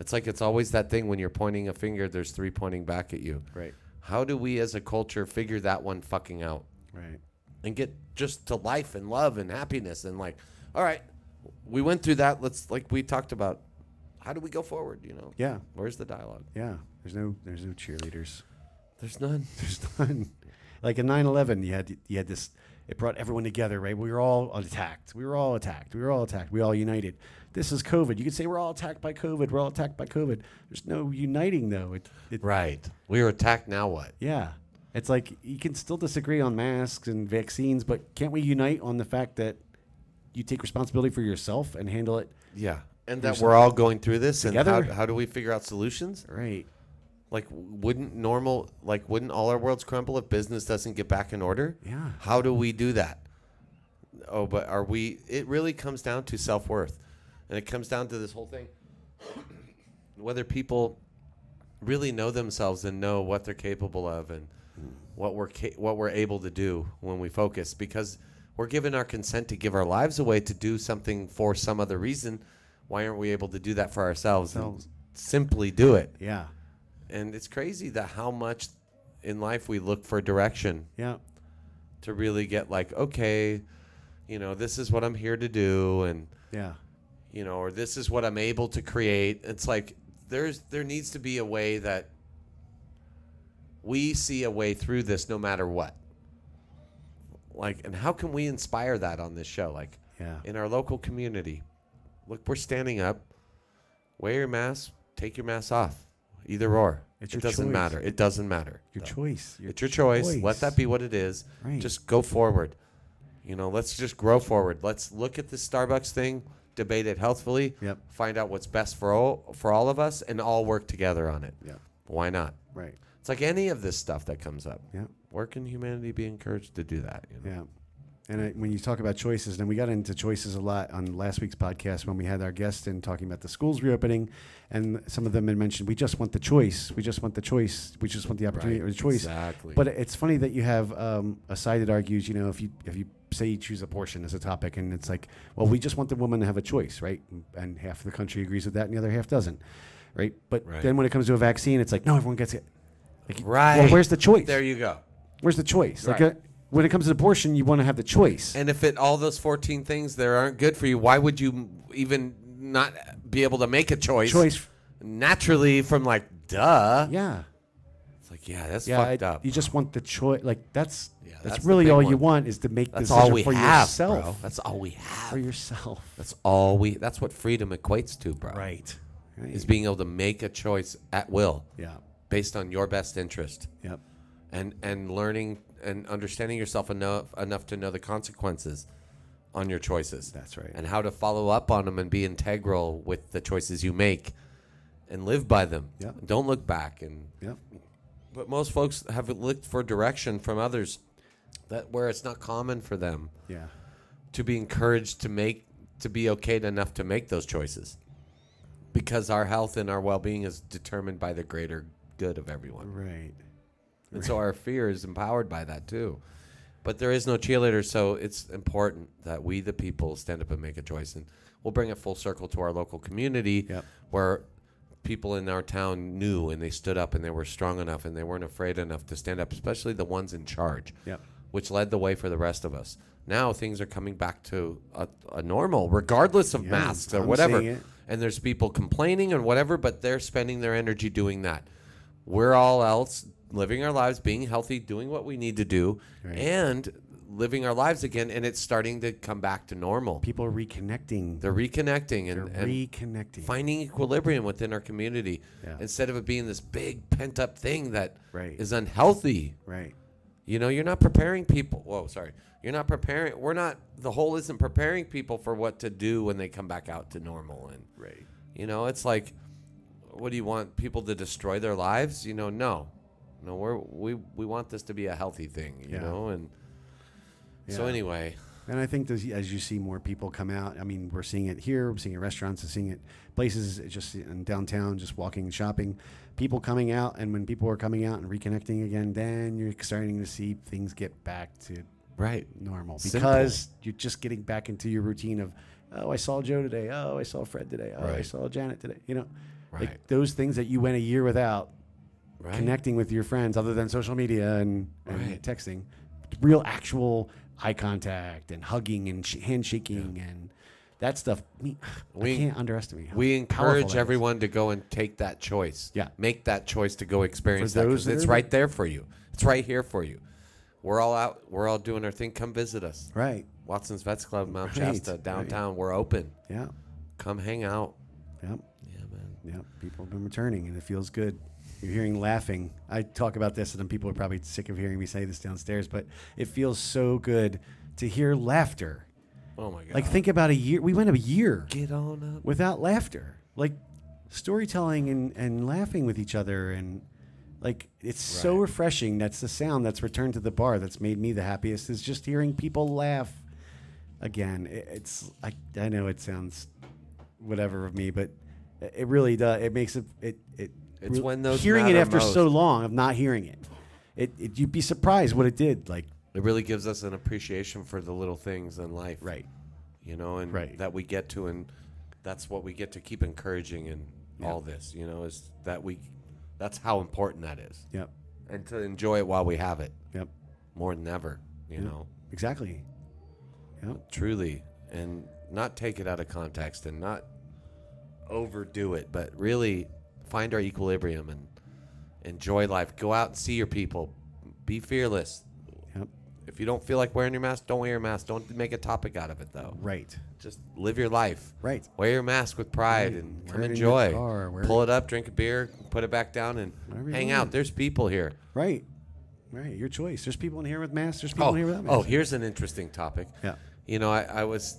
Speaker 3: It's like it's always that thing when you're pointing a finger, there's three pointing back at you.
Speaker 1: Right.
Speaker 3: How do we as a culture figure that one fucking out
Speaker 1: Right.
Speaker 3: and get just to life and love and happiness and like, all right, we went through that. Let's, like we talked about, how do we go forward? You know,
Speaker 1: Yeah.
Speaker 3: where's the dialogue?
Speaker 1: Yeah. There's no. There's no cheerleaders.
Speaker 3: There's none.
Speaker 1: There's none. Like in 9/11, you had you had this. It brought everyone together, right? We were all attacked. We were all attacked. We were all attacked. We all united. This is COVID. You could say we're all attacked by COVID. We're all attacked by COVID. There's no uniting though. It, it
Speaker 3: Right. We were attacked. Now what?
Speaker 1: Yeah. It's like you can still disagree on masks and vaccines, but can't we unite on the fact that you take responsibility for yourself and handle it
Speaker 3: Yeah. And that we're all going through this and
Speaker 1: Together?
Speaker 3: how, how do we figure out solutions?
Speaker 1: right?
Speaker 3: Like, wouldn't normal, like, wouldn't all our worlds crumble if business doesn't get back in order?
Speaker 1: Yeah.
Speaker 3: How do we do that? Oh, but are we, it really comes down to self worth. And it comes down to this whole thing whether people really know themselves and know what they're capable of and what we're ca- what we're able to do when we focus because we're given our consent to give our lives away to do something for some other reason why aren't we able to do that for ourselves and
Speaker 1: Ourselves.
Speaker 3: simply do it
Speaker 1: Yeah.
Speaker 3: and it's crazy that how much in life we look for direction
Speaker 1: Yeah.
Speaker 3: to really get like okay you know this is what i'm here to do and
Speaker 1: Yeah.
Speaker 3: you know or this is what i'm able to create it's like there's there needs to be a way that we see a way through this no matter what like and how can we inspire that on this show like
Speaker 1: Yeah.
Speaker 3: in our local community look we're standing up wear your mask take your mask off either or
Speaker 1: It's
Speaker 3: it
Speaker 1: your
Speaker 3: doesn't
Speaker 1: choice.
Speaker 3: matter it doesn't matter
Speaker 1: Your
Speaker 3: though.
Speaker 1: choice. Your
Speaker 3: It's your choice. Let that be what it is.
Speaker 1: Right.
Speaker 3: Just go forward. You know, let's just grow forward. Let's look at this Starbucks thing, debate it healthfully,
Speaker 1: Yep.
Speaker 3: find out what's best for all for all of us, and all work together on it.
Speaker 1: Yeah.
Speaker 3: Why not?
Speaker 1: Right.
Speaker 3: It's like any of this stuff that comes up.
Speaker 1: Yeah.
Speaker 3: Where can humanity be encouraged to do that? You know?
Speaker 1: Yeah. And I, when you talk about choices, and we got into choices a lot on last week's podcast when we had our guest in talking about the schools reopening, and some of them had mentioned we just want the choice, we just want the choice, we just want the opportunity or the choice.
Speaker 3: Exactly.
Speaker 1: But it's funny that you have um, a side that argues, you know, if you if you say you choose abortion as a topic, and it's like, well, we just want the woman to have a choice, right? And half the country agrees with that, and the other half doesn't, right? But
Speaker 3: Right.
Speaker 1: then when it comes to a vaccine, it's like, no, everyone gets it. Like,
Speaker 3: right.
Speaker 1: Well, where's the choice?
Speaker 3: There you go.
Speaker 1: Where's the choice? Like,
Speaker 3: Right.
Speaker 1: uh, when it comes to abortion, you want to have the choice.
Speaker 3: And if it all those fourteen things there aren't good for you, why would you even not be able to make a choice?
Speaker 1: choice.
Speaker 3: naturally from like duh.
Speaker 1: Yeah.
Speaker 3: It's like, yeah, that's
Speaker 1: Yeah.
Speaker 3: fucked
Speaker 1: I-
Speaker 3: up.
Speaker 1: You just want the choice. Like that's
Speaker 3: Yeah,
Speaker 1: that's,
Speaker 3: that's the
Speaker 1: really
Speaker 3: big
Speaker 1: all you
Speaker 3: one.
Speaker 1: want is to make the
Speaker 3: that's
Speaker 1: decision
Speaker 3: all we
Speaker 1: for
Speaker 3: have,
Speaker 1: yourself.
Speaker 3: bro. That's all we
Speaker 1: For
Speaker 3: have.
Speaker 1: yourself.
Speaker 3: That's all we. That's what freedom equates to, bro.
Speaker 1: Right. Right.
Speaker 3: Is being able to make a choice at will,
Speaker 1: yeah.
Speaker 3: based on your best interest,
Speaker 1: Yep.
Speaker 3: and and learning and understanding yourself enough enough to know the consequences on your choices.
Speaker 1: That's right.
Speaker 3: And how to follow up on them and be integral with the choices you make, and live by them.
Speaker 1: Yeah.
Speaker 3: Don't look back. And
Speaker 1: Yeah.
Speaker 3: but most folks have looked for direction from others that where it's not common for them
Speaker 1: Yeah.
Speaker 3: to be encouraged to make to be okayed enough to make those choices because our health and our well-being is determined by the greater good of everyone
Speaker 1: Right.
Speaker 3: and so our fear is empowered by that too but there is no cheerleader so it's important that we the people stand up and make a choice and we'll bring it full circle to our local community
Speaker 1: Yep.
Speaker 3: where people in our town knew and they stood up and they were strong enough and they weren't afraid enough to stand up especially the ones in charge
Speaker 1: Yep.
Speaker 3: which led the way for the rest of us. Now things are coming back to a, a normal, regardless of
Speaker 1: Yeah,
Speaker 3: masks or
Speaker 1: I'm seeing
Speaker 3: whatever.
Speaker 1: it.
Speaker 3: And there's people complaining and whatever, but they're spending their energy doing that. We're all else living our lives, being healthy, doing what we need to do,
Speaker 1: Right.
Speaker 3: and living our lives again. And it's starting to come back to normal.
Speaker 1: People are reconnecting.
Speaker 3: They're reconnecting
Speaker 1: They're
Speaker 3: and, and
Speaker 1: reconnecting.
Speaker 3: finding equilibrium within our community
Speaker 1: Yeah.
Speaker 3: instead of it being this big pent up thing that is
Speaker 1: Right.
Speaker 3: unhealthy.
Speaker 1: Right.
Speaker 3: You know, you're not preparing people. Whoa, sorry. You're not preparing. We're not. The whole isn't preparing people for what to do when they come back out to normal. And
Speaker 1: Right.
Speaker 3: you know, it's like, what do you want people to destroy their lives? You know, no, no. We're we we want this to be a healthy thing. You
Speaker 1: Yeah.
Speaker 3: know, and so
Speaker 1: Yeah.
Speaker 3: anyway,
Speaker 1: And I think as, as you see more people come out, I mean, we're seeing it here, we're seeing it in restaurants, we're seeing it places it's just in downtown, just walking and shopping. People coming out, and when people are coming out and reconnecting again, then you're starting to see things get back to
Speaker 3: right.
Speaker 1: normal
Speaker 3: Simple.
Speaker 1: because you're just getting back into your routine of, oh, I saw Joe today, oh, I saw Fred today, oh, I
Speaker 3: Right.
Speaker 1: saw Janet today. You know,
Speaker 3: Right.
Speaker 1: like those things that you went a year without
Speaker 3: Right.
Speaker 1: connecting with your friends other than social media and, and
Speaker 3: Right.
Speaker 1: texting real actual eye contact and hugging and sh- handshaking and that stuff we,
Speaker 3: We-
Speaker 1: we can't underestimate how
Speaker 3: We
Speaker 1: powerful
Speaker 3: encourage
Speaker 1: that is.
Speaker 3: everyone to go and take that choice.
Speaker 1: Yeah.
Speaker 3: Make that choice to go experience that.
Speaker 1: those
Speaker 3: 'cause
Speaker 1: that
Speaker 3: It's
Speaker 1: are-
Speaker 3: right there for you. It's right here for you. We're all out. We're all doing our thing. Come visit us.
Speaker 1: right
Speaker 3: Watson's Vets Club, Mount
Speaker 1: Right,
Speaker 3: Shasta,
Speaker 1: right.
Speaker 3: downtown. We're open.
Speaker 1: yeah
Speaker 3: Come hang out.
Speaker 1: yep
Speaker 3: Yeah, man.
Speaker 1: yep people have been returning and it feels good you're hearing laughing i talk about this and then people are probably sick of hearing me say this downstairs but it feels so good to hear laughter
Speaker 3: Oh my god.
Speaker 1: like think about a year we went a year
Speaker 3: get on up.
Speaker 1: without laughter. Like storytelling and, and laughing with each other and like it's so
Speaker 3: Right.
Speaker 1: refreshing. That's the sound that's returned to the bar that's made me the happiest is just hearing people laugh again. It, it's I, I know it sounds whatever of me, but it it really does. It makes it it, it
Speaker 3: It's when those
Speaker 1: hearing it
Speaker 3: matter
Speaker 1: after so
Speaker 3: most.
Speaker 1: long of not hearing it. It, it you'd be surprised what it did. Like
Speaker 3: It really gives us an appreciation for the little things in life.
Speaker 1: right.
Speaker 3: You know, and
Speaker 1: Right.
Speaker 3: that we get to, and that's what we get to keep encouraging in all this. You know, is that we. That's how important that is,
Speaker 1: Yep.
Speaker 3: and to enjoy it while we have it.
Speaker 1: Yep.
Speaker 3: more than ever, you
Speaker 1: Yeah.
Speaker 3: know,
Speaker 1: Exactly. Yep.
Speaker 3: truly, and not take it out of context and not overdo it, but really find our equilibrium and enjoy life. Go out and see your people. Be fearless.
Speaker 1: Yep.
Speaker 3: If you don't feel like wearing your mask, don't wear your mask. Don't make a topic out of it, though.
Speaker 1: Right.
Speaker 3: Just live your life.
Speaker 1: Right.
Speaker 3: Wear your mask with pride
Speaker 1: Right.
Speaker 3: and
Speaker 1: Wear
Speaker 3: come
Speaker 1: it in your
Speaker 3: enjoy.
Speaker 1: car. Wear
Speaker 3: Pull
Speaker 1: it-
Speaker 3: it up, drink a beer, put it back down, and
Speaker 1: Whatever you
Speaker 3: hang
Speaker 1: want.
Speaker 3: out. There's people here.
Speaker 1: Right. Right. Your choice. There's people in here with masks. There's people
Speaker 3: Oh,
Speaker 1: in here without
Speaker 3: oh,
Speaker 1: masks.
Speaker 3: here's an interesting topic.
Speaker 1: Yeah.
Speaker 3: You know, I, I was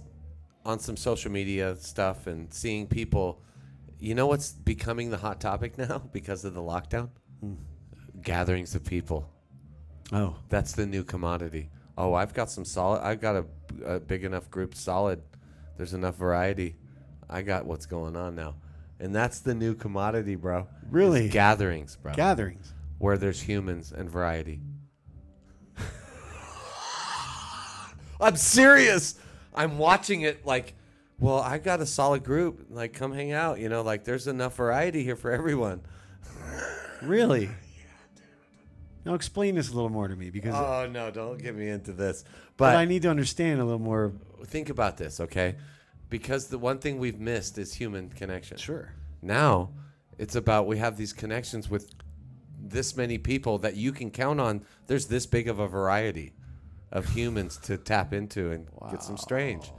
Speaker 3: on some social media stuff and seeing people. You know what's becoming the hot topic now because of the lockdown? Gatherings of people.
Speaker 1: Oh.
Speaker 3: That's the new commodity. Oh, I've got some solid. I've got a, a big enough group solid. There's enough variety. I got what's going on now. And that's the new commodity, bro. is
Speaker 1: Really?
Speaker 3: Gatherings, bro.
Speaker 1: Gatherings.
Speaker 3: where there's humans and variety. I'm serious. I'm watching it like, well, I got a solid group. Like, come hang out. You know, like there's enough variety here for everyone.
Speaker 1: Really? Now explain this a little more to me because
Speaker 3: Oh no, don't get me into this.
Speaker 1: but
Speaker 3: But
Speaker 1: I need to understand a little more.
Speaker 3: think about this, okay? Because the one thing we've missed is human connection.
Speaker 1: Sure.
Speaker 3: Now it's about we have these connections with this many people that you can count on. There's this big of a variety of humans to tap into and get some strange,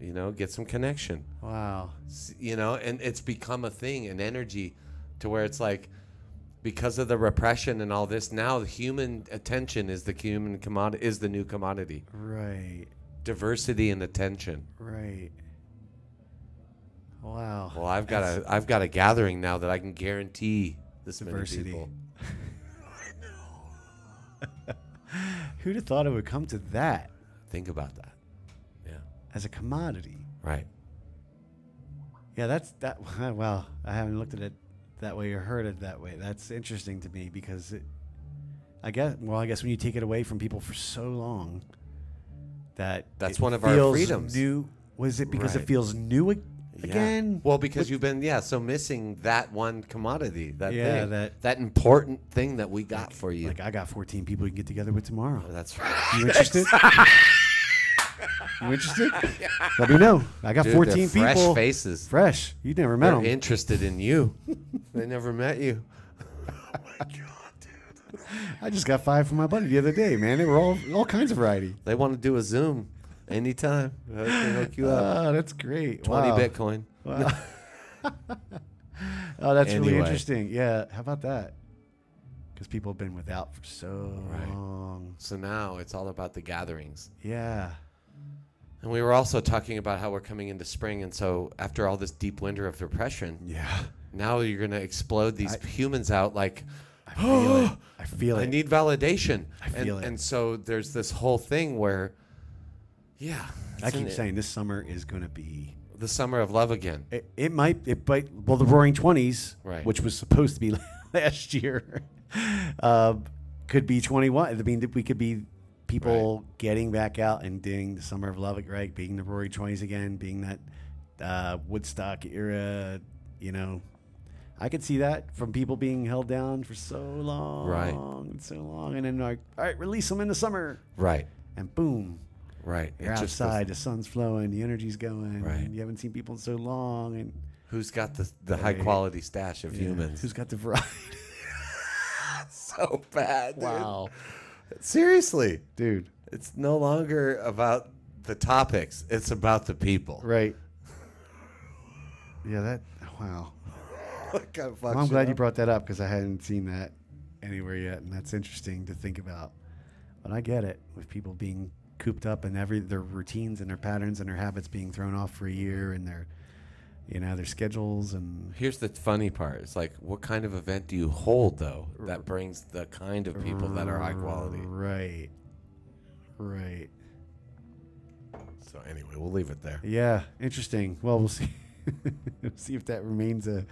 Speaker 3: you know, get some connection,
Speaker 1: Wow.
Speaker 3: S- you know, and it's become a thing, an energy to where it's like because of the repression and all this now the human attention is the human commodity is the new commodity
Speaker 1: Right.
Speaker 3: diversity and attention
Speaker 1: Right. Wow.
Speaker 3: Well, I've got a I've got a gathering now that I can guarantee this
Speaker 1: Diversity.
Speaker 3: many people.
Speaker 1: Who'd have thought it would come to that
Speaker 3: Think about that. Yeah.
Speaker 1: as a commodity?
Speaker 3: Right.
Speaker 1: Yeah, that's that. Well, I haven't looked at it that way or heard it that way. That's interesting to me because it, I guess, well, I guess when you take it away from people for so long, that
Speaker 3: That's
Speaker 1: it
Speaker 3: one of our
Speaker 1: feels
Speaker 3: freedoms.
Speaker 1: New was it because it
Speaker 3: Right.
Speaker 1: feels new ag-
Speaker 3: Yeah.
Speaker 1: again?
Speaker 3: Well, because you've been yeah, so missing that one commodity, that
Speaker 1: Yeah,
Speaker 3: thing,
Speaker 1: that-
Speaker 3: important thing that we got for you. Oh,
Speaker 1: like I got 14 people you can get together with tomorrow.
Speaker 3: That's right.
Speaker 1: You interested? you interested? Let me know. I got
Speaker 3: Dude,
Speaker 1: 14
Speaker 3: they're fresh
Speaker 1: people.
Speaker 3: faces.
Speaker 1: Fresh. You never met
Speaker 3: They're
Speaker 1: them.
Speaker 3: interested in you. they never met you.
Speaker 1: Oh I just got five from my buddy the other day, man. They were all all kinds of variety.
Speaker 3: They want to do a Zoom anytime. They can hook you up.
Speaker 1: Oh, that's great.
Speaker 3: 20
Speaker 1: Wow.
Speaker 3: Bitcoin.
Speaker 1: Wow. oh, that's really
Speaker 3: Anyway.
Speaker 1: interesting. Yeah, how about that? Because people have been without for so
Speaker 3: Right.
Speaker 1: long.
Speaker 3: So now it's all about the gatherings.
Speaker 1: Yeah.
Speaker 3: And we were also talking about how we're coming into spring. And so after all this deep winter of depression,
Speaker 1: Yeah.
Speaker 3: now you're going to explode these
Speaker 1: I-
Speaker 3: humans out like,
Speaker 1: I feel it. I feel it.
Speaker 3: I need validation.
Speaker 1: I feel
Speaker 3: and,
Speaker 1: it.
Speaker 3: and so there's this whole thing where, yeah.
Speaker 1: I
Speaker 3: it's
Speaker 1: keep
Speaker 3: an-
Speaker 1: saying this summer is going to be.
Speaker 3: The summer of love again.
Speaker 1: It, it might. It might. Well, the Roaring Twenties,
Speaker 3: Right.
Speaker 1: which was supposed to be last year, uh, could be twenty one. I mean, we could be people getting back out and doing the Summer of Love, right? Being the Roaring Twenties again, being that uh, Woodstock era. You know, I could see that from people being held down for so long,
Speaker 3: Right.
Speaker 1: and So long, and then like, all right, release them in the summer,
Speaker 3: Right.
Speaker 1: and boom,
Speaker 3: Right.
Speaker 1: you're
Speaker 3: It just was-
Speaker 1: outside, the sun's flowing, the energy's going,
Speaker 3: Right.
Speaker 1: and you haven't seen people in so long, and
Speaker 3: who's got the, the high
Speaker 1: Right.
Speaker 3: quality stash of
Speaker 1: yeah,
Speaker 3: humans?
Speaker 1: Who's got the variety?
Speaker 3: so bad. dude.
Speaker 1: wow,
Speaker 3: Seriously.
Speaker 1: dude,
Speaker 3: It's no longer about the topics, it's about the people.
Speaker 1: right? Yeah, that. Wow.
Speaker 3: What kind of fuck
Speaker 1: Well, I'm
Speaker 3: shit
Speaker 1: glad you
Speaker 3: up?
Speaker 1: brought that up because I hadn't seen that anywhere yet, and that's interesting to think about. But I get it with people being cooped up and every their routines and their patterns and their habits being thrown off for a year and their, you know, their schedules and
Speaker 3: Here's the funny part. It's like, what kind of event do you hold, though, that brings the kind of people that are high quality?
Speaker 1: Right. Right.
Speaker 3: So, anyway, we'll leave it there.
Speaker 1: Yeah, interesting. Well, we'll see. we'll see if that remains a,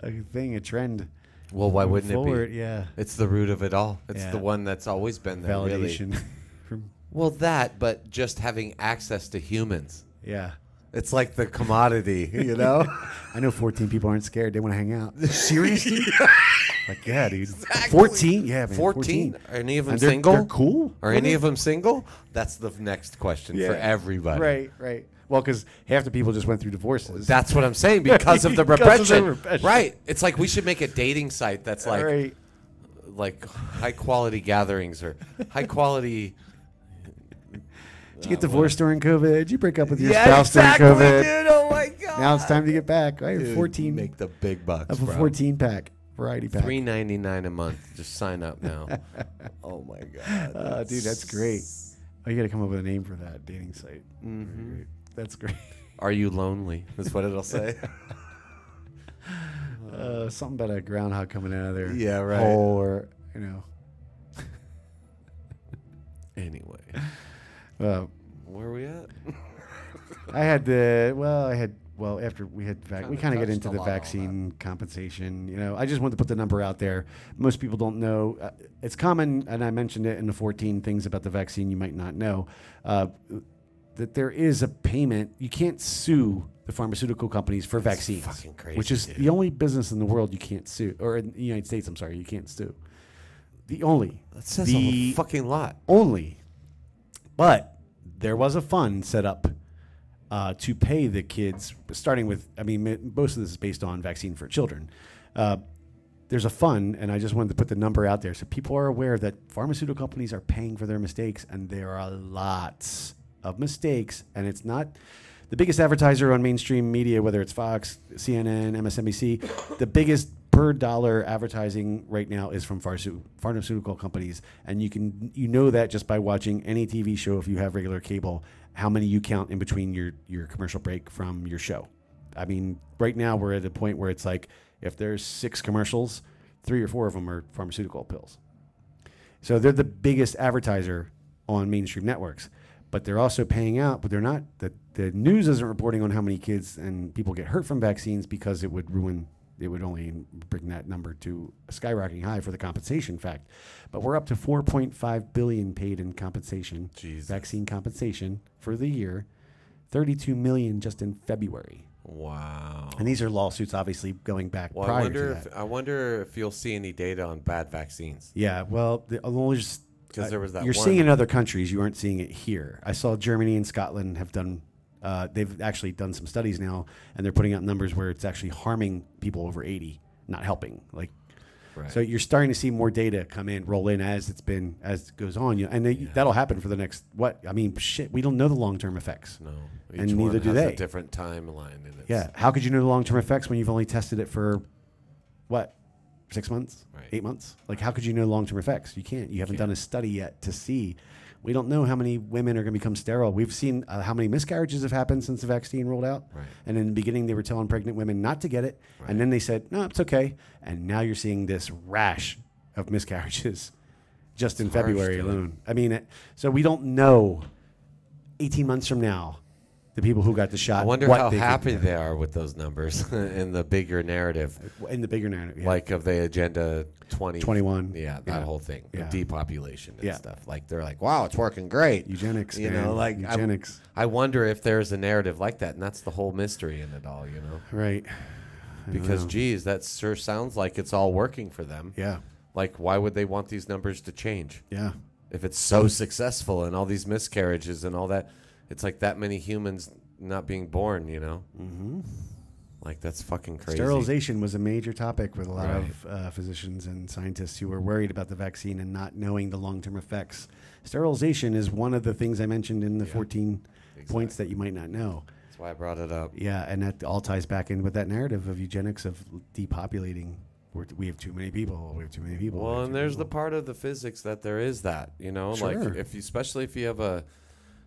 Speaker 1: a thing, a trend.
Speaker 3: Well, why wouldn't
Speaker 1: forward.
Speaker 3: it be?
Speaker 1: Yeah,
Speaker 3: It's the root of it all. It's
Speaker 1: Yeah.
Speaker 3: the one that's always been there, really.
Speaker 1: validation. from,
Speaker 3: Well, that, but just having access to humans.
Speaker 1: yeah,
Speaker 3: It's like the commodity, you know?
Speaker 1: I know fourteen people aren't scared. They want to hang out. Seriously? like yeah, dude.
Speaker 3: Exactly.
Speaker 1: Fourteen? Yeah, man.
Speaker 3: 14.
Speaker 1: Fourteen.
Speaker 3: Are any of them
Speaker 1: And they're-
Speaker 3: single?
Speaker 1: they're cool
Speaker 3: Are
Speaker 1: with
Speaker 3: any
Speaker 1: it.
Speaker 3: of them single? That's the next question for
Speaker 1: Yeah.
Speaker 3: everybody.
Speaker 1: Right, right. Well, because half the people just went through divorces.
Speaker 3: That's what I'm saying because of the
Speaker 1: Because of the
Speaker 3: repression.
Speaker 1: repression.
Speaker 3: Right. It's like we should make a dating site that's like
Speaker 1: right.
Speaker 3: like high quality gatherings or high quality.
Speaker 1: Did you get divorced during COVID? Did you break up with your
Speaker 3: yeah,
Speaker 1: spouse
Speaker 3: exactly,
Speaker 1: during COVID?
Speaker 3: dude. Oh my god.
Speaker 1: Now it's time to get back. I have
Speaker 3: Dude,
Speaker 1: fourteen
Speaker 3: Make the big bucks.
Speaker 1: of a
Speaker 3: bro.
Speaker 1: fourteen pack variety pack.
Speaker 3: Three ninety nine a month. Just sign up now. oh my god.
Speaker 1: Uh, dude, that's great. Oh, you got to come up with a name for that dating site.
Speaker 3: Mm-hmm.
Speaker 1: Great. That's great.
Speaker 3: Are you lonely? Is what it'll say.
Speaker 1: Uh, something about a groundhog coming out of there.
Speaker 3: Yeah, right.
Speaker 1: Hole or, you know.
Speaker 3: anyway,
Speaker 1: Uh,
Speaker 3: where are we at?
Speaker 1: I had the, well, I had, well, after we had, vac- we
Speaker 3: Kinda
Speaker 1: kind of get
Speaker 3: touched
Speaker 1: into
Speaker 3: a
Speaker 1: the
Speaker 3: lot on that.
Speaker 1: vaccine compensation. You know, I just wanted to put the number out there. Most people don't know. Uh, it's common, and I mentioned it in the 14 things about the vaccine you might not know. Uh, that there is a payment. You can't sue the pharmaceutical companies for vaccines,
Speaker 3: fucking crazy,
Speaker 1: which is
Speaker 3: dude.
Speaker 1: the only business in the world you can't sue, or in the United States. I'm sorry, you can't sue. The only.
Speaker 3: That says
Speaker 1: the
Speaker 3: a fucking lot.
Speaker 1: only. But there was a fund set up uh, to pay the kids, starting with, I mean, m- most of this is based on vaccine for children. Uh, there's a fund, and I just wanted to put the number out there so people are aware that pharmaceutical companies are paying for their mistakes, and there are lots of mistakes, and it's not. The biggest advertiser on mainstream media, whether it's Fox, CNN, MSNBC, the biggest per dollar advertising right now is from pharmace- pharmaceutical companies, and you can you know that just by watching any TV show if you have regular cable, how many you count in between your your commercial break from your show I mean, right now we're at a point where it's like if there's six commercials, three or four of them are pharmaceutical pills. So they're the biggest advertiser on mainstream networks, but they're also paying out, but they're not the, the news isn't reporting on how many kids and people get hurt from vaccines because it would ruin it would only bring that number to a skyrocketing high for the compensation fact. But we're up to 4.5 billion paid in compensation,
Speaker 3: Jesus.
Speaker 1: vaccine compensation for the year, 32 million just in February.
Speaker 3: Wow.
Speaker 1: And these are lawsuits obviously going back
Speaker 3: Well,
Speaker 1: prior
Speaker 3: I
Speaker 1: to
Speaker 3: wonder
Speaker 1: that.
Speaker 3: if I wonder if you'll see any data on bad vaccines.
Speaker 1: Yeah, well, the, I'll only just
Speaker 3: 'Cause
Speaker 1: I-
Speaker 3: there was that
Speaker 1: You're
Speaker 3: one.
Speaker 1: seeing it in other countries, you aren't seeing it here. I saw Germany and Scotland have done. Uh, they've actually done some studies now, and they're putting out numbers where it's actually harming people over 80, not helping. Like,
Speaker 3: Right.
Speaker 1: so you're starting to see more data come in, roll in as it's been as it goes on. You and they, that'll happen for the next what? I mean, shit, we don't know the long term effects.
Speaker 3: no. Each
Speaker 1: And
Speaker 3: one
Speaker 1: neither do
Speaker 3: has
Speaker 1: they.
Speaker 3: a different timeline in it.
Speaker 1: Yeah, how could you know the long term effects when you've only tested it for what six months,
Speaker 3: Right.
Speaker 1: eight months? Like, how could you know long term effects? You can't. You haven't done a study yet to see. We don't know how many women are going to become sterile. We've seen uh, how many miscarriages have happened since the vaccine rolled out.
Speaker 3: Right.
Speaker 1: And in the beginning, they were telling pregnant women not to get it, and then they said, "No, it's okay." And now you're seeing this rash of miscarriages just in
Speaker 3: It's harsh,
Speaker 1: February
Speaker 3: dude.
Speaker 1: alone. I mean, it, so we don't know. 18 months from now, the people who got the shot.
Speaker 3: I wonder
Speaker 1: what
Speaker 3: how
Speaker 1: they could
Speaker 3: happy
Speaker 1: do.
Speaker 3: they are with those numbers in the bigger narrative,
Speaker 1: in the bigger narrative. Yeah.
Speaker 3: like of the Agenda 20,
Speaker 1: 21.
Speaker 3: Yeah, that
Speaker 1: Yeah.
Speaker 3: whole thing,
Speaker 1: Yeah.
Speaker 3: the depopulation and
Speaker 1: Yeah.
Speaker 3: stuff. Like they're like, wow, it's working great.
Speaker 1: eugenics,
Speaker 3: you
Speaker 1: man.
Speaker 3: know, like I-
Speaker 1: eugenics,
Speaker 3: I wonder if there's a narrative like that, and that's the whole mystery in it all, you know.
Speaker 1: right?
Speaker 3: Because geez, that sure sounds like it's all working for them.
Speaker 1: Yeah,
Speaker 3: Like, why would they want these numbers to change
Speaker 1: yeah,
Speaker 3: if it's so successful and all these miscarriages and all that? It's like that many humans not being born, you know. Mm-hmm. Like that's fucking crazy.
Speaker 1: Sterilization was a major topic with a lot
Speaker 3: Right.
Speaker 1: of uh, physicians and scientists who were worried about the vaccine and not knowing the long-term effects. Sterilization is one of the things I mentioned in the 14 points that you might not know.
Speaker 3: That's why I brought it up.
Speaker 1: Yeah, and that all ties back in with that narrative of eugenics of depopulating. We're, we have too many people. We have too many people. we have
Speaker 3: Well,
Speaker 1: too
Speaker 3: and
Speaker 1: many
Speaker 3: there's the
Speaker 1: people.
Speaker 3: part of the physics that there is that, you know,
Speaker 1: Sure.
Speaker 3: like if you, especially if you have a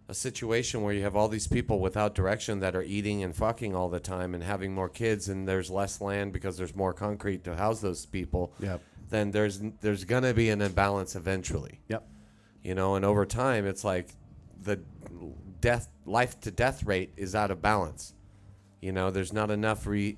Speaker 3: a situation where you have all these people without direction that are eating and fucking all the time and having more kids and there's less land because there's more concrete to house those people.
Speaker 1: Yep.
Speaker 3: Then there's there's going to be an imbalance eventually.
Speaker 1: Yep.
Speaker 3: You know, and over time it's like the death life to death rate is out of balance. You know, there's not enough re,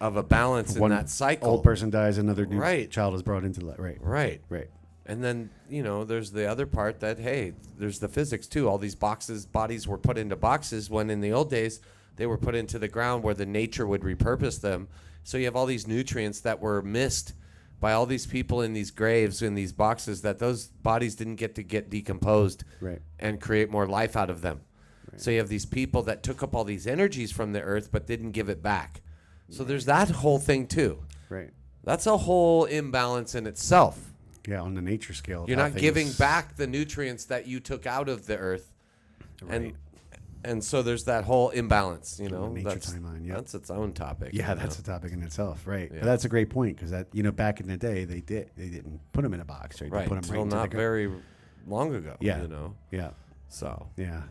Speaker 3: of a balance in
Speaker 1: One
Speaker 3: that cycle.
Speaker 1: Old person dies, another new
Speaker 3: Right.
Speaker 1: child is brought into life. Right,
Speaker 3: Right.
Speaker 1: right.
Speaker 3: And then, you know, there's the other part that, hey, there's the physics too. All these boxes, bodies were put into boxes when in the old days they were put into the ground where the nature would repurpose them. So you have all these nutrients that were missed by all these people in these graves, in these boxes, that those bodies didn't get to get decomposed
Speaker 1: Right.
Speaker 3: and create more life out of them. So you have these people that took up all these energies from the earth but didn't give it back. So there's that whole thing too.
Speaker 1: Right.
Speaker 3: That's a whole imbalance in itself.
Speaker 1: Yeah, on the nature scale. of
Speaker 3: You're
Speaker 1: how
Speaker 3: not giving
Speaker 1: things-
Speaker 3: back the nutrients that you took out of the earth, and and so there's that whole imbalance. You know,
Speaker 1: nature
Speaker 3: that's
Speaker 1: timeline, yeah.
Speaker 3: that's its own topic.
Speaker 1: Yeah,
Speaker 3: you
Speaker 1: that's a topic in itself, right? But
Speaker 3: Yeah.
Speaker 1: that's a great point because that you know back in the day they did they didn't put them in a box, right?
Speaker 3: know? right.
Speaker 1: They put them
Speaker 3: Until not
Speaker 1: the gr-
Speaker 3: very long ago.
Speaker 1: Yeah.
Speaker 3: you know,
Speaker 1: Yeah,
Speaker 3: so
Speaker 1: yeah,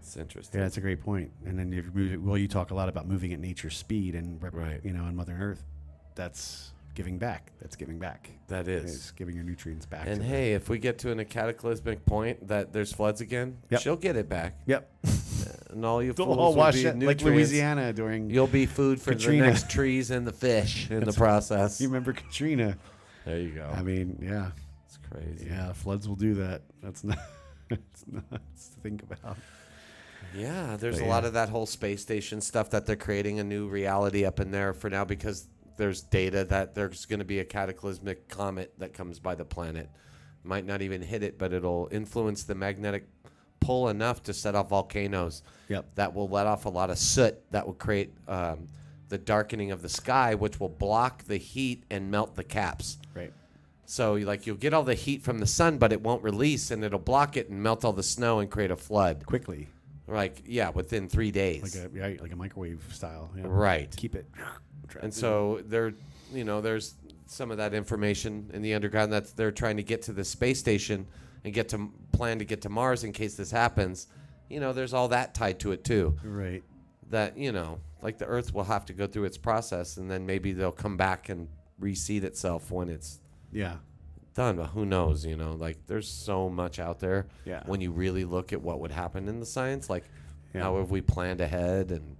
Speaker 3: it's interesting.
Speaker 1: yeah. That's a great point. And then if you move it, well, you talk a lot about moving at nature's speed and rep-
Speaker 3: Right.
Speaker 1: you know, and Mother Earth. That's giving back. That's giving back.
Speaker 3: That
Speaker 1: It's
Speaker 3: is.
Speaker 1: giving your nutrients back.
Speaker 3: And
Speaker 1: to the-
Speaker 3: hey, if we get to an, a cataclysmic point that there's floods again,
Speaker 1: Yep.
Speaker 3: she'll get it back,
Speaker 1: yep.
Speaker 3: and all you fools
Speaker 1: Don't
Speaker 3: will
Speaker 1: all wash
Speaker 3: be
Speaker 1: it like
Speaker 3: nutrients.
Speaker 1: Louisiana during.
Speaker 3: You'll be food for
Speaker 1: Katrina.
Speaker 3: the next trees and the fish in the process.
Speaker 1: you remember Katrina?
Speaker 3: There you go.
Speaker 1: I mean, yeah,
Speaker 3: it's crazy.
Speaker 1: yeah. Floods will do that. That's not. it's nuts to think about.
Speaker 3: Yeah, there's
Speaker 1: But
Speaker 3: a lot
Speaker 1: yeah.
Speaker 3: of that whole space station stuff that they're creating a new reality up in there for now because there's data that there's going to be a cataclysmic comet that comes by the planet. Might not even hit it, but it'll influence the magnetic pull enough to set off volcanoes
Speaker 1: Yep.
Speaker 3: that will let off a lot of soot that will create um, the darkening of the sky, which will block the heat and melt the caps.
Speaker 1: Right.
Speaker 3: So like you'll get all the heat from the sun, but it won't release, and it'll block it and melt all the snow and create a flood.
Speaker 1: Quickly.
Speaker 3: Like yeah, within three
Speaker 1: like
Speaker 3: days.
Speaker 1: a yeah, like a microwave style. yeah.
Speaker 3: right.
Speaker 1: Keep it.
Speaker 3: And so there, you know, there's some of that information in the underground that they're trying to get to the space station and get to plan to get to Mars in case this happens. You know, there's all that tied to it too.
Speaker 1: right.
Speaker 3: That you know, like the Earth will have to go through its process, and then maybe they'll come back and reseed itself when it's
Speaker 1: Yeah.
Speaker 3: done. But who knows? You know, like there's so much out there.
Speaker 1: Yeah.
Speaker 3: When you really look at what would happen in the science, like
Speaker 1: Yeah.
Speaker 3: how have we planned ahead and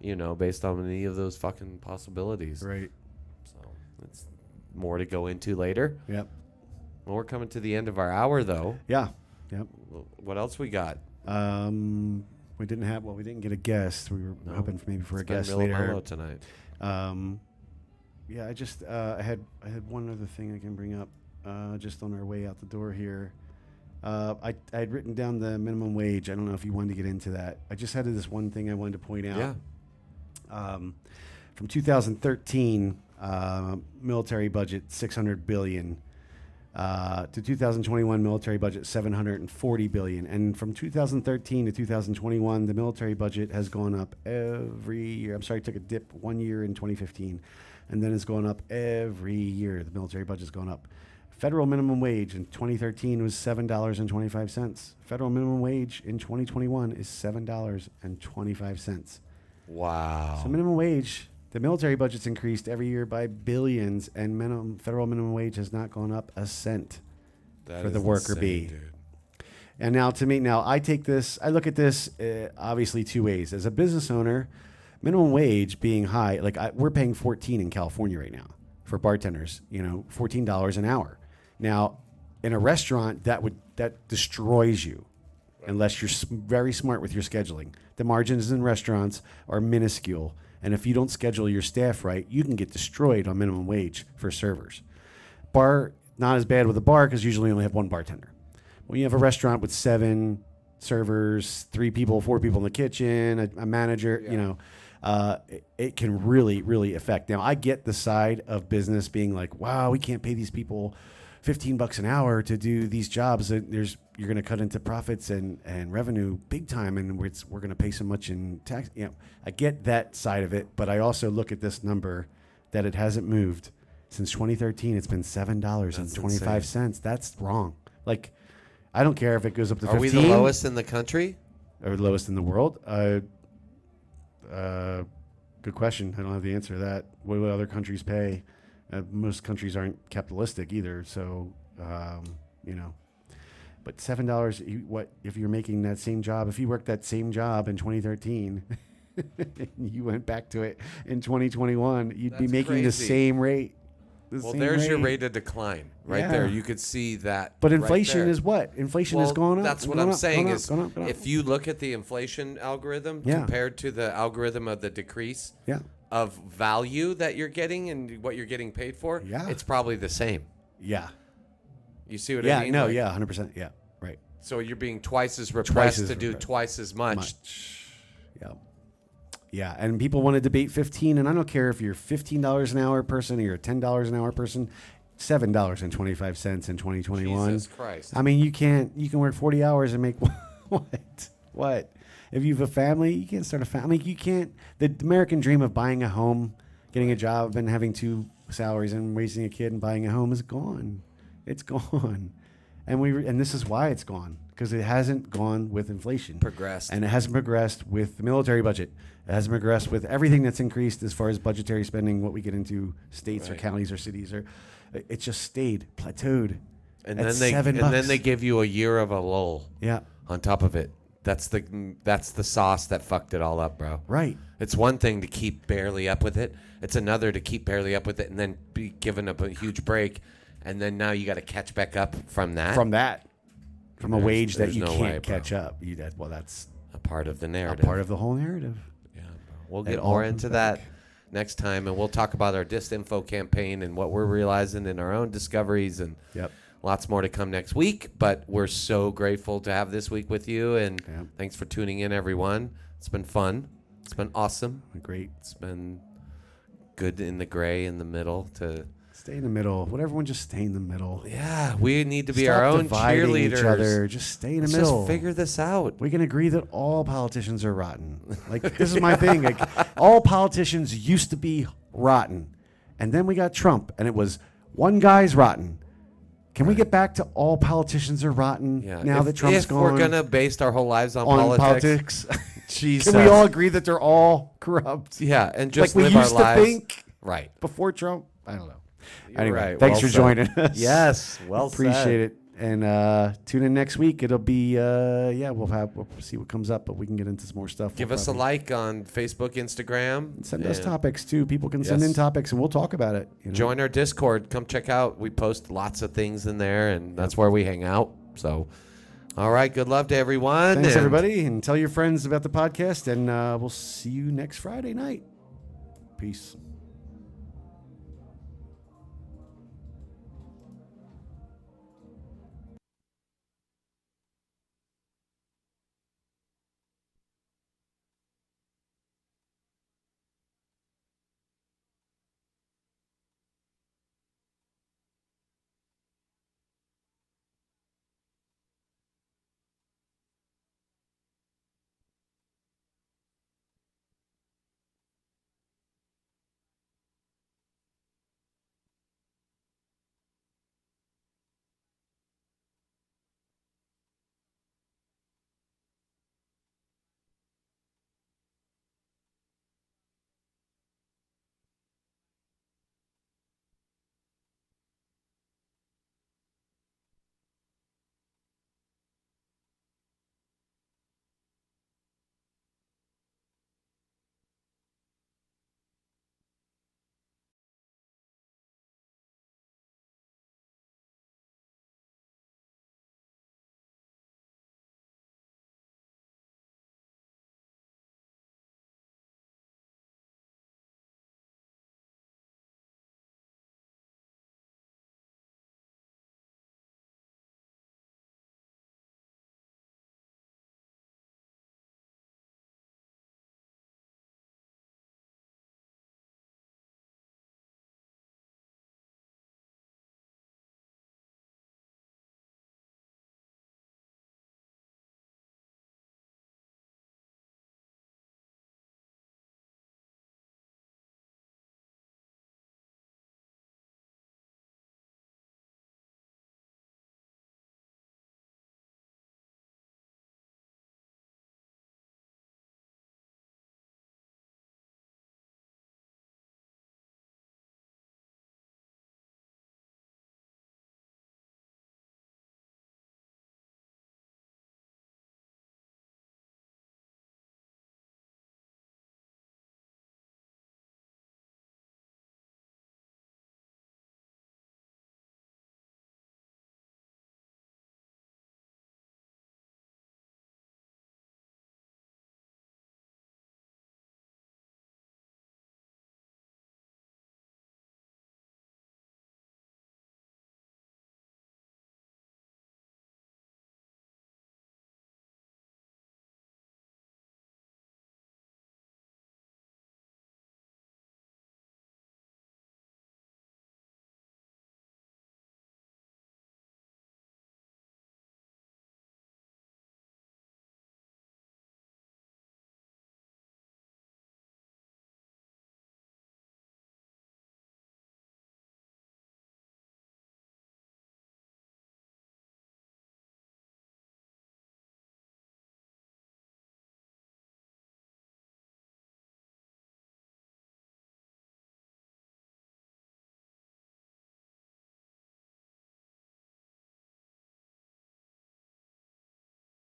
Speaker 3: you know based on any of those fucking possibilities.
Speaker 1: Right.
Speaker 3: So it's more to go into later.
Speaker 1: Yep.
Speaker 3: Well, we're coming to the end of our hour though.
Speaker 1: Yeah. Yep.
Speaker 3: What else we got?
Speaker 1: Um, we didn't have. Well, we didn't get a guest. We were
Speaker 3: No.
Speaker 1: hoping for maybe for
Speaker 3: It's
Speaker 1: a
Speaker 3: been
Speaker 1: guest
Speaker 3: real mellow
Speaker 1: later.
Speaker 3: tonight.
Speaker 1: Um, yeah. I just uh, I had I had one other thing I can bring up uh, just on our way out the door here. Uh, I I had written down the minimum wage. I don't know if you wanted to get into that. I just had this one thing I wanted to point out.
Speaker 3: Yeah.
Speaker 1: um, from 2013 uh, military budget 600 billion uh, to 2021 military budget 740 billion and from 2013 to 2021 the military budget has gone up every year i'm sorry it took a dip one year in 2015 and then it's gone up every year the military budget's gone up federal minimum wage in 2013 was $7.25 federal minimum wage in 2021 is $7.25
Speaker 3: Wow.
Speaker 1: so minimum wage, the military budget's increased every year by billions, and minimum federal minimum wage has not gone up a cent.
Speaker 3: That
Speaker 1: for
Speaker 3: is
Speaker 1: the worker
Speaker 3: insane,
Speaker 1: bee.
Speaker 3: dude.
Speaker 1: And now to me, now I take this, I look at this uh, obviously two ways. As a business owner, minimum wage being high, like I, we're paying 14 in California right now for bartenders, you know, $14 an hour. Now, in a restaurant, that would that destroys you unless you're s- very smart with your scheduling. The margins in restaurants are minuscule, and if you don't schedule your staff right, you can get destroyed on minimum wage for servers. Bar not as bad with a bar because usually you only have one bartender. When you have a restaurant with seven servers, three people, four people in the kitchen, a, a manager, you know, uh, it, it can really, really affect. Now I get the side of business being like, wow, we can't pay these people 15 bucks an hour to do these jobs and there's you're going to cut into profits and, and revenue big time and we're, it's, we're going to pay so much in tax you know i get that side of it but i also look at this number that it hasn't moved since 2013 it's been $7.25 that's wrong like i don't care if it goes up to
Speaker 3: Are we
Speaker 1: 15
Speaker 3: the lowest in the country?
Speaker 1: or lowest in the world uh, uh, good question i don't have the answer to that what would other countries pay uh, most countries aren't capitalistic either so um, you know but seven dollars what if you're making that same job if you worked that same job in 2013 and you went back to it in 2021 you'd be
Speaker 3: That's
Speaker 1: making the
Speaker 3: crazy.
Speaker 1: same rate the
Speaker 3: Well,
Speaker 1: same
Speaker 3: there's your rate of decline right
Speaker 1: Yeah.
Speaker 3: there. You could see that.
Speaker 1: but
Speaker 3: right
Speaker 1: inflation
Speaker 3: there.
Speaker 1: is what inflation has
Speaker 3: Well,
Speaker 1: gone up
Speaker 3: That's what
Speaker 1: gone
Speaker 3: I'm
Speaker 1: up,
Speaker 3: saying
Speaker 1: gone up,
Speaker 3: is
Speaker 1: gone up, gone up.
Speaker 3: if you look at the inflation algorithm
Speaker 1: Yeah.
Speaker 3: compared to the algorithm of the decrease
Speaker 1: yeah
Speaker 3: of value that you're getting and what you're getting paid for,
Speaker 1: Yeah.
Speaker 3: it's probably the same.
Speaker 1: yeah
Speaker 3: You see what I
Speaker 1: yeah
Speaker 3: mean?
Speaker 1: no
Speaker 3: Like,
Speaker 1: yeah 100% yeah right
Speaker 3: So you're being twice as repressed
Speaker 1: as
Speaker 3: to do
Speaker 1: repressed.
Speaker 3: twice as much.
Speaker 1: much. Yeah. Yeah, and people want to debate 15 and I don't care if you're $15 an hour person or you're $10 an hour person, $7.25 in 2021.
Speaker 3: Jesus Christ.
Speaker 1: I mean, you can't you can work 40 hours and make what? What? If you have a family, you can't start a family. You can't the American dream of buying a home, getting a job and having two salaries and raising a kid and buying a home is gone. It's gone. And we and this is why it's gone because it hasn't gone with inflation
Speaker 3: Progressed.
Speaker 1: and it hasn't progressed with the military budget. It hasn't progressed with everything that's increased as far as budgetary spending, what we get into states or
Speaker 3: Right.
Speaker 1: counties or cities, or it it just stayed plateaued.
Speaker 3: and
Speaker 1: at
Speaker 3: then they
Speaker 1: seven
Speaker 3: and
Speaker 1: bucks.
Speaker 3: then they give you a year of a lull
Speaker 1: yeah
Speaker 3: on top of it. That's the that's the sauce that fucked it all up, bro.
Speaker 1: right
Speaker 3: It's one thing to keep barely up with it. It's another to keep barely up with it and then be given a b- huge break, and then now you got to catch back up from that.
Speaker 1: from that from a
Speaker 3: There's-
Speaker 1: wage that
Speaker 3: there's
Speaker 1: you
Speaker 3: no
Speaker 1: can't
Speaker 3: way, bro.
Speaker 1: catch up. You that well that's
Speaker 3: a part of the
Speaker 1: a
Speaker 3: narrative.
Speaker 1: part of the whole narrative.
Speaker 3: yeah, bro. We'll
Speaker 1: It
Speaker 3: get
Speaker 1: all
Speaker 3: more
Speaker 1: comes
Speaker 3: into that next time, and we'll talk about our disinfo campaign and what we're realizing in our own discoveries and
Speaker 1: Yep.
Speaker 3: lots more to come next week. But we're so grateful to have this week with you, and
Speaker 1: Yep.
Speaker 3: thanks for tuning in, everyone. It's been fun. It's been awesome.
Speaker 1: Great.
Speaker 3: It's been good in the gray in the middle to
Speaker 1: Stay in the middle. Would everyone just stay in the middle?
Speaker 3: Yeah, we need to be
Speaker 1: Stop
Speaker 3: our own
Speaker 1: dividing
Speaker 3: cheerleaders.
Speaker 1: Each other. Just stay in the
Speaker 3: Let's
Speaker 1: middle.
Speaker 3: just figure this out.
Speaker 1: we can agree that all politicians are rotten. Like this is my thing. Like all politicians used to be rotten, and then we got Trump, and it was one guy's rotten. Can we get back to all politicians are rotten
Speaker 3: Yeah.
Speaker 1: now
Speaker 3: if,
Speaker 1: that Trump's
Speaker 3: if
Speaker 1: gone
Speaker 3: we're gonna base our whole lives on,
Speaker 1: on
Speaker 3: politics,
Speaker 1: politics?
Speaker 3: Jesus,
Speaker 1: Can we all agree that they're all corrupt.
Speaker 3: Yeah, and just
Speaker 1: like we
Speaker 3: live
Speaker 1: used
Speaker 3: our
Speaker 1: to
Speaker 3: lives.
Speaker 1: think Oh,
Speaker 3: Right.
Speaker 1: before Trump. I don't know.
Speaker 3: You're
Speaker 1: anyway,
Speaker 3: right.
Speaker 1: thanks
Speaker 3: Well
Speaker 1: for
Speaker 3: said.
Speaker 1: joining us.
Speaker 3: Yes, well
Speaker 1: appreciate
Speaker 3: said.
Speaker 1: it. And uh, tune in next week. It'll be uh, yeah. We'll have we'll see what comes up, but we can get into some more stuff.
Speaker 3: Give
Speaker 1: We'll
Speaker 3: us a
Speaker 1: probably-
Speaker 3: like on Facebook, Instagram.
Speaker 1: Send us
Speaker 3: and
Speaker 1: topics too. People can send in
Speaker 3: Yes.
Speaker 1: topics, and we'll talk about it. you know?
Speaker 3: Join our Discord. Come check out. We post lots of things in there, and that's where we hang out. So, all right. Good love to everyone.
Speaker 1: Thanks
Speaker 3: and-
Speaker 1: everybody, and tell your friends about the podcast. And uh, we'll see you next Friday night. Peace.